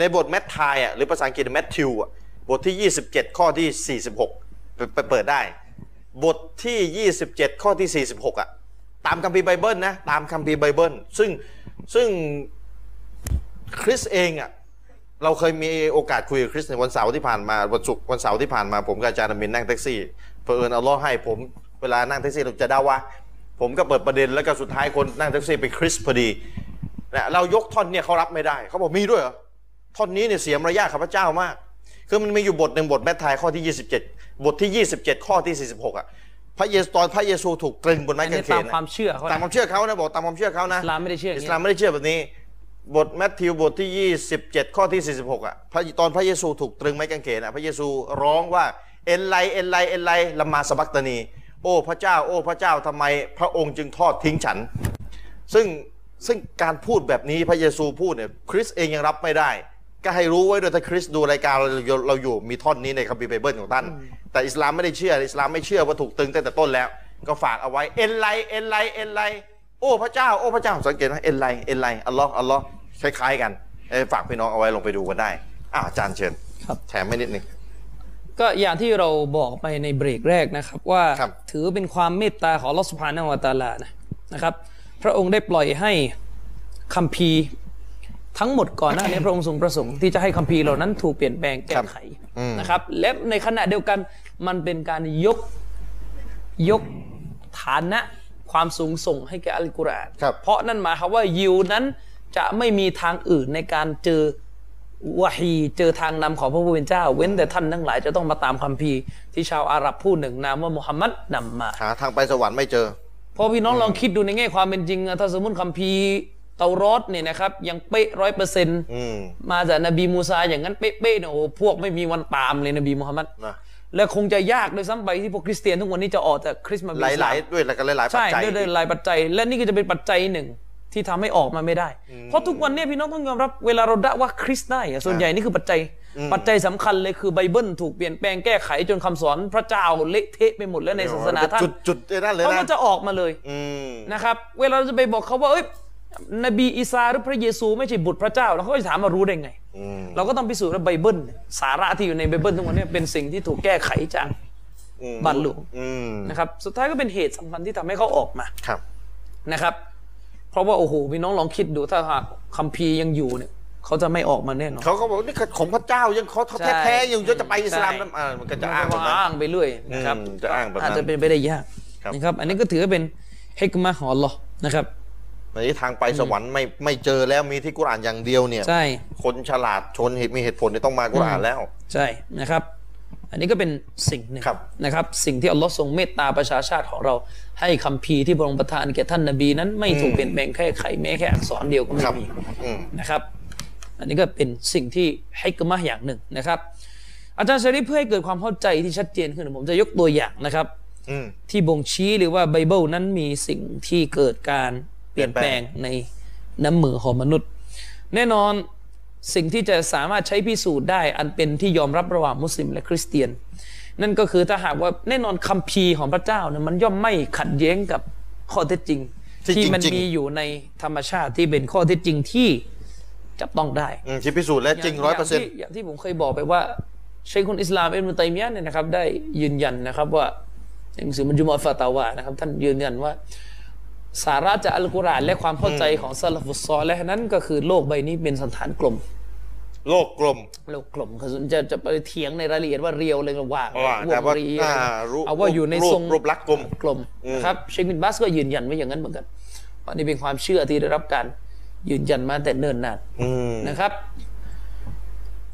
ในบทแมทไทยอ่ะหรือภาษาอังกฤษแมทธิวอ่ะบทที่ 27 ข้อที่ 46 ไปไปเปิดได้ บทที่ 27 ข้อที่ 46 อ่ะ ตามคัมภีร์ไบเบิลนะ ตามคัมภีร์ไบเบิลซึ่งซึ่งคริสเองอ่ะ เราเคยมีโอกาสคุยกับคริสในวันเสาร์ที่ผ่านมาวันศุกร์วันเสาร์ที่ผ่านมาผมกับอาจารย์อามินนั่งแท็กซี่เพื่อนเอาล้อฮ์ให้ผมเวลานั่งแท็กซี่เราจะด่าวะผมก็เปิดประเด็นแล้วก็สุดท้ายคนนั่งแท็กซี่เป็นคริสพอดีนะเรายกท่อนเนี่ยเขารับไม่ได้ เขาบอกมีด้วยเหรอท่อนนี้เนี่ยเสียมารยาทข้าพเจ้ามาก คือมันมีอยู่บทหนึ่งบทแมทไทยข้อที่ 27 บทที่ 27 ข้อที่ 46อ่ะพระเยซูตอนพระเยซูถูกตรึงบนไม้กางเข อันนี้ตาน ม น่ะ ความเชื่อเขานะ ตามความเชื่อเขานะบอกตามความเชื่อเขานะ อิสลามไม่ได้เชื่ออย่างนี้ อิสลามไม่ได้เชื่อแบบนี้ บทแมทธิวบทที่ 27 ข้อที่ 46อ่ะพระตอนพระเยซูถูกตรึงไม้กางเขนอ่ะพระเยซูร้องว่าเอ็นไลเอ็นไลเอ็นไลลัมมาสบักตานี โอ้พระเจ้า โอ้พระเจ้าทำไมพระองค์จึงทอดทิ้งฉัน ซึ่งซึ่งการพูดแบบนี้พระเยซูพูดเนี่ยคริสเองยังรับไม่ได้ ก็ให้รู้ไว้ด้วยถ้าคริสต์ดูรายการเราเราอยู่มีท่อนนี้ในคัมภีร์ไบเบิลของท่าน แต่อิสลามไม่ได้เชื่อ อิสลามไม่เชื่อว่าถูกตึงตั้งแต่ต้นแล้ว ก็ฝากเอาไว้เอ็นไลเอ็นไลเอ็นไลโอ้พระเจ้า โอ้พระเจ้าสังเกตนะเอ็นไลเอ็นไลอัลลอฮ์อัลลอฮ์คล้ายๆกันเอ้ยฝากพี่น้องเอาไว้ลงไปดูกันได้อ่าอาจารย์เชิญ ครับ แถมไม่นิดนึง ก็อย่างที่เราบอกไปในเบรกแรกนะครับว่า ครับ ถือเป็นความเมตตาของลอสพานะฮูวะตะอาลานะนะครับ พระองค์ได้ปล่อยให้คัมภีร์ทั้งหมดก่อนหน้านี้ พระองค์ทรงประสงค์ที่จะให้คัมภีร์เหล่านั้นถูกเปลี่ยนแปลงแก้ไขนะครับ และในขณะเดียวกันมันเป็นการยกยกฐานะความสูงส่งให้แก่อัลกุรอาน ครับ เพราะนั่นหมายความว่ายิวนั้นจะไม่มีทางอื่นในการเจอ วะฮีเจอทางนำของพระผู้เป็นเจ้า เว้นแต่ท่านทั้งหลายจะต้องมาตามคัมภีร์ที่ชาวอาหรับผู้หนึ่งนามว่ามุฮัมมัดนำมา หาทางไปสวรรค์ไม่เจอ เพอพี่น้องลองคิดดูในแง่ความเป็นจริงอะถ้าสมมติคัมภีร์เตารอดเนี่ยนะครับ ยังเป๊ะร้อยเปอร์เซ็นต์ อืม มาจากนบีมูซาอย่างนั้นเป๊ะๆเนี่ยโอ้โหพวกไม่มีวันตามเลยนบีมูฮัมมัด นะ และคงจะยากด้วยซ้ำไปที่พวกคริสเตียนทุกวันนี้จะออกจากคริสต์มาเป็น ห อิสลา ลาย ม ๆ ด้วยแล้วกันหลายๆปัจ ใช่ จัย ด้วยหลายปัจจัย และนี่ก็จะเป็นปัจจัยหนึ่งที่ทำให้ออกมาไม่ได้ เพราะทุกวันเนี้พี่น้องต้องยอมรับเวลาเราด่าว่าคริสต์ได้อะส่วนใหญ่นี่คือปัจจัย ปัจจัยสำคัญเลยคือไบเบิลถูกเปลี่ยนแปลงแก้ไขจนคำสอนพระเจ้าเละเทะไปหมดแล้วในศาสนาท่าน จุดจุดไอ้นั่นเลยนะ เขาก็จะออกมาเลย อืม นะครับ เวลาเราจะไปบอกเขาว่าเอ้ยนบีอีสาหรือพระเยซูไม่ใช่บุตรพระเจ้าแล้วเขาก็จะถามมารู้ได้ไง เราก็ต้องพิสูจน์ว่าไบเบิลสาระที่อยู่ในไบเบิลทุกวันเนี้เป็นสิ่งที่ถูกแก้ไขจากบัตรหลวง อืม นะครับสุดท้ายก็เป็นเหตุสำคัญที่ทำให้เขาออกมา ครับ นะครับ เพราะว่าโอ้โหพี่น้องลองคิดดูถ้าหากคัมภีร์ยังอยู่เนี่ยเขาจะไม่ออกมาแน่นอน เขาก็บอกนี่ของพระเจ้ายังเขา ใช่ แท้ๆยังจะไปอิสลาม ใช่ นั่นอ่ามันก็จะอ้าง ก็ ว่า อ้างไปเรื่อยนะครับ อืมจะอ้างแบบนั้น อาจจะเป็นไปได้ยาก ครับ นะครับ อันนี้ก็ถือว่าเป็นเฮกมาของอัลลอฮ์นะครับ ในที่ทางไปสวรรค์ไม่ไม่เจอแล้วมีที่กุรอานอย่างเดียวเนี่ย ใช่ คนฉลาดชนเหตุมีเหตุผลเนี่ยต้องมากุรอานแล้ว ใช่นะครับ อันนี้ก็เป็นสิ่งหนึ่ง ครับ นะครับ สิ่งที่อัลลอฮ์ทรงเมตตาประชาชาติของเรา ให้คัมภีร์ที่พระองค์ประทานแก่ท่านนบีนั้นไม่ถูกเปลี่ยนแปลงแค่ไขแม้แค่อักษรเดียวก็ไม่ ครับ มี อืม นะครับ อันนี้ก็เป็นสิ่งที่ให้กมาอย่างหนึ่งนะครับ อาจารย์เชอริฟเพื่อให้เกิดความเข้าใจที่ชัดเจนขึ้นผมจะยกตัวอย่างนะครับ อืม ที่บ่งชี้หรือว่าไบเบิลนั้นมีสิ่งที่เกิดการเปลี่ยนแปลงในน้ำมือของมนุษย์ แน่นอนสิ่งที่จะสามารถใช้พิสูจน์ได้ อันเป็นที่ยอมรับระหว่างมุสลิมและคริสเตียน นั่นก็คือถ้าหากว่าแน่นอนคัมภีร์ของพระเจ้าเนี่ยมันย่อมไม่ขัดแย้งกับข้อเท็จจริง ที่ ที่มัน จริงๆ มีอยู่ในธรรมชาติที่เป็นข้อเท็จจริงที่จับต้องได้ อืมที่พิสูจน์และจริงร้อยเปอร์เซ็นต์ย่าที่อย่างที่ผมเคยบอกไปว่าเชคคนอิสลามเอ็นมุตัยมียะห์เนี่ยนะครับ ได้ยืนยันนะครับว่าในหนังสือมัจญุมอฟาตาวานะครับ ท่านยืนยันว่า สาระจากอัลกุรอานและความเข้าใจของซาลฟุสซอลและนั้นก็คือโลกใบนี้เป็นสันฐานกลม โลกกลม โลกกลมคือจะจะไปเถียงในรายละเอียดว่าเรียวเลยก็ว่า ว่าแต่ ว ว่าง รี อ่ารูป เอาว่าอยู่ใน รูป ทรง รูปลักษณ์กลม กลมนะครับเชคบินบัสก็ยืนยันไว้อย่างนั้นเหมือนกันอันนี้เป็นความเชื่อที่ได้รับการยืนยันมาแต่เนิ่นนาน อืม นะครับ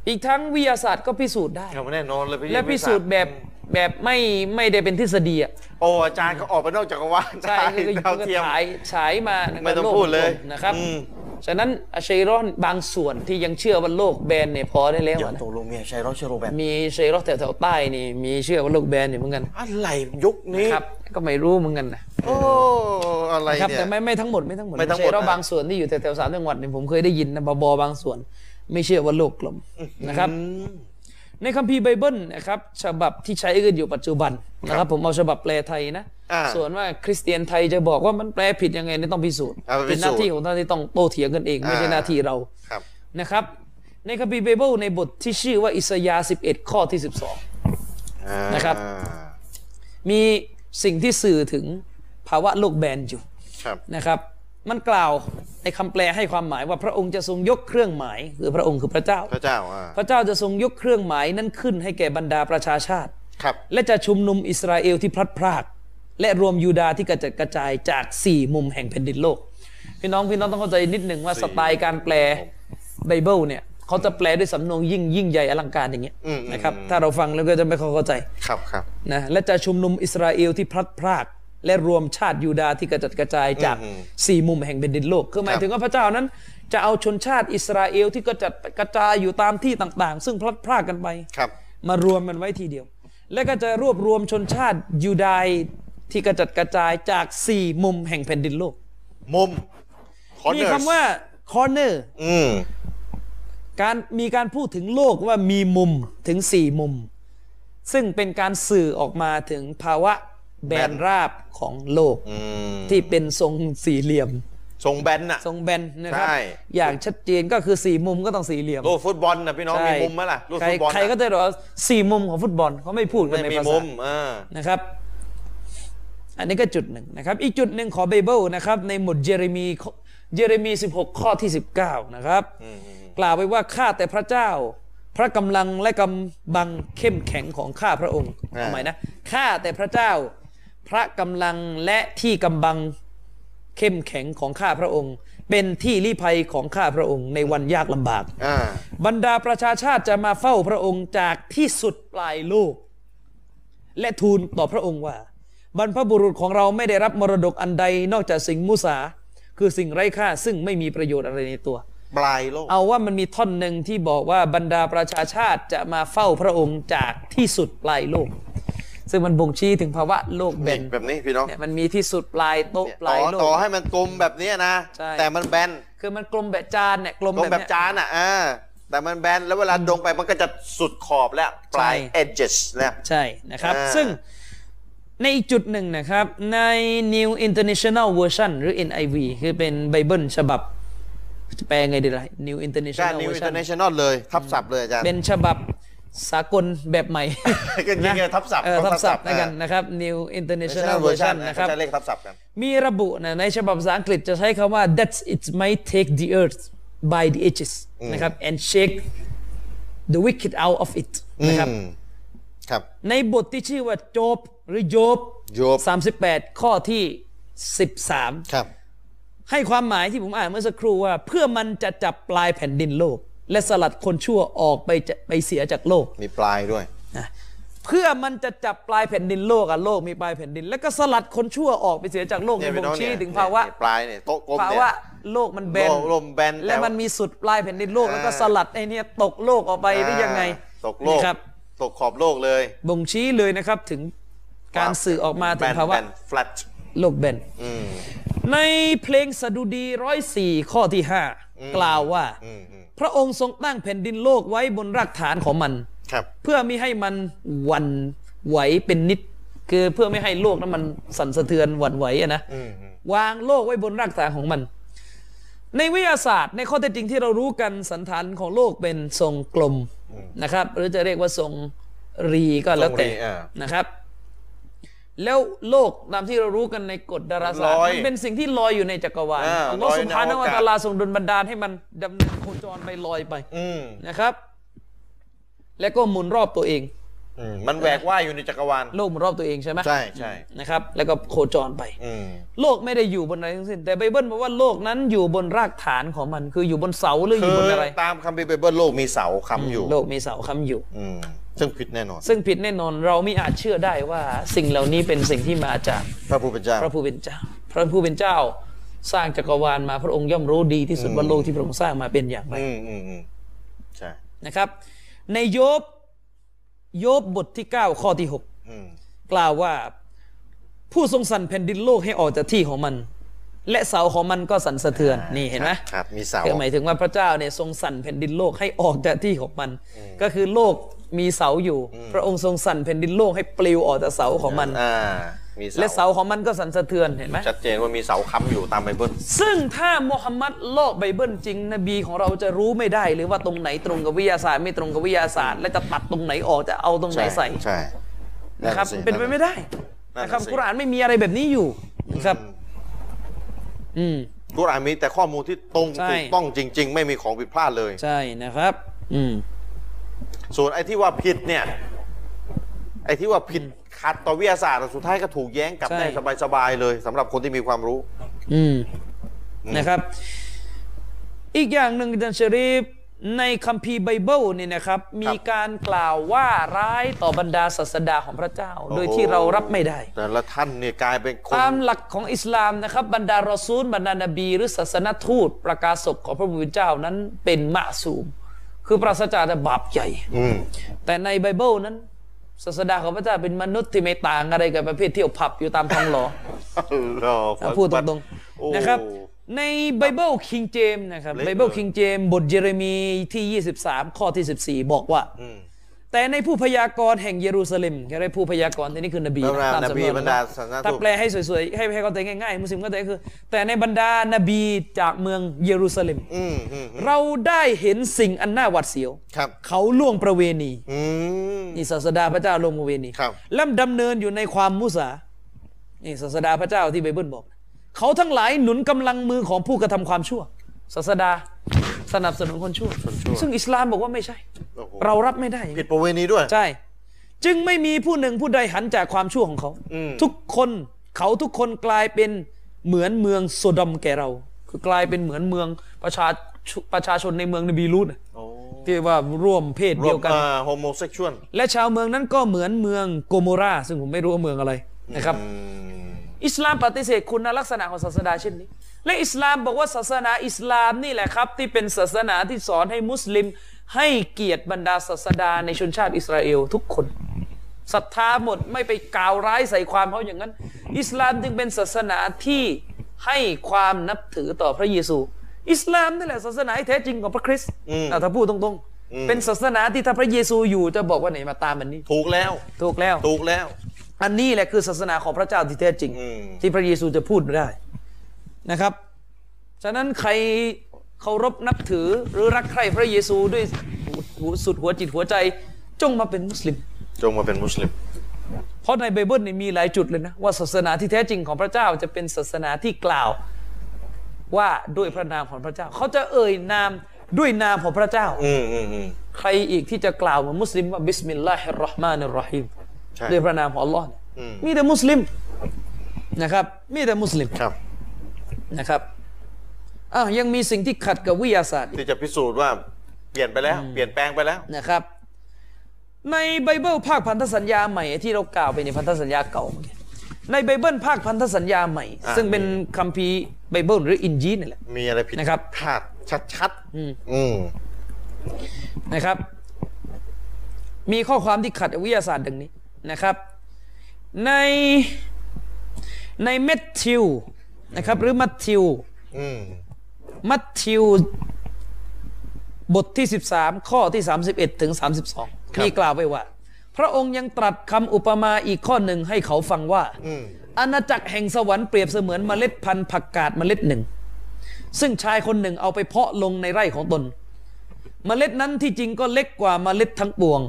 อีกทั้งวิทยาศาสตร์ก็พิสูจน์ได้ เอาแน่นอนเลยพี่ และพิสูจน์แบบแบบไม่ไม่ได้เป็นทฤษฎีอ่ะ โอ้อาจารย์ก็ออกไปนอกจักรวาล ใช่ก็คือ ดาวเทียม ฉายฉายมานะครับ ไม่ต้อง โก พูดเลย กมนะครับ อืม ฉะนั้นอาชัยรอนบางส่วนที่ยังเชื่อว่าโลกแบนเนี่ยพอได้แล้ว เดี๋ยว อะนะ ตกลงเมียชัยรอดเชยโรแบน มีชัยรอนแถวๆใต้นี่มีเชื่อว่าโลกแบนเนี่ยเหมือนกัน อะไรยุคนี้ ครับ ก็ไม่รู้เหมือนกันนะ โอ้อะไร นะครับ เนี่ย แต่ไม่ไม่ทั้งหมดไม่ทั้งหมด ไม่ทั้งหมด ชัยรอน นะ บางส่วนที่อยู่แถวๆสามจังหวัดเนี่ยผมเคยได้ยินนะบบอบางส่วน ไม่เชื่อว่าโลกกลมนะครับ อืม ในคัมภีร์ไบเบิลนะครับฉบับที่ใช้กันอยู่ปัจจุบันนะครับผมเอาฉบับแปลไทยนะ อ่า ส่วนว่าคริสเตียนไทยจะบอกว่ามันแปลผิดยังไงเนี่ยต้องพิสูจน์ เอาไปพิ เป็น สูจน์ หน้าที่ของท่านที่ต้องโต้เถียงกันเองไม่ใช่ อ่า หน้าที่เรา ครับ นะครับ ในคัมภีร์ไบเบิลในบทที่ชื่อว่าอิสยาห์11 ข้อที่ อ่า นะครับ 12 มีสิ่งที่สื่อถึงภาวะโลกแบนอยู่ ครับ นะครับ มันกล่าวในคำแปลให้ความหมายว่าพระองค์จะทรงยกเครื่องหมายคือพระองค์คือพระเจ้า พระเจ้าอ่า พระเจ้าจะทรงยกเครื่องหมายนั้นขึ้นให้แก่บรรดาประชาชาติ ครับ และจะชุมนุมอิสราเอลที่พลัดพราก และรวมยูดาห์ที่กระจัดกระจายจาก 4 มุมแห่งแผ่นดินโลก พี่น้องพี่น้องต้องเข้าใจนิดหนึ่งว่าสไตล์การแปลไบเบิลเนี่ยเขาจะแปลด้วยสำนวนยิ่งยิ่งใหญ่อลังการอย่างเงี้ย อืมอืม นะครับถ้าเราฟังแล้วก็จะไม่ค่อยเข้าใจ ครับครับ นะและจะชุมนุมอิสราเอลที่พลัดพราก และรวมชาติยูดาห์ที่กระจัดกระจายจากสี่มุมแห่งแผ่นดินโลกคือหมายถึงว่าพระเจ้านั้น จะเอาชนชาติอิสราเอลที่กระจัดกระจายอยู่ตามที่ต่างๆ ซึ่งพลัดพรากกันไป ครับ มารวมมันไว้ทีเดียว และก็จะรวบรวมชนชาติยูไดายที่กระจัดกระจายจาก 4 มุมแห่งแผ่นดินโลก มุม มี corners คำว่า corner อืม การมีการพูดถึงโลกว่ามีมุมถึงสี่มุม ซึ่งเป็นการสื่อออกมาถึงภาวะแบนราบของโลก อืม ที่เป็นทรงสี่เหลี่ยม ทรงแบนน่ะ ทรงแบนนะครับ ใช่ อย่างชัดเจนก็คือสี่มุมก็ต้องสี่เหลี่ยม ลูกฟุตบอลนะพี่น้องมี ใช่ มุมไหมล่ะลูก ใคร ฟุตบอล ใครก็จะบอกว่าสี่มุมของฟุตบอลเขาไม่พูดกัน ไม่ ใน มี ภา มุ ษาม เออ นะครับ อันนี้ก็จุดหนึ่งนะครับ อีกจุดหนึ่งของไบเบิลนะครับ ในหมวดเยเรมีเยเรมี 16 ข้อที่ 19 นะครับ กล่าวไว้ว่าข้าแต่พระเจ้า พระกำลังและกำบังเข้มแข็งของข้าพระองค์ทำไมนะข้าแต่พระเจ้า พระกำลังและที่กำบัง เข้มแข็งของข้าพระองค์ เป็นที่ลี้ภัยของข้าพระองค์ในวันยากลำบาก อ่า บรรดาประชาชาติจะมาเฝ้าพระองค์จากที่สุดปลายโลก และทูลต่อพระองค์ว่า บรรพบุรุษของเราไม่ได้รับมรดกอันใดนอกจากสิ่งมุสา คือสิ่งไร้ค่าซึ่งไม่มีประโยชน์อะไรในตัว ปลายโลก เอาว่ามันมีท่อนหนึ่งที่บอกว่าบรรดาประชาชาติจะมาเฝ้าพระองค์จากที่สุดปลายโลก ซึ่งมันบ่งชี้ถึงภาวะโลกแบ นี่ น แบบนี้พี่น้อง เนี่ยมันมีที่สุดปลายโต๊ะ เนี่ย ป ต่ ลา อย โล ต่อก ให้มันกลมแบบเนี้ยนะ ใช่ แต่มันแบน คือมันกลมแบบจานเนี่ยกลม กลม แบบ แบบ เนี้ย จานอ่ะอ่าแต่มันแบนแล้วเวลาดงไปมันก็จะสุดขอบแล้ว ปลาย ใช่ edges แล้ว ใช่นะครับ อ่า ซึ่งในอีกจุดหนึ่งนะครับ ใน New International Version หรือ NIV คือเป็นไบเบิลฉบับ จะแปลไงดีล่ะ New ใช่ International New Version International เลยทับศัพท์เลยอาจารย์ เป็นฉบับสากลแบบใหม่ ก็ยิ่งไงทับศัพท์ เออ ทั ทั บบ ศัพ ศัพท์ ท์แล้วกัน อ่าน นะครับ New International International Version Version นะ นะ ค ค รับบรัจะเรียกทับศัพท์กัน มีระบุนะในฉบับภาษาอังกฤษจะใช้คำว่า that it might take the earth by the edges นะครับ and shake the wicked out of it นะครับ อืมครับ ในบทที่ชื่อว่าโจบหรือโยบ โยบ สามสิบแปดข้อที่สิบสาม ครับ ให้ความหมายที่ผมอ่านเมื่อสักครู่ว่า เพื่อมันจะจับปลายแผ่นดินโลก และสลัดคนชั่วออกไปจะไปเสียจากโลก มีปลายด้วย เพื่อมันจะจับปลายแผ่นดินโลกอ่ะโลกมีปลายแผ่นดิน แล้วก็สลัดคนชั่วออกไปเสียจากโลก เนี่ย ใน พี่ ผ น้อง ม เนี่ย ชี้ถึง เนี่ย ภาวะ เนี่ยปลายเนี่ยโต๊ะกลม ภา เนี่ วะ ย โลกมันแบน โลกโลกแบน และ แต่ว่ามั มันมีสุดปลายแผ่นดินโลก แล้วก็สลัดไอ้เนี่ยตกโลกออกไปได้ยังไง ตกโลก นะครับ ตกขอบโลกเลย บ่งชี้เลยนะครับถึงการสื่อออกมาถึงภาวะ flat โลกแบนในเพลงสดุดีร้อยสี่ข้อที่ห้ากล่าวว่า พระองค์ทรงตั้งแผ่นดินโลกไว้บนรากฐานของมัน ครับ เพื่อไม่ให้มันหวันไหวเป็นนิด คือเพื่อไม่ให้โลกนั้นมันสั่นสะเทือนหวั่นไหวอะนะวางโลกไว้บนรากฐานของมัน ในวิทยาศาสตร์ในข้อเท็จจริงที่เรารู้กันสันฐานของโลกเป็นทรงกลมนะครับ หรือจะเรียกว่าทรงรีก็แล้วแต่ ทรงรีอ่า นะครับ แล้วโลกตามที่เรารู้กันในกฎดาราศาสต ล ร์ อย มันเป็นสิ่งที่ลอยอยู่ในจักรวาล อ่า อัล ล ลอฮ์ อย สุ ใน ภานะ อว ฮูวะ กาศ ตะอาลาทรงดลบันดาลให้มันดำเนินโคจรไปลอยไป อืม นะครับ และก็หมุนรอบตัวเอง อืมมันแหวกว่ายอยู่ในจักรวาล โลกหมุนรอบตัวเองใช่ไหม ใช่ใช่ นะครับ แล้วก็โคจรไป อืม โลกไม่ได้อยู่บนอะไรทั้งสิ้น แต่ไบเบิลบอกว่าโลกนั้นอยู่บนรากฐานของมัน คืออยู่บนเสาหรืออ คื ยู่ อบ นอะไร ตามคัมภีร์ไบเบิลโลกมีเสาค้ำอยู่ โลกมีเสาค้ำอยู่ อืมซึ่งผิดแน่นอน ซึ่งผิดแน่นอนเราไม่อาจเชื่อได้ว่า สิ่งเหล่านี้เป็นสิ่งที่มาจาก พระผู้เป็นเจ้า พระผู้เป็นเจ้า พระผู้เป็นเจ้า สร้างจักรวาลมาพระองค์ย่อมรู้ดีที่สุดว่าโลกที่พระองค์สร้างมาเป็นอย่างไร อืมอืมอืมใช่ นะครับ ในโยบโยบบทที่ 9 ข้อที่ 6 อืม กล่าวว่าผู้ทรงสั่นแผ่นดินโลกให้ออกจากที่ของมัน และเสาของมันก็สั่นสะเทือนนี่เห็นไหม ครับมีเสา คือหมายถึงว่าพระเจ้าเนี่ยทรงสั่นแผ่นดินโลกให้ออกจากที่ของมัน ก็คือโลกมีเสาอยู่ พระองค์ทรงสั่นแผ่นดินโลกให้ปลิวออกจากเสาของมัน อ่า มีเสา และเสาของมันก็สั่นสะเทือนเห็นไหม ชัดเจนว่ามีเสาค้ำอยู่ตามไบเบิล ซึ่งถ้ามุฮัมมัดลอกไบเบิลจริง นบีของเราจะรู้ไม่ได้เลยว่าตรงไหนตรงกับวิทยาศาสตร์ไม่ตรงกับวิทยาศาสตร์และจะตัดตรงไหนออกจะเอาตรงไหนใส่ ใช่ นะครับ สิ เป็นไปไม่ได้ นั่นน่ะ นะครับ สิ กุรอานไม่มีอะไรแบบนี้อยู่นะครับ อืม กุรอานมีแต่ข้อมูลที่ตรง ใช่ ถูกต้องจริง ๆ ไม่มีของผิดพลาดเลย ใช่นะครับ อืม ส่วนไอ้ที่ว่าผิดเนี่ย ไอ้ที่ว่าผิดขัดต่อวิทยาศาสตร์อะสุดท้ายก็ถูกแย้งกลับ ใช่ ได้สบายๆเลยสำหรับคนที่มีความรู้ อืมนะครับ อีกอย่างหนึ่งอาจารย์ชะรีฟในคัมภีร์ไบเบิลเนี่ยนะครับ มีการกล่าวว่าร้ายต่อบรรดาศาสดาของพระเจ้า โดยที่เรารับไม่ได้ แต่ละท่านเนี่ยกลายเป็นคน ตามหลักของอิสลามนะครับ บรรดารอซูล บรรดานบี หรือศาสนทูต ประกาศกของพระผู้เป็นเจ้านั้นเป็นมะซูม คือปราศจากแต่บาปใหญ่ อืม แต่ในไบเบิลนั้น ศาสดาของพระเจ้าเป็นมนุษย์ที่ไม่ต่างอะไรกับประเภทเที่ยวผับอยู่ตามท้องหลอ อัลลอฮฺ พูดตรง โอ้ ๆนะครับ ในไบเบิลคิงเจมนะครับ เละ ไบเบิล เลย คิงเจมบทเยเรมีที่ 23 ข้อที่ 14 บอกว่า แต่ในผู้พยากรณ์แห่งเยรูซาเล็มแค่ได้ผู้พยากรณ์ที่นี่คือนบี บรรดา ตาม น สำ บี นวน บรรดาศาสนา ถ้า ทูต แปลให้สวยๆ ให้ให้เข้าใจง่ายๆ มุสลิมเข้าใจก็คือ แต่ในบรรดานบีจากเมืองเยรูซาเล็ม อืมอืม เราได้เห็นสิ่งอันน่าหวาดเสียว ครับ เขาล่วงประเวณี อืม นี่ศาสดาพระเจ้าลวงประเวณี ครับ และดำเนินอยู่ในความมุสานี่ศาสดาพระเจ้าที่ไบเบิลบอก เขาทั้งหลายหนุนกำลังมือของผู้กระทำความชั่ว ศาสดาสนับสนุนคนชั่ว ซึ่งอิสลามบอกว่าไม่ใช่ โอ้โห เรารับไม่ได้อย่างนั้น ผิดประเวณีด้วย ใช่ จึงไม่มีผู้หนึ่งผู้ใดหันจากความชั่วของเขา อืม ทุกคนเขาทุกคนกลายเป็นเหมือนเมืองโซดอมแก่เรา คือกลายเป็นเหมือนเมืองประชาชประชาชนในเมืองนบีลูตน่ะ โอ้ ที่ว่าร่วมเพศ รว เดีย ม วกัน โฮโมเซ็กชวล และชาวเมืองนั้นก็เหมือนเมืองโกโมรา ซึ่งผมไม่รู้ว่าเมืองอะไรนะครับ อิสลามปฏิเสธคุณลักษณะของศาสดาเช่นนี้ และอิสลามบอกว่าศาสนาอิสลามนี่แหละครับ ที่เป็นศาสนาที่สอนให้มุสลิม ให้เกียรติบรรดาศาสดาในชนชาติอิสราเอลทุกคนศรัทธาหมดไม่ไปกล่าวร้ายใส่ความเขาอย่างนั้น อิสลามจึงเป็นศาสนาที่ให้ความนับถือต่อพระเยซู อิสลามนี่แหละศาสนาที่แท้จริงของพระคริสต์อ่ะถ้าพูดตรงๆ เป็นศาสนาที่ถ้าพระเยซูอยู่จะบอกว่าไหนมาตามมันนี่ ถูกแล้ว ถูกแล้ว ถูกแล้ว อันนี้แหละคือศาสนาของพระเจ้าที่แท้จริง อืม ที่พระเยซูจะพูดได้นะครับ ฉะนั้นใครเคารพนับถือหรือรักใคร่พระเยซูด้วยหัวสุดหัวจิตหัวใจจงมาเป็นมุสลิม จงมาเป็นมุสลิม เพราะในไบเบิลเนี่ยมีหลายจุดเลยนะ ว่าศาสนาที่แท้จริงของพระเจ้าจะเป็นศาสนาที่กล่าวว่าด้วยพระนามของพระเจ้า เขาจะเอ่ยนามด้วยนามของพระเจ้า อืมอืมอืม ใครอีกที่จะกล่าวเหมือนมุสลิมว่าบิสมิลลาฮิรเราะห์มานิรเราะฮีม ใช่ ด้วยพระนามของอัลลอฮ์เนี่ยมีแต่มุสลิมนะครับ มีแต่มุสลิม ครับ นะครับอ้าวยังมีสิ่งที่ขัดกับวิทยาศาสตร์อีก ที่จะพิสูจน์ว่าเปลี่ยนไปแล้ว เปลี่ยนแปลงไปแล้ว นะครับ ในไบเบิลภาคพันธสัญญาใหม่ที่เรากล่าวไปในพันธสัญญาเก่าเมื่อกี้ในไบเบิลภาคพันธสัญญาใหม่ อ่า ซึ่งเป็นคัมภีร์ไบเบิลหรืออินจีนี่แหละ มีอะไรผิด นะครับ พลาดชัดๆอืม นะครับ มีข้อความที่ขัดกับวิทยาศาสตร์ดังนี้นะครับ ในในเมทิวนะครับ หรือมัทธิว อืม มัทธิว บทที่ 13 ข้อที่ 31 ถึง 32 มีกล่าวไว้ว่า พระองค์ยังตรัสคำอุปมาอีกข้อหนึ่งให้เขาฟังว่า อาณาจักรแห่งสวรรค์เปรียบเสมือนเมล็ดพันธุ์ผักกาดเมล็ดหนึ่ง ซึ่งชายคนหนึ่งเอาไปเพาะลงในไร่ของตน เมล็ดนั้นที่จริงก็เล็กกว่าเมล็ดทั้งปวง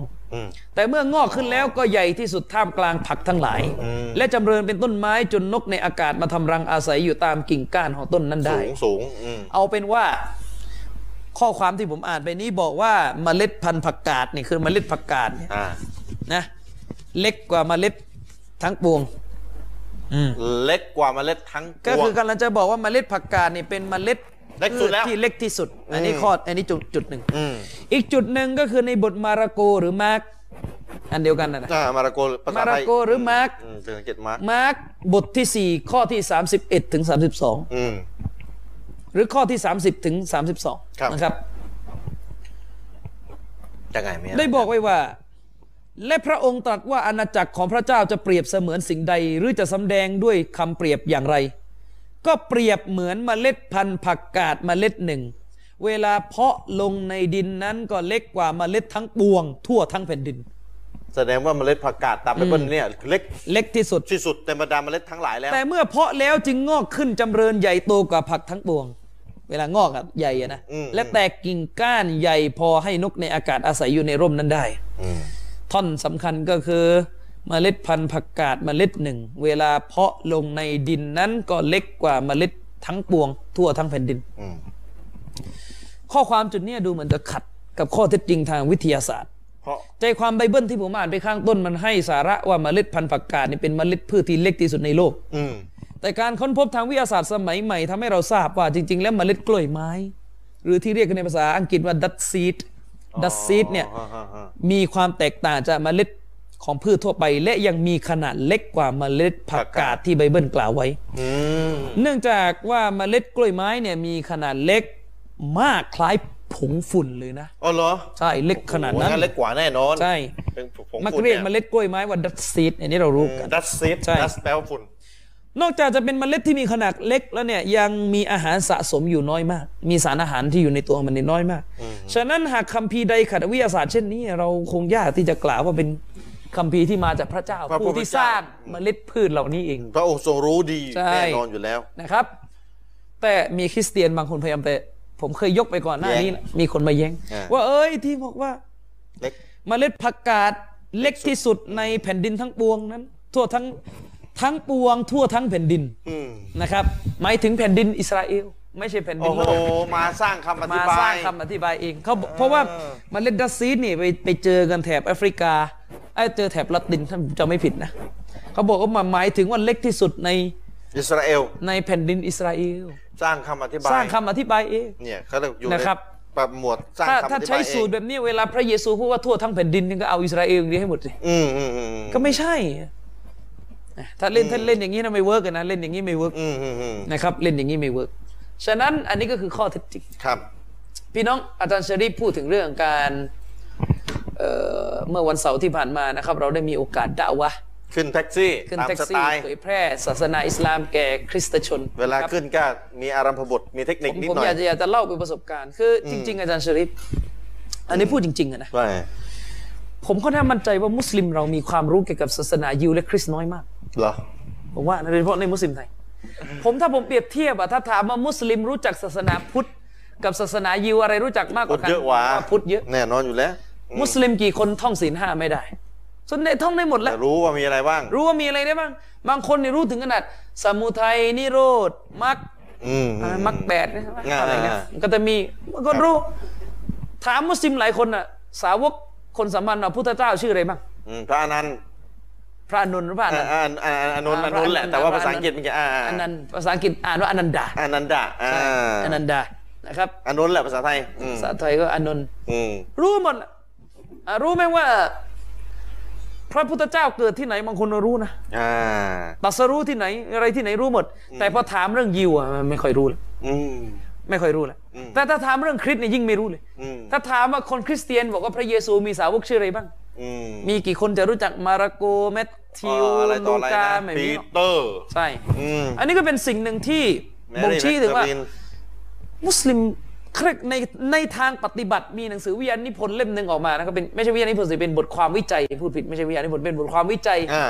แต่เมื่องอกขึ้นแล้วก็ใหญ่ที่สุดท่ามกลางผักทั้งหลาย และจำเริญเป็นต้นไม้จนนกในอากาศมาทำรังอาศัยอยู่ตามกิ่งก้านของต้นนั้นได้ สูงสูงอืม เอาเป็นว่าข้อความที่ผมอ่านไปนี้บอกว่าเมล็ดพันธุ์ผักกาดนี่คือเมล็ดผักกาดเนี่ย อ่า นะเล็กกว่าเมล็ดทั้งปวง เล็กกว่าเมล็ดทั้งป ก็ วง คือกำลังจะบอกว่าเมล็ดผักกาดนี่เป็นเมล็ด เล็กสุดแล้ว ที่เล็กที่สุด อันนี้ข้ออันนี้จุดจุดหนึ่ง อืม อีกจุดหนึ่งก็คือในบทมาราโกหรือมาร์กอันเดียวกันนนน่ะ อ่ามาราโกภษไทย มาราโกหรือมาร์ค อืมสังเกตมาร์ค มาร์กบทที่ 4 ข้อที่ 31ถึง32 อืม หรือข้อที่ 30ถึง ครับ 32นะครับ จะไงเมีย ได้บอกไว้ว่า และพระองค์ตรัสว่าอาณาจักรของพระเจ้าจะเปรียบเสมือนสิ่งใด หรือจะสำแดงด้วยคำเปรียบอย่างไร ก็เปรียบเหมือนเมล็ดพันธุ์ผักกาดเมล็ดหนึ่ง เวลาเพาะลงในดินนั้นก็เล็กกว่าเมล็ดทั้งปวง ทั่วทั้งแผ่นดิน แสดงว่าเมล็ดผักกาดตามไบเบิลเนี่ยเล็ก เล็กที่สุด ที่สุดในบรรดาเมล็ดทั้งหลายแล้ว แต่เมื่อเพาะแล้วจึงงอกขึ้นจำเริญใหญ่โตกว่าผักทั้งปวง เวลางอกอะใหญ่อะนะ อืม และแตกกิ่งก้านใหญ่พอให้นกในอากาศอาศัยอยู่ในร่มนั้นได้ ท่อนสำคัญก็คือเมล็ดพันธุ์ผักกาดเมล็ดหนึ่ง เวลาเพาะลงในดินนั้นก็เล็กกว่าเมล็ดทั้งปวง ทั่วทั้งแผ่นดิน อืม ข้อความจุดเนี้ยดูเหมือนจะขัดกับข้อเท็จจริงทางวิทยาศาสตร์ เพราะ ใจความไบเบิลที่ผมอ่านไปข้างต้นมันให้สาระว่าเมล็ดพันธุ์ผักกาดนี่เป็นเมล็ดพืชที่เล็กที่สุดในโลก อืม แต่การค้นพบทางวิทยาศาสตร์สมัยใหม่ทำให้เราทราบว่าจริง ๆ แล้วเมล็ดกล้วยไม้ หรือที่เรียกกันในภาษาอังกฤษว่าดัตซีดดัตซีดเนี่ย อ่าฮะฮะ มีความแตกต่างจากเมล็ดของพืชทั่วไป และยังมีขนาดเล็กกว่าเมล็ดผักกาดที่ไบเบิลกล่าวไว้ อืม เนื่องจากว่าเมล็ดกล้วยไม้เนี่ยมีขนาดเล็กมากคล้ายผงฝุ่นเลยนะ อ๋อเหรอ ใช่เล็กขนาดนั้น โอ้โหงั้เล็กกว่าแน่นอน ใช่ เป็นผง มัก ฝุ่น เรียกเม เนี่ย ล็ดกล้วยไม้ว่าดัตซีดอันนี้เรารู้กัน ดัสซิด ใช่ ดัสแปลว่าฝุ่น นอกจากจะเป็นเมล็ดที่มีขนาดเล็กแล้วเนี่ยยังมีอาหารสะสมอยู่น้อยมาก มีสารอาหารที่อยู่ในตัวมันเนี่ยน้อยมาก ฉะนั้นหากคัมภีร์ใดขัดวิทยาศาสตร์เช่นนี้ เราคงยากที่จะกล่าวว่าเป็นคัมภีร์ที่มาจากพระเจ้า พระผู้ ผู้ เป็น ที่ เจ้า สร้างเมล็ดพืชเหล่านี้เอง พระองค์ทรงรู้ดี ใช่ แน่นอนอยู่แล้ว นะครับ แต่มีคริสเตียนบางคนพยายามไปผมเคยยกไปก่อนหน้านี้นะมีคนมาแย้ง อ่า ว่าเอ้ยที่บอกว่า เล็ก เมล็ดผักกาดเล็กที่สุดในแผ่นดินทั้งปวงนั้น ทั่วทั้งทั้งปวง ทั่วทั้งแผ่นดินนะครับ หมายถึงแผ่นดินอิสราเอล ไม่ใช่แผ่นดิ โอ้ น โห โลก มาสร้างคำอธิ มา บา สร้าย งคำอธิบายเองเขาบอกเพราะว่าเมล็ดดัซซีดนี่ไปไปเจอกันแถบแอฟริกาไอ้ยเจอแถบละตินท่านจะไม่ผิดนะเขาบอกว่าหมายถึงว่าเล็กที่สุดใน อิสราเอล ในแผ่นดินอิสราเอล สร้างคำอธิบาย สร้างคำอธิบายเอง เนี่ยเขาเรียกอยู่ใน นะครับ แบบหมวดสร้าง ถ้า คำอธิบาย ถ้าใช้สูตร เอง แบบนี้เวลาพระเยซูพูดว่าทั่วทั้งแผ่นดินนี่ก็เอาอิสราเอลอย่างเดียวให้หมดสิ อืมอืมอืมอืม ก็ไม่ใช่อ่ะถ้าเล่นถ้าเล่นอย่างนี้นะไม่เวิร์กอะนะเล่นอย่างนี้ไม่เวิร์ก อืมอืมอืม นะครับ เล่นอย่างนี้ไม่เวิร์กฉะนั้นอันนี้ก็คือข้อเท็จจริง ครับ พี่น้องอาจารย์เชอรี่พูดถึงเรื่องการเอ่อเมื่อวันเสาร์ที่ผ่านมานะครับ เราได้มีโอกาสด่าวะห์ ขึ้นแท็กซี่ ขึ้น ตาม แท็ก สไต ซี่ ล์ เผยแพร่ศาสนาอิสลามแก่คริสตชน เวลา ครับ ขึ้นก็มีอารัมพบท มีเทคนิค ผม นิด ผม หน่อ อย ยากจะอยากจะเล่าเป็นประสบการณ์ คืออจริง ๆ อาจารย์เชอรี่อันนี้พูดจริงๆอะนะ ใช่ ผมค่อนข้างมั่นใจว่ามุสลิมเรามีความรู้เกี่ยวกับศาสนายิวและคริสต์น้อยมาก เหรอ ผมว่านะโดยเฉพาะในมุสลิมไทย ผมถ้าผมเปรียบเทียบอะถ้าถามว่ามุสลิมรู้จักศาสนาพุทธ กับศาสนายิวอะไรรู้จักมากก พุ ว่า ทธ กัน เยอะกว่า พุทธเยอะ แน่นอนอยู่แล้ว มุสลิมกี่คนท่องศีลห้าไม่ได้ ส่วนใหญ่ท่องได้หมดแห แต่ ล้ว รู้ว่ามีอะไรบ้าง รู้ว่ามีอะไรได้บ้าง บางคนเนี่ยรู้ถึงขนาด สมุทัยนิโรธมรรค อืม อะไรมรรคแปดนะใช่ไหม อ่า อะไรเงี้ย อ่า มันก็จะมีมันก็รู้ ถามมุสลิมหลายคนอะสาวกคนสามัญอะพุทธเจ้าชื่ออะไรบ้าง อืมพระอนันต์ พระอนุนท์หรือพระอนันท์ อ่าอ่าอ่าอานนท์อาอ่านนท์แหละ พระอนันต์ แต่ว่า พ ภา ระอนัษานต์อังกฤษมันจะอ่า อ อา นันต์ภาษาอังกฤษอ่านว่าอนันดา อานันดาอ่า อนันดา นะครับ อานนท์แหละภาษาไทยอืม สาไทยก็อานนท์ อืม รู้หมดแหละอ่ะรู้ไหมว่า พระพุทธเจ้าเกิดที่ไหนบางคนรู้นะ อ่า ตรัสรู้ที่ไหน อะไรที่ไหนรู้หมด แต่พอถามเรื่องยิวอ่ะมันไม่ค่อยรู้ละ อืม ไม่ค่อยรู้ละ อืม แต่ถ้าถามเรื่องคริสต์เนี่ยยิ่งไม่รู้เลย อืม ถ้าถามว่าคนคริสเตียนบอกว่าพระเยซูมีสาวกชื่ออะไรบ้าง อืม มีกี่คนจะรู้จักมาระโกแมทธิว อ่าอะไรต่ออะลูไร กา นะ ไม่ ปี มีหรอก เตอร์ ใช่ อืม อันนี้ก็เป็นสิ่งหนึ่งที่บ่งชี้ แมรี่ ถึงว่า แมกดลิน มุสลิมเครยกในในทางปฏิบัติมีหนังสือวิทยานิพนธ์เล่มหนึ่งออกมานะครับเป็นไม่ใช่วิทยานิพนธ์สิเป็นบทความวิจัยพูดผิดไม่ใช่วิทยานิพนธ์เป็นบทความวิจัย อ่า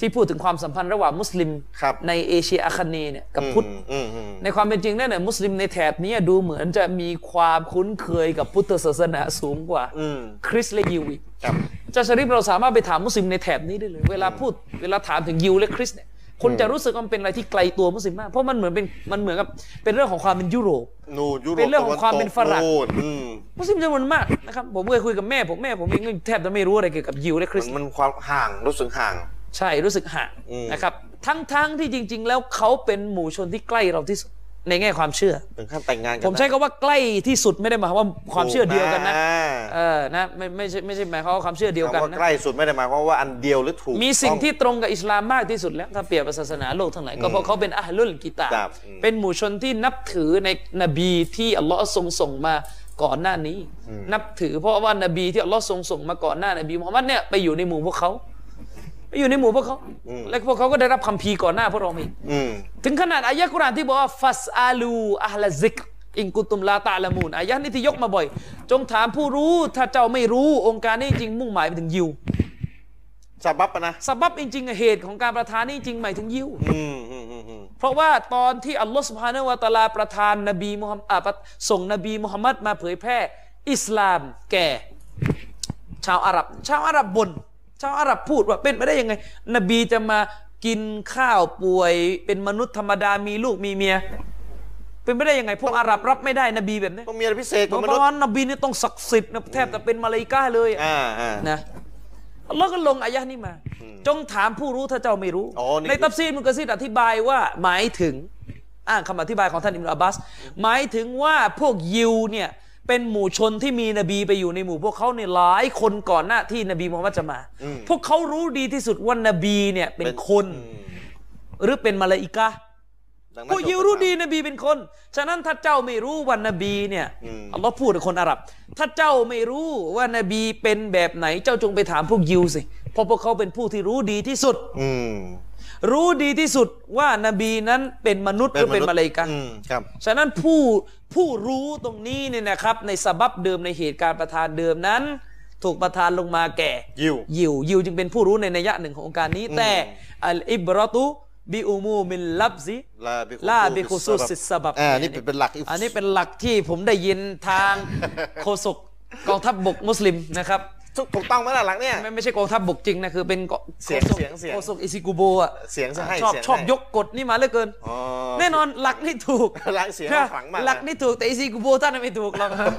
ที่พูดถึงความสัมพันธ์ระหว่างมุสลิม ครับ ในเอเชียอาคเนย์เนี่ยกับพุทธ อืมอืม ในความเป็นจริงแล้วเนี่ยมุสลิมในแถบนี้ดูเหมือนจะมีความคุ้นเคยกับพุทธศาสนาสูงกว่า อืม คริสต์และยิวอีก ครับ จาชริปเราสามารถไปถามมุสลิมในแถบนี้ได้เลย เวลาพูดเวลาถามถึงยิวและคริสต์เนี่ยคนจะรู้สึกว่ามันเป็นอะไรที่ไกลตัวมุสลิมมากเพราะมันเหมือนเป็นมันเหมือนกับเป็นเรื่องของความเป็นยุโรป นูนยุโรป เป็นเรื่องของความ ตะตก เป็นฝรั่ง นู่นอืม มุสลิมจำนวนมากนะครับผมเคยคุยกับแม่ผมแม่ผมเองก็แทบจะไม่รู้อะไรเกี่ยวกับยิวและค มั ริส น ต์ มันความห่างรู้สึกห่าง ใช่รู้สึกห่าง อืม นะครับทั้งทั้งที่จริง ๆ แล้วเขาเป็นหมู่ชนที่ใกล้เราที่สุดในแง่ความเชื่อ ถึงขั้นแต่งงานกัน ผมใช้คำว่าใกล้ที่สุดไม่ได้หมายความว่าความเชื่อเดียวกันนะ อ่า เออนะไม่ไม่ใช่ไม่ใช่หมายความว่าความเชื่อเดียวกัน คำว่า นะ ใกล้สุดไม่ได้หมายความว่าอันเดียวหรือถูก มีสิ่ง ต้อง ที่ตรงกับอิสลามมากที่สุดแล้วถ้าเปรียบกับศาสนาโลกทั้งหลายก็เพราะเขาเป็นอะฮ์ลุลกิตาบ ครับอืม เป็นหมู่ชนที่นับถือในนบีที่อัลลอฮ์ทรงส่งมาก่อนหน้านี้ นับถือเพราะว่านบีที่อัลลอฮ์ทรงส่งมาก่อนหน้านบีมุฮัมมัดเนี่ยไปอยู่ในหมู่พวกเขาไปอยู่ในหมู่พวกเขาและพวกเขาก็ได้รับคำพีร์ก่อนหน้าพวกเราอีก อืม ถึงขนาดอายะกุรอานที่บอกว่าฟัสอาลูอัลซิกอิงกุตุมลาตาละมูนอายะนี้ที่ยกมาบ่อย จงถามผู้รู้ถ้าเจ้าไม่รู้องค์การนี้จริงมุ่งหมายไปถึงยิว ซาบับอะนะ สาบับจริงๆเหตุของการประทานนี่จริงหมายถึงยิว อืมอืมอืมอืม เพราะว่าตอนที่อัลลอฮฺสุบฮานาวะตะอาลาประทานนบีมุฮัมอ่าประส่งนบีมุฮัมมัดมาเผยแพร่ อิสลามแก่ ชาวอาหรับ ชาวอาหรับบน่นชาวอาหรับพูดว่าเป็นไปได้ยังไง นบีจะมากินข้าวป่วย เป็นมนุษย์ธรรมดามีลูกมีเมีย เป็นไปได้ยังไง พวกอาหรับรับไม่ได้นบีแบบนี้ ต้องมีอะไรพิเศษก เพ ว่ามราะนุษย์ ว่านบีนี่ต้องศักดิ์สิทธิ์นะแทบจะเป็นมาลาอิกาเลยอะ อ่าอ่า นะอัลลอฮ์ก็ลงอายะห์นี้มา จงถามผู้รู้ถ้าเจ้าไม่รู้ อ๋อนี่คือ ในตัฟซีรมุกะซีดอธิบายว่าหมายถึงอ่างคำอธิบายของท่านอิมรุอับบาส หมายถึงว่าพวกยิวเนี่ย เป็นหมู่ชนที่มีนบีไปอยู่ในหมู่พวกเขาเนี่ยหลายคนก่อนหน้าที่นบีมูฮัมมัดจะมา พวกเขารู้ดีที่สุดว่านบีเนี่ยเป็นคน หรือเป็นมาลาอิกะห์ ดังนั้น ผู้ยิวรู้ดีนบีเป็นคน ฉะนั้นถ้าเจ้าไม่รู้ว่านบีเนี่ยอัลลอฮ์พูดกับคนอาหรับ ถ้าเจ้าไม่รู้ว่านบีเป็นแบบไหน เจ้าจงไปถามพวกยิวสิ เพราะพวกเขาเป็นผู้ที่รู้ดีที่สุด อืม รู้ดีที่สุดว่านบีนั้นเป็นมนุษย์หรือเป็นมาเลาอิกะฮ์ อืมครับ ฉะนั้นผู้ผู้รู้ตรงนี้เนี่ยนะครับ ในสบับเดิมในเหตุการณ์ประทานเดิมนั้น ถูกประทานลงมาแก่ ยิว ยิวยิวจึงเป็นผู้รู้ในนัยยะหนึ่งขององค์การนี้ อืม แต่อัลอิบรอตุบิอุมูมินลับซิ ลาบิ ลาบิคุซุสิสสบับ อ่านี่เป็นเป็นหลักก อันนี้เป็นหลักที่ผมได้ยินทาง โฆษก กองทัพบกมุสลิมนะครับ ถูกถูกต้องไหมล่ะหลังเนี่ย ไม่ไม่ใช่กองทัพบกจริงนะคือเป็นก เสียง โฆษก เสียงเสียง โฆษกอิซิกุโบอะ เสียงจะให้ ชอบ เสียง ชอบ ให้ ยกกฎนี่มาเหลือเกิน อ๋อ แน่นอนหลักนี่ถูก หลักเสียง นะ ฝังมากนะ หลักนี่ถูกแต่อีซีกูโบท่านนะไม่ถูก หรอกครับ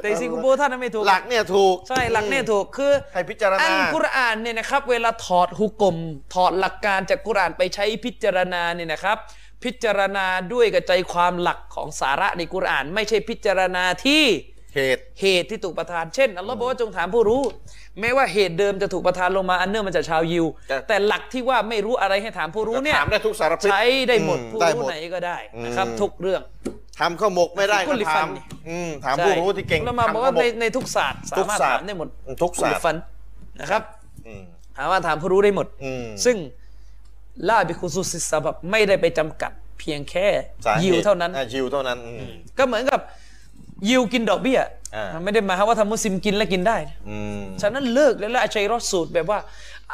แต่อีซีกูโบท่านนะไม่ถูก หลักเนี่ยถูก ใช่หลักนี่ถูกคือ ให้พิจารณา อันกุรอานเนี่ยนะครับ เวลาถอดฮุกกลมถอดหลักการจากกุรอานไปใช้พิจารณาเนี่ยนะครับ พิจารณาด้วยกับใจความหลักของสาระในกุรอาน ไม่ใช่พิจารณาที่ เหตุ เหตุที่ถูกประทานเช่นอัลลอฮ์บอกว่าจงถามผู้รู้ แม้ว่าเหตุเดิมจะถูกประทานลงมาอันเนื่องมาจากชาวยิว แต่ แต่หลักที่ว่าไม่รู้อะไรให้ถามผู้รู้เนี่ย ถามได้ทุกสารพัด ใช้ได้หมด อืม ผู้ ได้หม รู้ ด ไหนก็ได้นะครับ อืม ทุกเรื่อง ทำข้าวหมกไม่ได้ คุ ก็ ณลิถาฟัน ม นี่ อืมถามผู้รู้ที่เก่ง เรามา ทำ บอก ข้า ว่าว หม ใน ก ในทุกศาสตร์สา ทุก มารถ ศาสตร์ ถามได้หมด ทุกศาสตร์ คุณฟันนะครับ อืม ถามว่าถามผู้รู้ได้หมด อืม ซึ่งล่าบิคุซุสิสบับไม่ได้ไปจำกัดเพียงแค่ สาหตุ ยิวเท่านั้น อ่ยิวเท่านั้นอืม ก็เหมือนกับยิวกินดอกเบี้ย อ่ามั นไม่ได้หมายความว่าทำมุสลิมกินแล้วกินได้นะ อืม ฉะนั้นเลิกแล้วละอาชัยรอดสูตรแบบว่า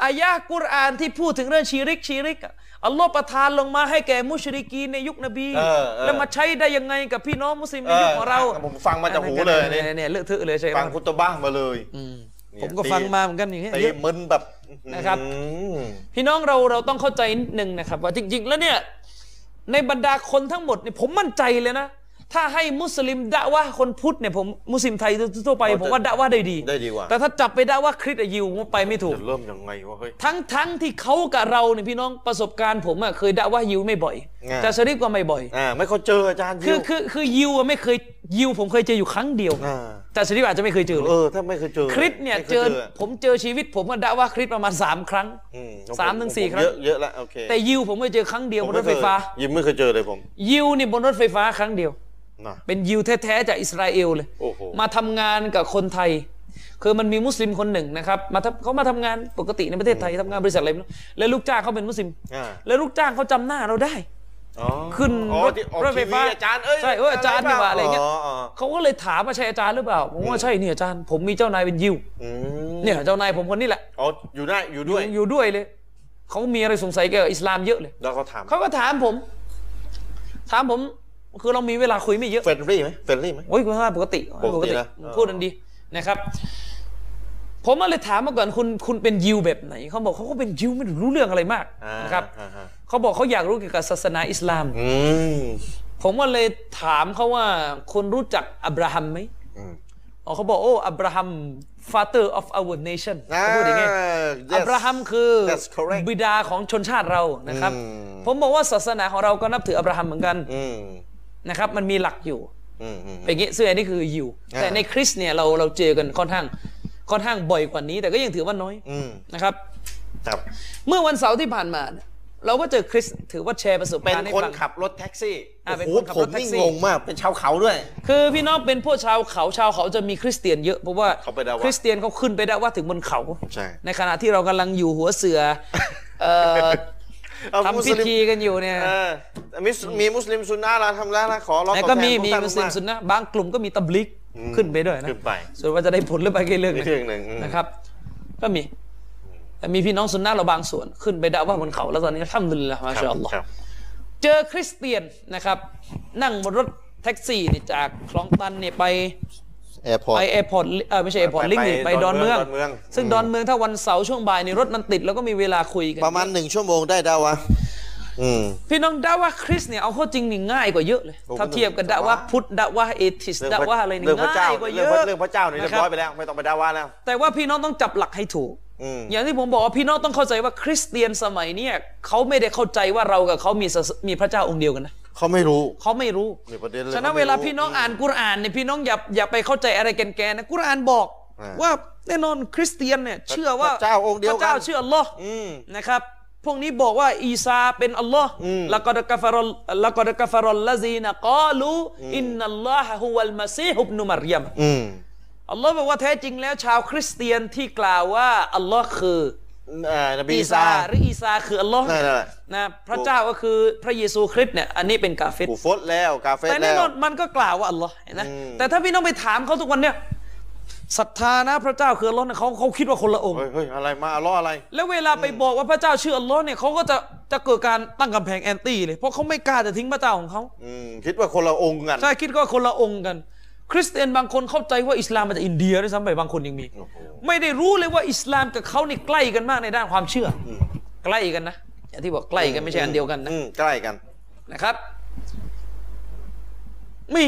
อายะห์กุรอานที่พูดถึงเรื่องชีริกชีริกอะอัลลอฮ์ประทานลงมาให้แก่มุชริกีนในยุคนบี เออเออ แล้วมาใช้ได้ยังไงกับพี่น้องมุสลิมในยุคของเรา เออผมฟังมาจากหูเลยนี่ เนี่ยเนี่ยเลอะเทอะเลยอาชัยร ฟั อง ด คุตบ้ามาเลยเนี่ย ผมก็ ตี ฟังมาเหมือนกันอย่างเงี้ย ตี เยอะ มึนแบบ นะครับ อืม พี่น้องเราเราต้องเข้าใจนิดนึงนะครับ ว่าจริง ๆ แล้วเนี่ยในบรรดาคนทั้งหมดเนี่ยผมมั่นใจเลยนะ ถ้าให้มุสลิมด่าว่าคนพุทธเนี่ยผมมุสลิมไทยทั่วๆไป เอาแต่ ผมว่าด่าว่าได้ดี ได้ดีกว่า แต่ถ้าจับไปด่าว่าคริสต์กับยิวผมว่าไปไม่ถูก จะเริ่มยังไงวะเฮ้ย ทั้งทั้งที่เขากับเราเนี่ยพี่น้องประสบการณ์ผมอะเคยด่าว่ายิวไม่บ่อย อ่า จะสริปก็ไม่บ่อย อ่าไม่เขาเจออาจารย์ยิ คื ว อคือคือยิวอะไม่เคยยิวผมเคยเจออยู่ครั้งเดียว อ่า แต่สริปอาจจะไม่เคยเจอเล เอย อถ้าไม่เคยเจอ คริสเนี่ย ไม่ เจอ คย ผมเจอชีวิตผมก็ด่าว่าคริสประมาณ 3 ครั้ง อื สามถึงสี่ ผ ครั้ง เยอะเยอะละโอเค แต่ยิวผมเคยเจอครั้งเดียวบนรถไฟฟ้า ยิ้มไม่เคยเจอเลยผม ยิวเนี่ยบนรถไฟฟ้าครั้งเดียว นะ เป็นยิวแท้ๆจากอิสราเอลเลย โอ้โห มาทำงานกับคนไทย คือมันมีมุสลิมคนหนึ่งนะครับมาทำเขามาทำงานปกติในประเทศไทยทำงานบริษัทอะไรไม่รู้แล้วลูกจ้างเขาเป็นมุสลิม อ่า แล้วลูกจ้างเขาจำหน้าเราได้ อ๋อ ขึ้น อ๋อ รถ ที่ออก รถไฟฟ้า ทีวีอาจารย์เอ้ย ใช่เอออาจารย์นี่หว่าอะไรเงี้ย อ๋อ เขาก็เลยถามว่าใช่อาจารย์หรือเปล่าผมว่าใช่เนี่ยอาจารย์ผมมีเจ้านายเป็นยิว อืม เนี่ยเจ้านายผมคนนี้แหละ อ๋ออยู่ได้อยู่ด้วย อยู่ด้วยเลยเขามีอะไรสงสัยเกี่ยวกับอิสลามเยอะเลย แล้วเขาถาม เขาก็ถามผม ถามผมคือเรามีเวลาคุยไม่เยอะ เฟรนลี่ไหมเฟรนลี่ไหม โอ้ยคุณว่าปกติ ปกตินะ พูดกันดีนะครับ ผมก็เลยถามมาก่อนคุณคุณเป็นยิวแบบไหนเขาบอกเขาก็เป็นยิวไม่รู้เรื่องอะไรมาก อ่า นะครับ อ่าฮะ เขาบอกเขาอยากรู้เกี่ยวกับศาสนาอิสลาม อืม ผมก็เลยถามเขาว่าคุณรู้จักอับราฮัมไหม อืม อ๋อเขาบอกโอ้อับราฮัม father of our nation เขาพูดอย่างงี้ อ่า yes อับราฮัมคือ That's correct บิดาของชนชาติเรานะครับ อืม ผมบอกว่าศาสนาของเราก็นับถืออับราฮัมเหมือนกัน อืม นะครับ มันมีหลักอยู่ อืมอืม เป็นอย่างงี้ซึ่งอันนี้คือยิว อ่า แต่ในคริสต์เนี่ยเราเราเจอกันค่อนข้างค่อนข้างบ่อยกว่านี้ แต่ก็ยังถือว่าน้อย อืม นะครับ ครับ เมื่อวันเสาร์ที่ผ่านมาเนี่ยเราก็เจอคริสต์ถือว่าแชร์ประสบ เป็น การณ์ให้ คน ฟัง ขับรถแท็กซี่ อ่าเป็น โอ้ คนขั โหผบร ม ถแท็ก นี่ ซี่ งงมากเป็นชาวเขาด้วย คือพี่น้องเป็นพวกชาวเขาชาวเขาจะมีคริสเตียนเยอะเพราะว่า เขาไปดาวะ คริสเตียนเขาขึ้นไปได้ว่าถึงบนเขา ใช่ ขณะที่เรากำลังอยู่หัวเสือ เอ่อ เอา ทำพิธีกันอยู่เนี่ย เออมีสมีมุสลิมซุนนะห์ละทำแล้วนะขอร้อง แล้ว ตอบ ก็ ทน มี พว มี ท่า มุสลิม าก สุนนะบางกลุ่มก็มีตับลิกขึ้นไปด้วยนะ ขึ้นไป ส่วนว่าจะได้ผลหรือไปก็เรื่องห อีกเรื่องหนึ่งอืม นะครับ ก็มีแต่มีพี่น้องสุนนะเราบางส่วนขึ้นไปด่าว่าบนเขา แล้วตอนนี้ทำดุลิลละมา ค ชา รับ อัลลอฮ์ ครับ เจอคริสเตียนนะครับ นั่งบนรถแท็กซี่นี่จากคลองตันเนี่ยไป แอร์พอร์ต ไปแอร์พอร์ตเออไม่ใช่แอร์พอร์ตลิงก์นี่ ไป ไป ด ด อ อน น เมื เมื อดออง งนเมือง ซึ่งดอนเมืองถ้าวันเสาร์ช่วงบ่ายนี่รถมันติดแล้วก็มีเวลาคุยกัน ประมาณหนึ่งชั่วโมงได้ดาวะอืม พี่น้องด่าว่าคริสเนี่ยเอาเข้อจริงนี่ง่ายกว่าเยอะเลย โอ้ ถ้าเทียบกับ ผม ด่าว่า ผมว่า พุทธด่าว่าเอทิสด่าว่าอะไรนี่ เรื่องพระเจ้า ง่ายกว่าเย เรื่องพอะระเรื่องพระเจ้านี่เรียบร้อยไป นะค แล้วไม่ต้องไปดาวะแล้ว บแต่ว่าพี่น้องต้องจับหลักให้ถูก อืม อย่างที่ผมบอกว่าพี่น้องต้องเข้าใจว่าคริสเตียนสมัยเนี่ยเขาไม่ได้เข้าใจว่าเรากับเขามีศาสมีพระเจ้าองค์เดียวกันนะ เขาไม่รู้ เขาไม่รู้ นี่ประเด็นเลย ฉะนั้น เขาไม่รู้ เวลาพี่น้องอ่านกุรอานเนี่ยพี่น้องอย่าอย่าไปเข้าใจอะไรแกนๆนะกุรอานบอก อ่า ว่าแน่นอนคริสเตียนเนี่ยเชื่อพว่าระเจ้าองค์เดียวกัน พระเจ้าเชื่ออัลลอฮ์ อืม นะครับ พวกนี้บอกว่าอีซาเป็นอัลลอฮ์ อืม ละกอดกาฟารอลละกอดกาฟารอลละซีนะกอลูอินนัลลอฮะฮุวัลมาซีฮุบนุมารยม อืม อัลลอฮ์บอกว่าแท้จริงแล้วชาวคริสเตียนที่กล่าวว่าอัลลอฮ์คือ เอ่อนบี อี อีซา ซาหรืออีซาคืออัลลอฮ์ นั่นแหละ นะพระเจ้าก็คือพระเยซูคริสต์เนี่ยอันนี้เป็นกาเฟร กูฟดแล้วกาเฟส แต่แน่ แล้ น ว อนมันก็กล่าวว่าอัลลอฮ์เห็นไหม อืม แต่ถ้าพี่น้องไปถามเขาทุกวันเนี่ยศรัทธานะพระเจ้าคืออัลลอฮ์เนี่ยเขาเขาคิดว่าคนละองค์ เฮ้ยเฮ้ยอะไรมาอัลเลอฮ์อะไร แล้วเวลาไปบอกว่าพระเจ้าชื่ออัลลอฮ์เนี่ยเขาก็จะจะเกิดการตั้งกำแพงแอนตี้เลยเพราะเขาไม่กล้าจะทิ้งพระเจ้าของเขา อืมคิดว่าคนละองค์กัน ใช่คิดว่าคนละองค์กัน คริสเตียนบางคนเข้าใจว่าอิสลามมาจากอินเดียด้วยซ้ำไปบางคนยังมี โอ้โห ไม่ได้รู้เลยว่าอิสลามกับเขานี่ใกล้กันมากในด้านความเชื่ออใกล้กันนะอย่างที่บอกใกล้กันไม่ใช่อันเดียวกันนะ อืมใกล้กัน นะครับ มี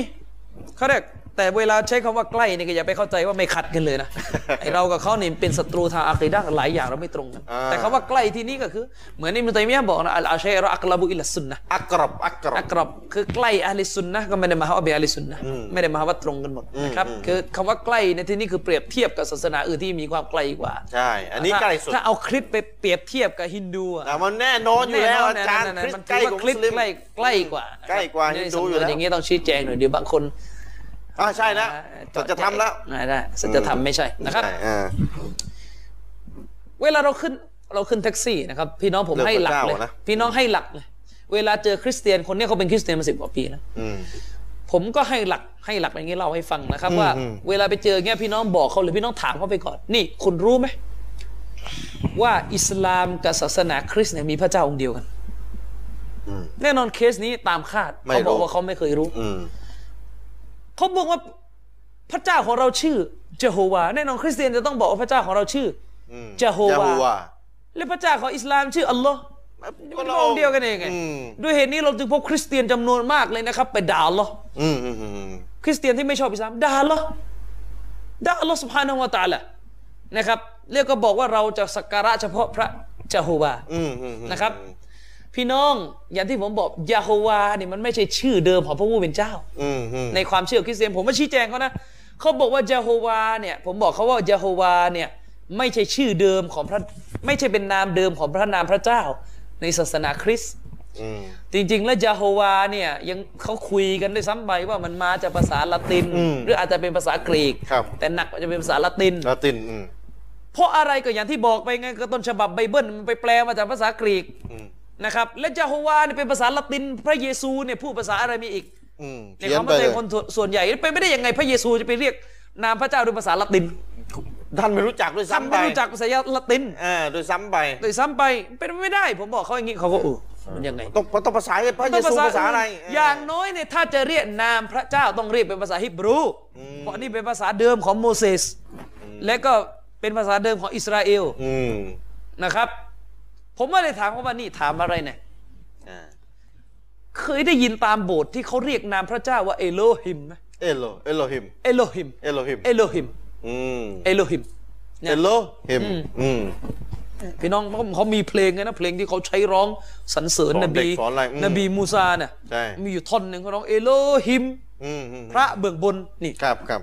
เขาเรียกแต่เวลาใช้คำว่าใกล้นี่ก็อย่าไปเข้าใจว่าไม่ขัดกันเลยนะ ไอเรากับเขานี่เป็นศัตรูทางอะกีดะห์หลายอย่างเราไม่ตรงกัน อ่า แต่คำว่าใกล้ที่นี่ก็คือ เหมือนอิมุตัยมียะห์บอกนะอัลอาชัยเราะห์อักลาบุอิลสซุนนะห์ อักรอบอักรอ อั บ กรอบคือใกล้อะฮ์ลิสซุนนะห์ก็ไม่ได้หมายความว่าเบียอะฮ์ลิสซุนนะห์ไม่ได้หมายความว่าตรงกันหมดนะครับคือคำว่าใกล้ในที่นี้คือเปรียบเทียบกับศาสนาอื่นที่มีความไกลกว่า ใช่ อันนี้ ถ้า ใกล้สุด ถ้าเอาคริสต์ไปเปรียบเทียบกับฮินดูอะ แต่มันแน่นอนอยู่แล้วอาจารย์ แน่นนคริสแน่นนมัน ใกล้กว่า ค มุ ลิป สลิม ใกล้ใกล้กว่า ใกล้กว่าฮินดูอยู่แล้ว สำนนอย่างนี้ต้องชี้แจงหน่อยเดี๋ยวบางคน อ่าใช่นะ อ่า จะทำแล้ว อ่าได้สัจธรรมไม่ใช่นะครับ ใช่อ่า เวลาเราขึ้นเราขึ้นแท็กซี่นะครับ พี่น้องผม เรื่อง ให้หลัก พระ เล เจ้าย นะ พี่น้องให้หลักเลยเวลาเจอคริสเตียนคนเนี้ยเขาเป็นคริสเตียนมาสิบกว่าปีแล้ว อืม ผมก็ให้หลักให้หลักอย่างนี้เล่าให้ฟังนะครับ ว่า อืม เวลาไปเจอเงี้ยพี่น้องบอกเขาหรือพี่น้องถามเขาไปก่อน นี่คุณรู้ไหมว่าอิสลามกับศาสนาคริสต์เนี่ยมีพระเจ้าองค์เดียวกัน อืม แน่นอนเคสนี้ตามคาด ไม่ เขาบอ รู้ กว่าเขาไม่เคยรู้ อืม เขาบอกว่าพระเจ้าของเราชื่อเจโฮวาแน่นอนคริสเตียนจะต้องบอกว่าพระเจ้าของเราชื่ออ อืม เจโฮวาและพระเจ้าของอิสลามชื่ออัลลอฮ์ ก็ มัน เรา องค์เดียวกันเองไง อืม ด้วยเหตุนี้เราจึงพบคริสเตียนจำนวนมากเลยนะครับ ไปด่าอัลลอฮ์ อืมอืมอืม คริสเตียนที่ไม่ชอบอิสลามด่าอัลลอฮ์ด่าอัลลอฮ์สุภานะฮูวะตะอาละนะครับเรียกก็บอกว่าเราจะสักการะเฉพาะพระเจโฮวา อืมอืมอืม นะครับ พี่น้องอย่างที่ผมบอกยาโฮวาเนี่ยมันไม่ใช่ชื่อเดิมของพระผู้เป็นเจ้า อืมอืม ในความเชื่อคริสเตียนผมมาชี้แจงเขานะเขาบอกว่ายาโฮวาเนี่ยผมบอกเขาว่ายาโฮวาเนี่ยไม่ใช่ชื่อเดิมของพระไม่ใช่เป็นนามเดิมของพระนามพระเจ้า ในศาสนาคริสต์ อืม จริง ๆ แล้วยาโฮวาเนี่ยยังเขาคุยกันด้วยซ้ำไปว่ามันมาจากภาษาละติน อืม หรืออาจจะเป็นภาษากรีก ครับ แต่หนักอาจจะเป็นภาษาละติน ลาตินอืม เพราะอะไรก็อย่างที่บอกไปไงก็ต้นฉบับไบเบิลมันไปแปลมาจากภาษากรีก อืม นะครับและยาโฮวาเนี่ยเป็นภาษาละติน พระเยซูเนี่ยพูดภาษาอะไรมีอีก อืม ใน เขีย คน วาม ไป เข้าใจ เลย คนส่วนส่วนใหญ่เป็นไม่ได้ยังไงพระเยซูจะไปเรียกนามพระเจ้าด้วยภาษาละติน ท่านไม่รู้จักด้วยซ้ำซ้ำไป ไม่รู้จักภาษาละติน เอ่าโดวยซ้ำไป โดยซ้ำไปเป็นไม่ได้ ผมบอกเขาอย่างนี้เขาก็เออมันยังไง ต้องต้องภาษาพระเยซูภาษาอะไรเ อย่างน้อยเนี่ยถ้าจะเรียกนามพระเจ้าต้องเรียกเป็นภาษาฮิบรู เพราะนี่เป็นภาษาเดิมของโมเสสและก็เป็นภาษาเดิมของอิสราเอล อืม นะครับ ผมไม่ได้ถามเขาว่านี่ถามอะไรเนี่ย อ่า เคยได้ยินตามโบสถ์ที่เขาเรียกนามพระเจ้าว่าเอโลฮิมไหม เอโลเอโลฮิม เอโลฮิม เอโลฮิม เอโลฮิม อืม เอโลฮิม เอโลฮิมอืม พี่น้องเขาเขามีเพลงไงนะ เพลงที่เขาใช้ร้องสรรเสริญ สอน น เด็ บี กสอนอะไรอืม นบีมูซาเนี่ย ใช่ มีอยู่ท่อนหนึ่งเขาร้องเอโลฮิม อืมอืม พระเบื้องบนนี่ ครับครับ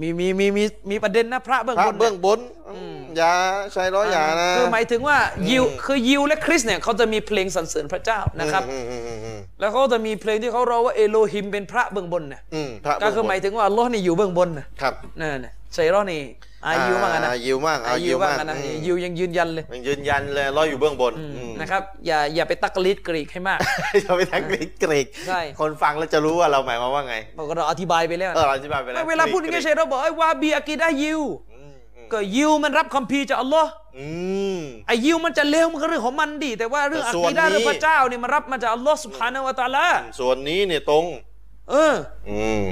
มีมีมีมีมีประเด็นนะพระเบื้อง พระ บน เบื้องบนอย่าใช้ร้อยอย่านะ คือหมายถึงว่ายิวคือยิวและคริสเนี่ยเขาจะมีเพลงสรรเสริญพระเจ้านะครับ อืมอืมอืมอืม แล้วเขาจะมีเพลงที่เขาร้องว่าเอโลฮิมเป็นพระเบื้องบนเนี่ย อืมพระ ก็คือ เบื้งบน หมายถึงว่าอัลลอฮ์นี่อยู่เบื้องบนนะครับ นั่นน่ะใช่ร้อนี่อายิวมากนะ อ่ยิวมาก อายิวมาก อ่ นะ อืม ยิวยังยืนยันเลย มันยืนยันเลยร้อยอยู่เบื้องบนอืม นะครับอย่าอย่าไปตักลิดกรีกให้มาก จะไปทั้งกรีกกรีก ใช่ คนฟังแล้วจะรู้ว่าเราหมายความว่าไง บอกว่าเราอธิบายไปแล้วนะ เอออธิบายไปแล้ว ไม่เวลาพูดอย่างเงี้ยใช่เราบอกไอ้ยวาบีอากีดายิว อืมอืม ก็ยิวมันรับคัมภีร์จากอัลลอฮ์ อืม ไอ้ยิวมันจะเลวมันก็เรื่องของมันดี แต่ว่าเรื่อง แต่ อา ส่วน กีดา นี้ เรื่องพระเจ้าเนี่ยมันรับมาจากอัลลอฮ์สุภาณวะตะอาลา ส่วนนี้เนี่ยตรง เออ อืม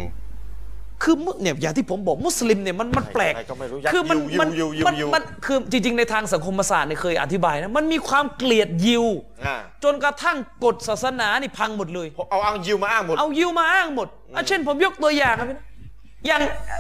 คือมุเนี่ยอย่างที่ผมบอกมุสลิมเนี่ยมันมันแปลก ใครก็ไม่รู้ยัด คืมัน ยิว มั ยิวยิว มัน ยิว มันคือจริง ๆ ในทางสังคมศาสตร์เนี่ยเคยอธิบายนะมันมีความเกลียดยิว อ่า จนกระทั่งกฎศาสนานี่พังหมดเลย เอาอังยิวมาอ้างหมด เอายิวมาอ้างหมดอ่ะเช่นผมยกตัวอย่างครับพี่นะอย่างเอ่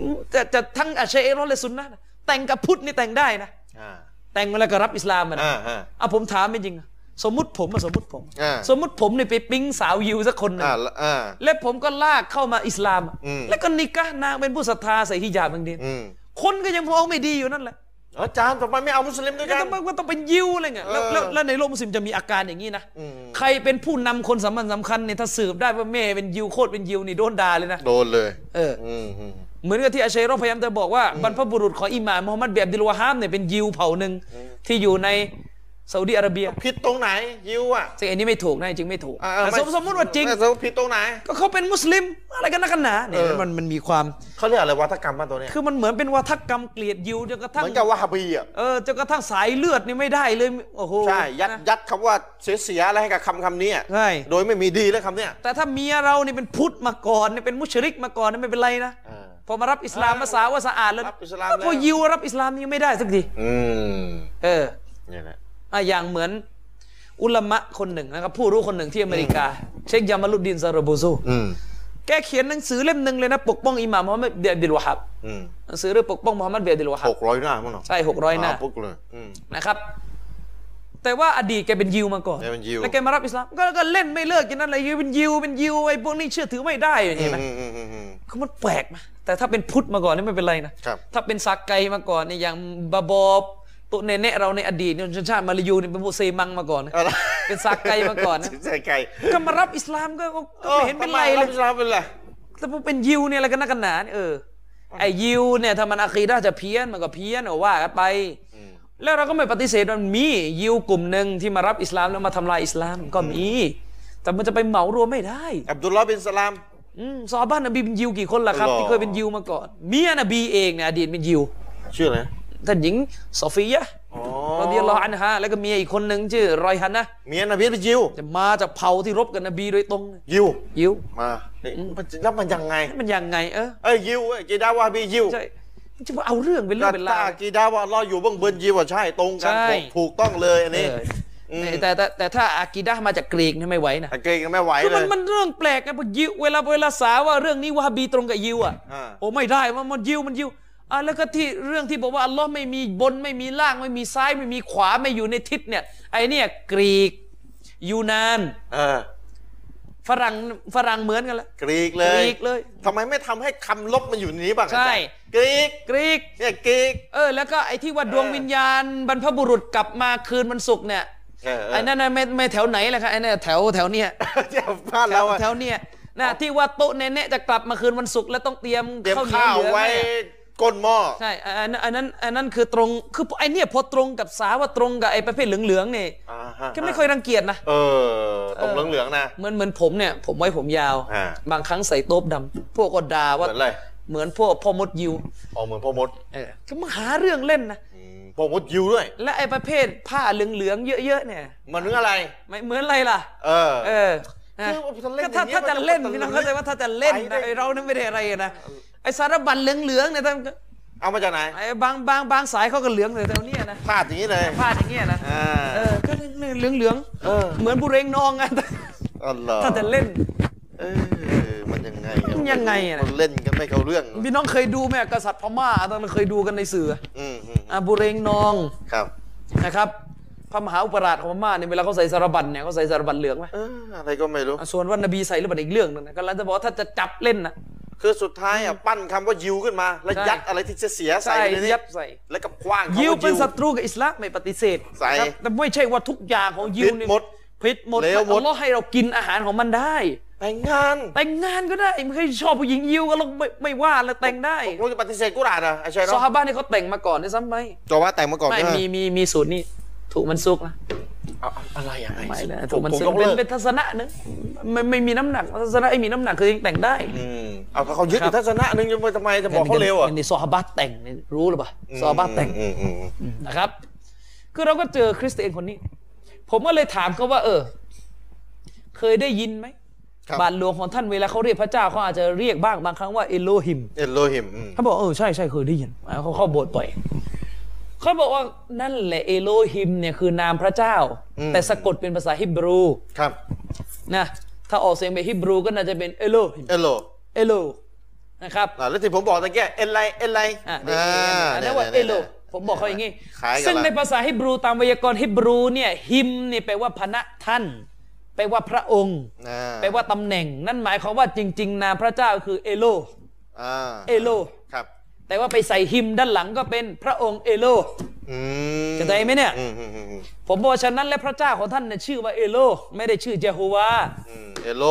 อจะจะทั้งอาเชเอรอฮ์และซุนนะห์นะแต่งกับพุทธนี่แต่งได้นะ อ่า แต่งมาแล้วก็รับอิสลามมัน อ่าอ่า อ่ะผมถามเป็นจริงอะสมมติผมอะสมมติผม อ่า สมมติผมเนี่ยไปปิ๊งสาวยิวสักคนหนึง อ่าแล้วอ่า และผมก็ลากเข้ามาอิสลามอะ อืม แล้วก็นิกะห์นางเป็นผู้ศรัทธาใส่ฮิญาบอย่างเดียว อืม คนก็ยังมองไม่ดีอยู่นั่นแหละ อาจารย์ทำไมไม่เอามุสลิมด้วย ก็ กัน ต้องก็ต้องเป็นยิวอะไรเงี้ยแล้วแล้ว เออ แล้วในโลกมุสลิมจะมีอาการอย่างนี้นะ ใครเป็นผู้นำคนสำคัญสำคัญเนี่ยถ้าสืบได้ว่าแม่เป็นยิวโคตรเป็นยิวนี่โดนด่าเลยนะ โดนเลย เออ อืมอืม เหมือนกับที่อาชัยเราะห์พยายามจะบอกว่าบรรพบุรุษของอิหม่ามมูฮัมหมัดเบียบดิลวะฮามเนี่ยเป็นยิวเผ่าหนึ่งที่อยู่ในซาอุดีอาระเบีย ผิดตรงไหนยิวอ่ะ ซึ่งอันนี้ไม่ถูกนะจริงๆไม่ถูก อ่า แต่ ไ สมสมมติว่าจริง ไม่สมมติผิดตรงไหน ก็เขาเป็นมุสลิมอะไรกันนักกันหนาเนี่ย เออ มันมันมีความ เขาเรียกอะไรวัฒกรรมมาตัวเนี้ย คือมันเหมือนเป็นวัฒกรรมเกลียดยิวจนกระทั่ เห ง มือนกับวาฮาบีอ่ะ เออจนกระทั่งสายเลือดนี่ไม่ได้เลยโอ้โห ใช่ยัด นะ ยัดคำว่าเสียๆอะไรให้กับคำคำนี้อะ ใช่ โดยไม่มีดีแล้วคำเนี้ย แต่ถ้าเมียเรานี่เป็นพุทธมาก่อนเนี่ยเป็นมุชริกมาก่อนเนี่ยไม่เป็นไรนะ เออ พอมารับอิสลามมาสาว่าสะอาดแล้ว รับอิสลาม พอ แล้ว ยิวรับอิสลามนี่ยังไม่ได้สักที อืม เออ เนี่ยแหละ อ่ะอย่างเหมือนอุลามะคนหนึ่งนะครับผู้รู้คนหนึ่งที่อเมริกา เชคยามาลุดดินซาราโบโซ อืม แกเขียนหนังสือเล่มหนึ่งเลยนะ ปกป้องอิหม่ามมูฮัมหมัดเบียดิลวะฮับ อืม หนังสือเรื่องปกป้องมูฮัมหมัดเบียดิลวะฮั ห บ กร้อยหน้ามั้งเนาะ ใช่หกร้อยหน้า อ่ปุ๊กเลยอืม นะครับ แต่ว่าอดีตแกเป็นยิวมาก่อน แกเป็นยิว แล้วแกมารับอิสลามก็ก็เล่นไม่เลิกกันนั่นเลยยิวเป็นยิวเป็นยิวไอ้พวกนี้เชื่อถือไม่ได้เห็นไหม อืมอืมอืมอืม คือมันแปลกไหมแต่ถ้าเป็นพุทธมาก่อนนี่ไม่เป็นไรนะครับ ถ้าเป็นซักไกมาก่อนเนี่ยอย่างบาบอบตุเนเนะเราในอดีตเนี่ยชนชาติมาลายูเนี่ยเป็นพวกเซมังมาก่อนนะ อะไร เป็นซากไกมาก่อน นะ ซากไก่ ก็มารับอิสลามก็ก็ก็ไม่เห็นเป็นไรเล รับ ย อิสลามเป็นไร แต่พอเป็นยิวเนี่ยอะไรกันนักกันหนาเนี่ยเออ ไอ้ยิวเนี่ยถ้ามันอะคีดาจะเพี้ยนมันก็เพี้ยนเอาว่ากันไป แล้วเราก็ไม่ปฏิเสธว่ามันมียิวกลุ่มหนึ่งที่มารับอิสลามแล้วมาทำลายอิสลามก็มี แต่มันจะไปเหมารวมไม่ได้ อับดุลลอฮ์บินสลาม อืมซอฮาบ้านนบีเป็นยิวกี่คนล่ะครับ หรอ ที่เคยเป็นยิวมาก่อน เมียนบีเองเนี่ยอดีตเป็นยิว ชื่ออะไร ท่านหญิงซอฟียะห์ อ๋อ รอดิยัลลอฮุอันฮาแล้วก็เมียอีกคนหนึ่งชื่อรอยฮันนะ เมียนบีเป็นยิว จะมาจากเผ่าที่รบกับนบีโดยตรงเนี่ย ยิว ยิว มานี่มันจะแล้วมันยังไง มันยังไงเออ เอ้ยยิวเอ้ยกีดาวาบียิว ใช่มันจะมาเอาเรื่องเป็นเรื่ ลั อ ต งเป็ตารนาว กีดาวาเราอยู่เบื้องบนยิวอ่ะใช่ตรงกัน ใช่ ถูกถูกต้องเลยอัน เอ นี้ อ อืม แต่แต่แต่ถ้าอากิดะห์มาจากกรีกเนี่ยไม่ไหวนะ แต่เกรงกันไม่ไหว คือ เล มัน ย มันเรื่องแปลกไงพอยิวเวลาเวลาสาว่าเรื่องนี้วะฮาบีตรงกับยิวอ่ะ อ่า โอ้ไม่ได้ว่ามันยิวมันยิวอ่ะแล้วก็ที่เรื่องที่บอกว่าอัลลอฮ์ไม่มีบนไม่มีล่างไม่มีซ้ายไม่มีขวาไม่อยู่ในทิศเนี่ยไอเนี่ยกรีกยูนาน เออ ฝรั่งฝรั่งเหมือนกันละ กรีกเล ก ย รีกเลย ทำไมไม่ทำให้คำลบมันอยู่ในนี้บ้างอาใช่จารย์กรีก กรีก เนี่ยกรีก เออแล้วก็ไอ้ที่ว่าดวงวิญญาณบรรพบุรุษกลับมาคืนวันศุกร์เนี่ย เออเออ ไอ้นั่นน่ะไม่ไม่แถวไหนแหละครับไอ้นั่นแถวแถวเนี่ย เจ้าบ้าน แถ เรา ว อะ แถวเนี่ยนะที่ว่าโต๊ะเนเน่จะกลับมาคืนวันศุกร์แล้วต้องเตรียม เตรียม หนี ข้าว ลือ ไว้ ให้อะ ก้นหม้อ ใช่อันนั้นอันนั้นอันนั้นคือตรงคือไอ้เนี่ยพอตรงกับสาว่าตรงกับไอ้ประเภทเหลืองๆเนี่ย อ่าฮะ ก็ไม่ค่อยรังเกียจนะ เออตรงเหลืองๆนะ เหมือนเหมือนผมเนี่ยผมไว้ผมยาว อ่า บางครั้งใส่โต๊ะดำพวกก็ด่า เห ว่า มือนอะไร เหมือนพวกพ่อมดยิว อ๋อเหมือนพ่อมด เออก็มาหาเรื่องเล่นนะ อืมพ่อมดยิวด้วย และไอ้ประเภทผ้าเหลืองๆเยอะๆเนี่ย มันเรื่องอะไร ไม่เหมือนอะไรล่ะ เออ เออนะ คือถ้าเล่น ก็ อย่างเงี้ยถ้าถ้าจะเล่น มันจะ พี่น้องเข้าใจว่าถ้าจะเล่น ไปได้ นะไอเราเนี่ยไม่ได้อะไรนะไอสารบัญเหลืองๆเนี่ยท่าน เอามาจากไหน ไอบางบางบางสายเขาก็เหลืองเลยแต่เนี่ยนะ พลาดอย่างนี้เลย พลาดอย่างเงี้ยนะ อ่า เออก็เหลืองเหลืองๆ เออ เหมือนบุเรงนองอะ อัลลอฮ์ ถ้าจะเล่น เออมันยังไงอะ มันยังไงอะ มันเล่นกันไม่เข้าเรื่อง พี่น้องเคยดูไหมกษัตริย์พม่าตอนเราเคยดูกันในสื่อ อืมอืม อ่ะบุเรงนอง ครับ นะครับพระมหาอุปราชของพม่าเนี่ยเวลาเขาใส่สารบัญเนี่ยเขาใส่สารบัญเหลืองไหม เอออะไรก็ไม่รู้ อ่ะส่วนว่านบีใส่หรือเปล่าอีกเรื่องหนึงนะก็แล้วจะบอกว่าถ้าจะจับเล่นนะ คือสุดท้ายอ่ะปั้นคำว่ายิวขึ้นมา แล้ว ใช่ ยัดอะไรที่จะเสียใส่ ใส่ ไปในนี้ ยับใส่ แล้วก็คว้างคำา ยิวเป็นศัตรูกับอิสลามไม่ปฏิเสธ ใส่ นะครับแต่ไม่ใช่ว่าทุกอย่างของยิวเนี่ย ผิดหมด ผิดหมด เลวหมด อัลลอฮ์ให้เรากินอาหารของมันได้ แต่งงาน แต่งงานก็ได้ไม่เคยชอบผู้หญิงยิวก็เราไม่ไม่ว่าแล้วแต่งได้ เราจะปฏิเสธกุรอานอ่ะไอ้ชัย ซอ เนาะ ฮาบะนี่เขาแต่งมาก่อนได้วยซ้ำไหม จอว่าแต่งมาก่อน ไม่ ใช่ห มีมีมีสูตรนี่ถูกมันซุกนะ เอาเอาอะไรอ่ะ ไม่แล้ว ผ ถู ม กมัน ผม ซุก ยก เป็ เลิ น ก เป็นทัศนะนึงไม่ไม่มีน้ำหนักทัศนะไอ้มีน้ำหนักคือยังแต่งได้ อืมเอาเขายึด ครับ ทัศนะหนึ่งจะมาทำไมจะบอกเขาเร็วอ่ะ นี่ซอฮาบะแต่งนี่รู้หรือเปล่าซอฮาบะแต่ง อืมอืมอืม นะครับ คือเราก็เจอคริสเตียนคนนี้ ผมก็เลยถามเขาว่า เออ เคยได้ยินไหม ครับ บาทหลวงของท่านเวลาเขาเรียกพระเจ้าเขาอาจจะเรียกบ้างบางครั้งว่าเอโลฮิม เอโลหิมอืม เขาบอกเออใช่ใช่เคยได้ยินอ่าเขาเข้าโบสถ์บ่อยเขาบอกว่านั่นแหละเอโลฮิมเนี่ยคือนามพระเจ้า แต่สะกดเป็นภาษาฮิบรู ครับ นะถ้าออกเสียงเป็นฮิบรูก็น่าจะเป็นเอโลฮิม เอโล เอโลนะครับ อ่ะแล้วที่ผมบอกตะเกียเอไลเอไล อ่ะเดี๋ยวเดี๋ยวเดี๋ยวอันนั้นว่าเอโลผมบอกเขาอย่าง นี้ นี้ คล้ายกันละ ซึ่งในภาษาฮิบรูตามไวยากรณ์ฮิบรูเนี่ยฮิมเนี่ยแปลว่าพระท่าน แปลว่าพระองค์ อ่า แปลว่าตำแหน่ง นั่นหมายความว่าจริง ๆ นามพระเจ้าคือเอโล อ่า เอโล ครับ แ แต่ว่าไปใส่ฮิมด้านหลังก็เป็นพระองค์เอโล อืม เข้าใจไหมเนี่ย อืมอืมอืมอืม ผมบอกว่าฉะนั้นและพระเจ้าของท่านเนี่ยชื่อว่าเอโล ไม่ได้ชื่อเยโฮวาห์ อืมเอโล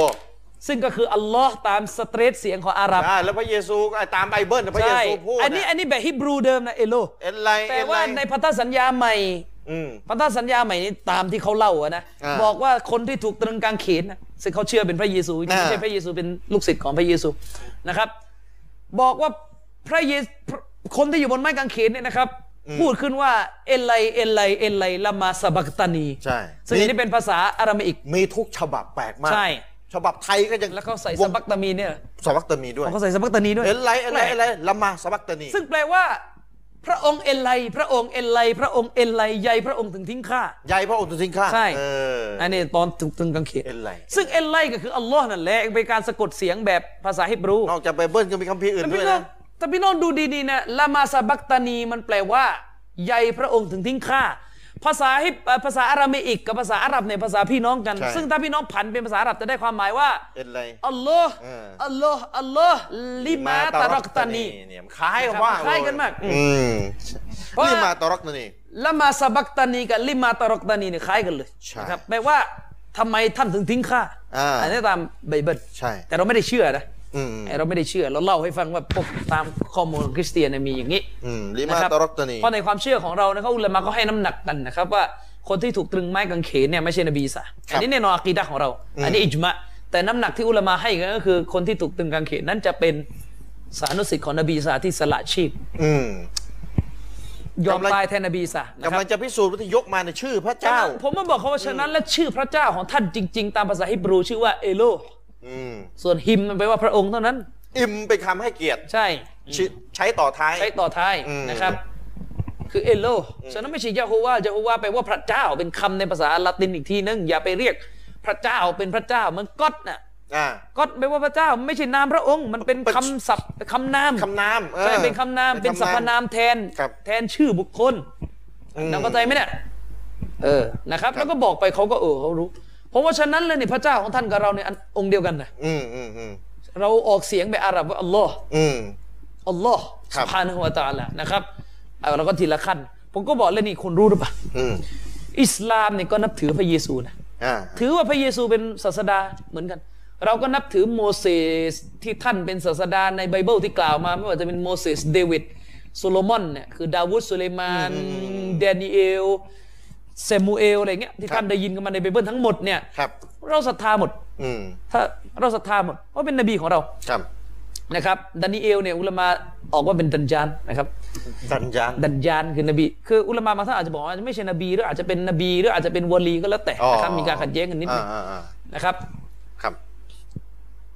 ซึ่งก็คืออัลลอฮ์ตามสเตรทเสียงของอาหรับ อ่าแล้วพระเยซูก็ตามไบเบิลนะพระเย ใช่ ซูพูด อันนี้อันนี้แบบฮิบรูเดิมนะเอโล เอ็นไล แต่ เอ็นไล ว่าในพันธสัญญาใหม่ อืม พันธสัญญาใหม่นี้ตามที่เขาเล่าอะนะ อ่า บอกว่าคนที่ถูกตรึงกางเขนนะซึ่งเขาเชื่อเป็นพระเยซูจริงๆ อ่า ไม่ใช่พระเยซูเป็นลูกศิษย์ของพระเยซูนะครับ บอกว่าพระเยซูคนที่อยู่บนไม้กางเขนเนี่ยนะครับ พูดขึ้นว่าเอลไลเอลไลเอลไลลามาสบักตานี ใช่ ซึ่งอันนี้เป็นภาษาอารามิก มีทุกฉบับแปลกมาก ใช่ ฉบับไทยก็ยัง แล้วเขาใส่ ว ส ง บักตามีเนี่ย สวักตะมีด้วย เขาใส่สบักตานีด้วย เอ็นไลเอ็นไลเอ็นไลละมาสวักตะนี ซึ่งแปลว่า พระองค์เอลไลพระองค์เอลไลพระองค์เอลไลใหญ่พระองค์ถึงทิ้งข้า ใหญ่พระองค์จริงข้า ใช่ เอออ อันนี้ตอนถูกตรึงกางเขน เอ็นไล ซึ่งเอ็นไลก็คืออัลลอฮ์นั่นแหละเป็นการสะกดเสียงแบบภาษาฮิบรู นอกจากไบเบิลก็มีคัมภีร์อื่น แต่ ด้ว พี่ ย น้อง นะ แต่พี่น้องดูดีๆนะละมาซาบักตานีมันแปลว่า ใยพระองค์ถึงทิ้งข้า ภาษาฮิบเอ่อภาษาอารามิกกับภาษาอาหรับเนี่ยภาษาพี่น้องกัน ใช่ ซึ่งถ้าพี่น้องผันเป็นภาษาอาหรับจะได้ความหมายว่า เอ็นไร อัลลอฮ์ เอออั อัลลอฮ์อัลลอฮ์ลิมาตารักตานี เนี่ยมันคล้ายกันมาก คล้ายกันมาก อืม เพราะว่า ลิมาตารักตานี ละมาซาบักตานีกับลิมาตารกตานีเนี่ยคล้ายกันเลย ใช่ นะครับแปลว่าทำไมท่านถึงทิ้งข้า อ่า นนี้ตามไบเบิล ใช่ แต่เราไม่ได้เชื่อนะ อืม เราไม่ได้เชื่อเราเล่าให้ฟังว่าพวกตามข้อมูลของคริสเตียนเนยมีอย่างนี้ อืมลิ นะ มา ครับ ตารักตานี เพราะในความเชื่อของเรานะเขาอุลามาก็ให้น้ำหนักกันนะครับว่าคนที่ถูกตรึงไม้กางเขนเนี่ยไม่ใช่นบีอีสาอันนี้แน่นอนอากีดะห์ของเรา อันนี้อิจมะแต่น้ำหนักที่อุลามาให้กันก็คือ คนที่ถูกตรึงกางเขนนั้นจะเป็นสานุสิทธิ์ของนบีอีสาที่สละชีพ อืม ยอม กำลัง ตายแทนนบีอีสานะครับ กำลังจะพิสูจน์ว่าที่ยกมาในยชื่อพระเจ้า ฉะนั้นผมมาบอกเขาว่าฉะนั้นและชื่อพระเจ้าของท่านจริง ๆ ตามภาษาฮิบรูชื่อว่าเอโล อืม ส่วนฮิมมันแปลว่าพระองค์เท่านั้น อิมเป็นคำให้เกียรติ ใช่ ชิใช้ต่อท้าย ใช้ต่อท้าย อืม นะครับ คือเอโลฉะนั้นไม่ใช่ยาโฮวาห์ยาโฮวาห์แปลว่าพระเจ้าเป็นคำในภาษาละตินอีกทีนึงอย่าไปเรียกพระเจ้าเป็นพระเจ้าเหมันก็อดน่ะ อ่า ก็อดแปลว่าพระเจ้าไม่ใช่นามพระองค์ มันเป็น เป็น คำศัพท์คำนาม คำนามออ ใช่เป็นคำนามเป็นสรรพนามแทน ครับ แทนชื่อบุคคล อืม นะเข้าใจไหมเนี่ยเออนะครับ แล้วก็บอกไปเขาก็เออเขารู้ เพราะว่าฉะนั้นเลยนี่พระเจ้าของท่านกับเราเนี่ยอันองค์เดียวกันนะ อืมอืมอืม เราออกเสียงไปอาหรับว่าอัลลอฮ์ อืม อัลลอฮ์ ครั สุ บ ภานะฮวตาละนะครับเอาเราก็ทีละขั้น ผมก็บอกเลยนี่คุณรู้หรือเปล่า อืม อิสลามเนี่ยก็นับถือพระเยซูนะ อ่า ถือว่าพระเยซูเป็นศาสดาเหมือนกัน เราก็นับถือโมเสสที่ท่านเป็นศาสดาในไบเบิลที่กล่าวมา ไม่ว่าจะเป็นโมเสสเดวิดโซโลมอนเนี่ยคือดาวุดสุเลมานแดเนีเอล เซมูเอลอะไรเงี้ยที่ท่านได้ยินกันมาในไบเบิลทั้งหมดเนี่ย ครับ เราศรัทธาหมด อืม ถ้าเราศรัทธาหมดเพราะเป็นนบีของเรา ครับ นะครับดานีเอลเนี่ยอุลามาออกว่าเป็นดันจานนะครับ สัญญาณ ดันจานคือนบี คืออุลามาบางท่านอาจจะบอกว่าไม่ใช่นบีหรืออาจจะเป็นนบีหรืออาจจะเป็นวลีก็แล้วแต่นะครับ อ๋อ มีการขัดแย้งกันนิดหนึง อ่าอ่า นะครับ ครับ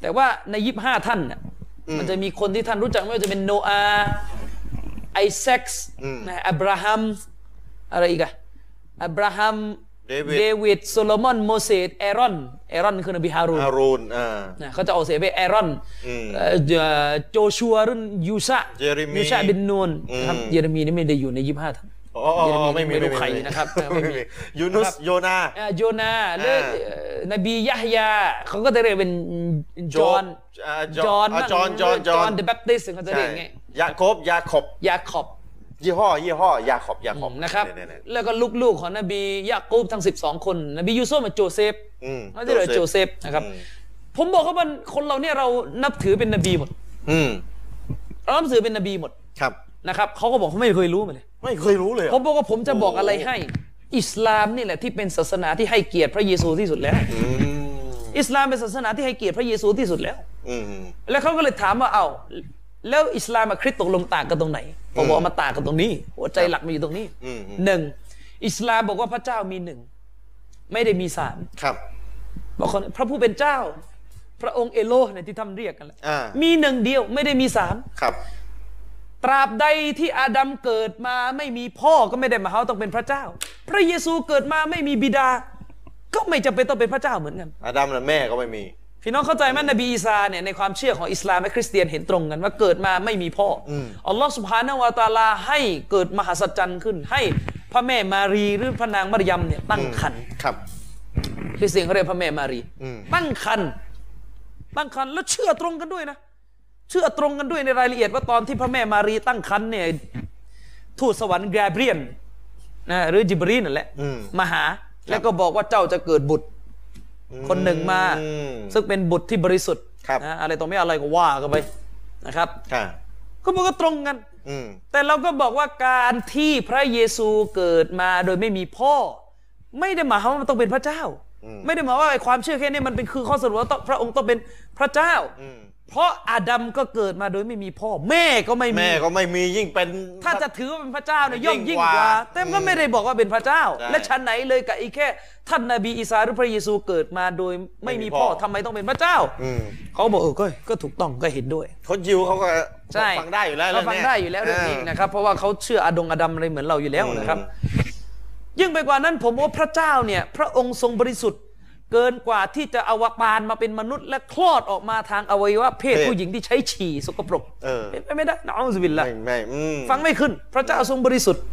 แต่ว่าในยี่ห้าท่านน่ะ อืม มันจะมีคนที่ท่านรู้จักไม่ว่าจะเป็นโนอาไอแซคส์ อืม นะอับราฮัมอะไรอีกอะอับราฮัม เดวิด ดโซโลมอนโมเสสเอรอนเอรอนคือนบีฮารูน อารูนอ่า นะเขาจะออกเสียงไปเอรอน อืม เอ่อโจชัวรุ่นยูซะ เยเรมี ยูซะบินนูนนะครับ อืม เยเรมีนี่ไม่ได้อยู่ในยี่ห้าท่าน อ๋ออ๋ออ๋อไม่มี ไม่รู้ใครนะครับไม่มี ยูนุสโยนา อ่าโยนาหรือ อ่า เอ่อนบียะฮยาเขาก็จะเรียกเป็นจอห์น อ่า จอห์น อ่า บ้าง จอห์นจอห์น จอห์นเดอะแบปติสต์เขาจะ ใช่ เรียกไง ยาโคบยาขบ ยาขอบ ยี่ห้อ ยี่ห้อ ยาขบยาขบ นะครับ เยเยเย แล้วก็ลูกๆของนบียากูบทั้ง 12 คน นบียูซุฟกับโจเซฟ อืม ไม่ได้เหลือโจเซฟนะครับ อืม ผมบอกว่ามันคนเราเนี่ยเรานับถือเป็นนบีหมด อืม เรานับถือเป็นนบีหมด ครับ นะครับเขาก็บอกเขาไม่เคยรู้มาเลย ไม่เคยรู้เลยเหรอ ผมบอกว่าผมจะบอกอะไรให้ อิสลามนี่แหละที่เป็นศาสนาที่ให้เกียรติพระเยซูที่สุดแล้ว อืม อิสลามเป็นศาสนาที่ให้เกียรติพระเยซูที่สุดแล้ว อืม แล้วเขาก็เลยถามว่าเอา้าแล้วอิสลามกับคริสต์ตกลงต่างกันตรงไหนผมบอกว่ามาต่างกันตรงนี้ หัวใจหลักมันอยู่ตรงนี้ อืมอืม หนึ่งอิสลามบอกว่าพระเจ้ามีหนึ่งไม่ได้มีสาม ครับ บอกคนพระผู้เป็นเจ้า พระองค์เอโลห์เนี่ยที่ทำเรียกกันแหละ อ่ามี มีหนึ่งเดียวไม่ได้มีสาม ครับ ตราบใดที่อาดัมเกิดมาไม่มีพ่อก็ไม่ได้หมายความว่าต้องเป็นพระเจ้า พระเยซูเกิดมาไม่มีบิดา ก็ไม่จำเป็นต้องเป็นพระเจ้าเหมือนกัน อาดัมและแม่ก็ไม่มี พี่น้องเข้าใจไหมนบีอีสาเนี่ยในความเชื่อของอิสลามและคริสเตียนเห็นตรงกันว่าเกิดมาไม่มีพ่อออัลลอฮ์สุบฮานาวะตะอาลาให้เกิดมหัศจรรย์ขึ้น ให้พระแม่มารีหรือพระนางมารยัมเนี่ยตั้งครรภ์ ครับ คริสเตียนเขาเรียกพระแม่มารี อืม ตั้งครรภ์ตั้งครรภ์แล้วเชื่อตรงกันด้วยนะ เชื่อตรงกันด้วยในรายละเอียดว่าตอนที่พระแม่มารีตั้งครรภ์เนี่ยทูตสวรรค์แกรเบรียนนะหรือจิบรีนนั่นแหละ อืม มาหา แล้วก็บอกว่าเจ้าจะเกิดบุตร คนหนึ่งมา อืม ซึ่งเป็นบุตรที่บริสุทธิ์ ครับ นะอะไรต่อไม่อะไรก็ว่ากันไปนะครับ ค่ะ ก็มันก็ตรงกัน อืม แต่เราก็บอกว่าการที่พระเยซูเกิดมาโดยไม่มีพ่อ ไม่ได้หมายความว่ามันต้องเป็นพระเจ้า อืม ไม่ได้หมายว่าไอ้ความเชื่อแค่นี้มันเป็นคือข้อสรุปว่าต้องพระองค์ต้องเป็นพระเจ้า อืม เพราะอาดัมก็เกิดมาโดยไม่มีพ่อ แม่ก็ไม่มี แม่ก็ไม่มียิ่งเป็น ถ้าจะถือว่าเป็นพระเจ้าเนี่ยย่อม ยิ่ ยิ่ ง ง กว่าก ว่า แต่ก็ไม่ได้บอกว่าเป็นพระเจ้า ใช่ และชั้นไหนเลยกับอีแค่ท่านนาบีอีสาหรือพระเยซูเกิดมาโดยไม่มีพ่อ ไม่มีพ่อ ทำไมต้องเป็นพระเจ้า อืม เขาบอกเออก็ก็ถูกต้องก็เห็นด้วย คนยิวเขาก็ ใช่ ฟังได้อยู่แล้ว เรา เรื่อง ฟัง เนี้ ได้อยู่แล้วเรื่องนี้ า นะครับ เพราะว่าเขาเชื่ออดงอดัมอะไรเหมือนเราอยู่แล้วนะครับ อื ยิ่งไปกว่านั้นผมว่าพระเจ้าเนี่ย พระองค์ทรงบริสุทธิ์ เกินกว่าที่จะเอาวปานมาเป็นมนุษย์ และคลอดออกมาทางอวัยวะเพศผู้หญิงที่ใช้ฉี่สกปรก เออ เป็นไปไม่ได้นะอัลลอฮฺบิลละ ไม่ไม่อืม ฟังไม่ขึ้น พระเจ้าทรงบริสุทธิ์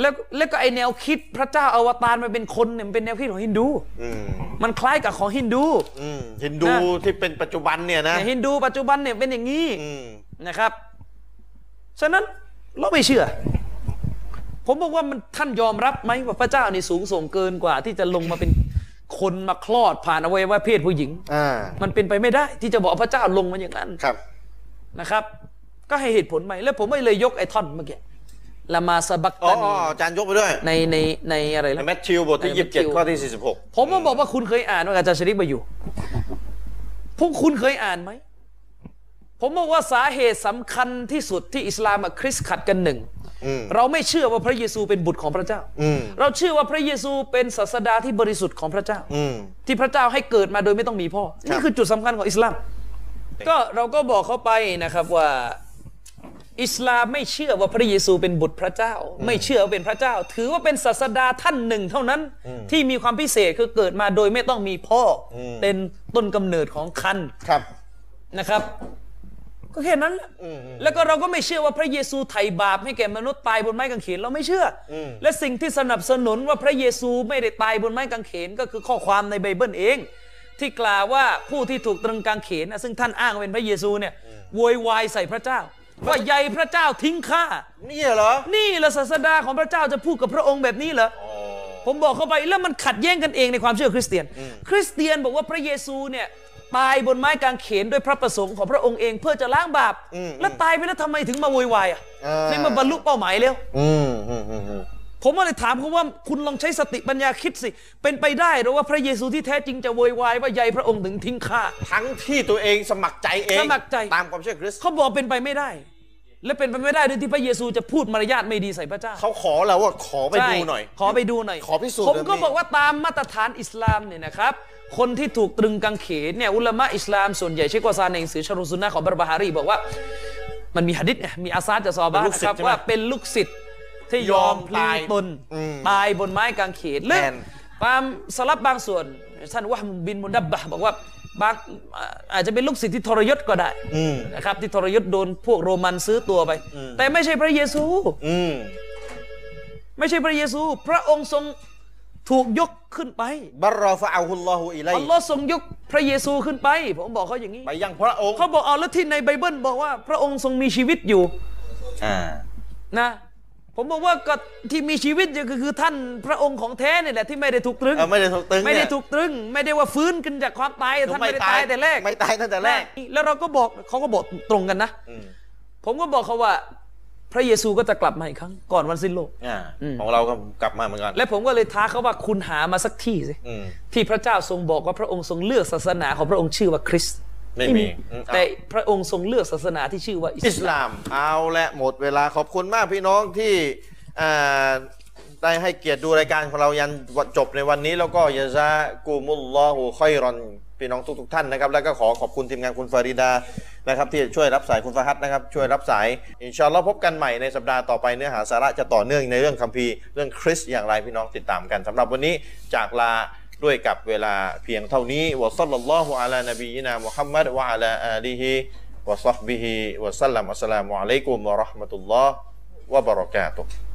แล้วแล้วก็ไอแนวคิดพระเจ้าอวตารมาเป็นคนเนี่ยมันเป็นแนวคิดของฮินดู อืม มันคล้ายกับของฮินดู อืมฮินดูที่เป็นปัจจุบันเนี่ยนะ แต่ฮินดูปัจจุบันเนี่ยเป็นอย่างนี้ อืม นะครับ ฉะนั้นเราไม่เชื่อ ผมบอกว่ามันท่านยอมรับไหมว่าพระเจ้านี่สูงส่งเกินกว่า ที่จะลงมาเป็นคนมาคลอดผ่านอวัยวะเพศผู้หญิง อ่า มันเป็นไปไม่ได้ ที่จะบอกว่าพระเจ้าลงมาอย่างนั้น ครับ นะครับ ก็ให้เหตุผลใหม่แล้วผมไม่เลยยกไอ้ท่อนเมื่อกี้ละมาสะบัก อ๋อ ตัน อ๋ออาจารย์ยกไปด้วย ในในในอะไร ใน นะ แมทธิวบทที่ ใน ยี่สิบเจ็ด แมทธิว ข้อที่สี่สิบหก ผมมาบอกว่าคุณเคยอ่านว่าอาจารย์ชริปมาอยู่ พวกคุณเคยอ่านไหม ผมบอกว่าสาเหตุสำคัญที่สุดที่อิสลามกับคริสต์ขัดกันหนึ่ง อืม เราไม่เชื่อว่าพระเยซูเป็นบุตรของพระเจ้า อืม เราเชื่อว่าพระเยซูเป็นศาสดาที่บริสุทธิ์ของพระเจ้า อืม ที่พระเจ้าให้เกิดมาโดยไม่ต้องมีพ่อ นี่คือจุดสำคัญของอิสลาม ก็เราก็บอกเขาไปนะครับว่า อิสลามไม่เชื่อว่าพระเยซูเป็นบุตรพระเจ้า ไม่เชื่อว่าเป็นพระเจ้า ถือว่าเป็นศาสดาท่านหนึ่งเท่านั้น ที่มีความพิเศษคือเกิดมาโดยไม่ต้องมีพ่ออ ม เป็นต้นกำเนิดของคัน ครับ นะครับ ก็แค่นั้นแหละแล้วก็เราก็ไม่เชื่อว่าพระเยซูไถ่บาปให้แก่มนุษย์ตายบนไม้กางเขนเราไม่เชื่ออ ม และสิ่งที่สนับสนุนว่าพระเยซูไม่ได้ตายบนไม้กางเขนก็คือข้อความในไบเบิลเอง ที่กล่าวว่าผู้ที่ถูกตรึงกางเขนนะซึ่งท่านอ้างว่าเป็นพระเยซูเนี่ยโวยวายใส่พระเจ้า ว่าใยพระเจ้าทิ้งข้า นี่เหรอ นี่ละศาสดาของพระเจ้าจะพูดกับพระองค์แบบนี้เหรอ อ๋อ ผมบอกเข้าไปแล้วมันขัดแย้งกันเองในความเชื่อคริสเตียน คริสเตียนบอกว่าพระเยซูเนี่ยตายบนไม้กางเขนด้วยพระประสงค์ของพระองค์เองเพื่อจะล้างบาป อืม แล้วตายไปแล้วทำไมถึงมาโวยวายอ่ะ อ่า ไม่มาบรรลุเป้าหมายแล้ว อืมอืมอืมอืม ผมก็เลยถามเขาว่าคุณลองใช้สติปัญญาคิดสิ เป็นไปได้หรือว่าพระเยซูที่แท้จริงจะโวยวายว่าใยพระองค์ถึงทิ้งข้า ทั้งที่ตัวเองสมัครใจเอง สมัครใจ ตามความเชื่อคริสต์ เขาบอกเป็นไปไม่ได้ และเป็นไปไม่ได้ด้วยที่พระเยซูจะพูดมารยาทไม่ดีใส่พระเจ้า เขาขอเราว่าขอไป ใช่ ดูหน่อย ขอไปดูหน่อย ขอพิสูจน์ ผม เรื่ ก็ องนี้ บอกว่าตามมาตรฐานอิสลามเนี่ยนะครับ คนที่ถูกตรึงกางเขนเนี่ยอุลามะอิสลามส่วนใหญ่เชคกวาซานในหนังสือชารุซุนนะห์ของบรบาฮารีบอกว่า มันมีหะดิษไงมีอาซาดจากซอบา เป็นลูก นะ ศิษย์ ครับ ใช่ไหม ว่าเป็นลูกศิษย์ที่ยอมพลีตน อืม ตายบนไม้กางเขนและ แทน ตามสลับบางส่วนท่านวะฮ์มบินมุดับบะห์บอกว่าบางอ่าอาจจะเป็นลูกศิษย์ที่ทรยศก็ได้ อืม นะครับที่ทรยศโดนพวกโรมันซื้อตัวไป แต่ไม่ใช่พระเยซู อืม ไม่ใช่พระเยซู พระองค์ทรงถูกยกขึ้นไป บัรรอฟะอาฮุลลอฮุอิไล อัลลอฮ์ทรงยกพระเยซูขึ้นไป ผมบอกเขาอย่างนี้ ไปยังพระองค์ เขาบอกเอาแล้วที่ในไบเบิลบอกว่า พระองค์ทรงมีชีวิตอยู่ อ่า นะ ผมบอกว่าก็ที่มีชีวิตอยู่ก็คือท่านพระองค์ของแท้เนี่ยแหละที่ไม่ได้ถูกตรึง เออไม่ได้ถูกตึง ไม่ได้ เนี่ย ถูกตรึง ไม่ได้ว่าฟื้นขึ้นจากความตายท่านไม่ได้ตายแต่แรก ไม่ตายตั้งแต่แรก นะแล้วเราก็บอกเขาก็บอกตรงกันนะ อืม ผมก็บอกเขาว่า พระเยซูก็จะกลับมาอีกครั้งก่อนวันสิ้นโลก อ่าของเราก็กลับมาเหมือนกัน และผมก็เลยท้าเขาว่าคุณหามาสักที่สิ อืม ที่พระเจ้าทรงบอกว่าพระองค์ทรงเลือกศาสนาของพระองค์ชื่อว่าคริสต์ ไม่มีอืม แต่พระองค์ทรงเลือกศาสนาที่ชื่อว่าอิ อิ ส ส ลาม ลามเอาและหมดเวลาขอบคุณมากพี่น้องที่อ่าได้ให้เกียรติดูรายการของเรายันจบในวันนี้ แล้วก็ยาซากูมุลลอฮูค่อยรอนพี่น้องทุก ๆ ท่านนะครับ แล้วก็ขอขอบคุณทีมงานคุณฟาริดานะครับ ที่ช่วยรับสายคุณฟาฮัดนะครับ ช่วยรับสาย อินชาอัลลอฮ์พบกันใหม่ในสัปดาห์ต่อไปเนื้อหาสาระจะต่อเนื่องในเรื่องคัมภีร์เรื่องคริสต์อย่างไรพี่น้องติดตามกันสำหรับวันนี้จากลาด้วยกับเวลาเพียงเท่านี้วะซัลลัลลอฮุอะลานบียินามุฮัมมัดวะอะลาอาลีฮิ وصحبه وسلم السلام عليكم ورحمة الله وبركاته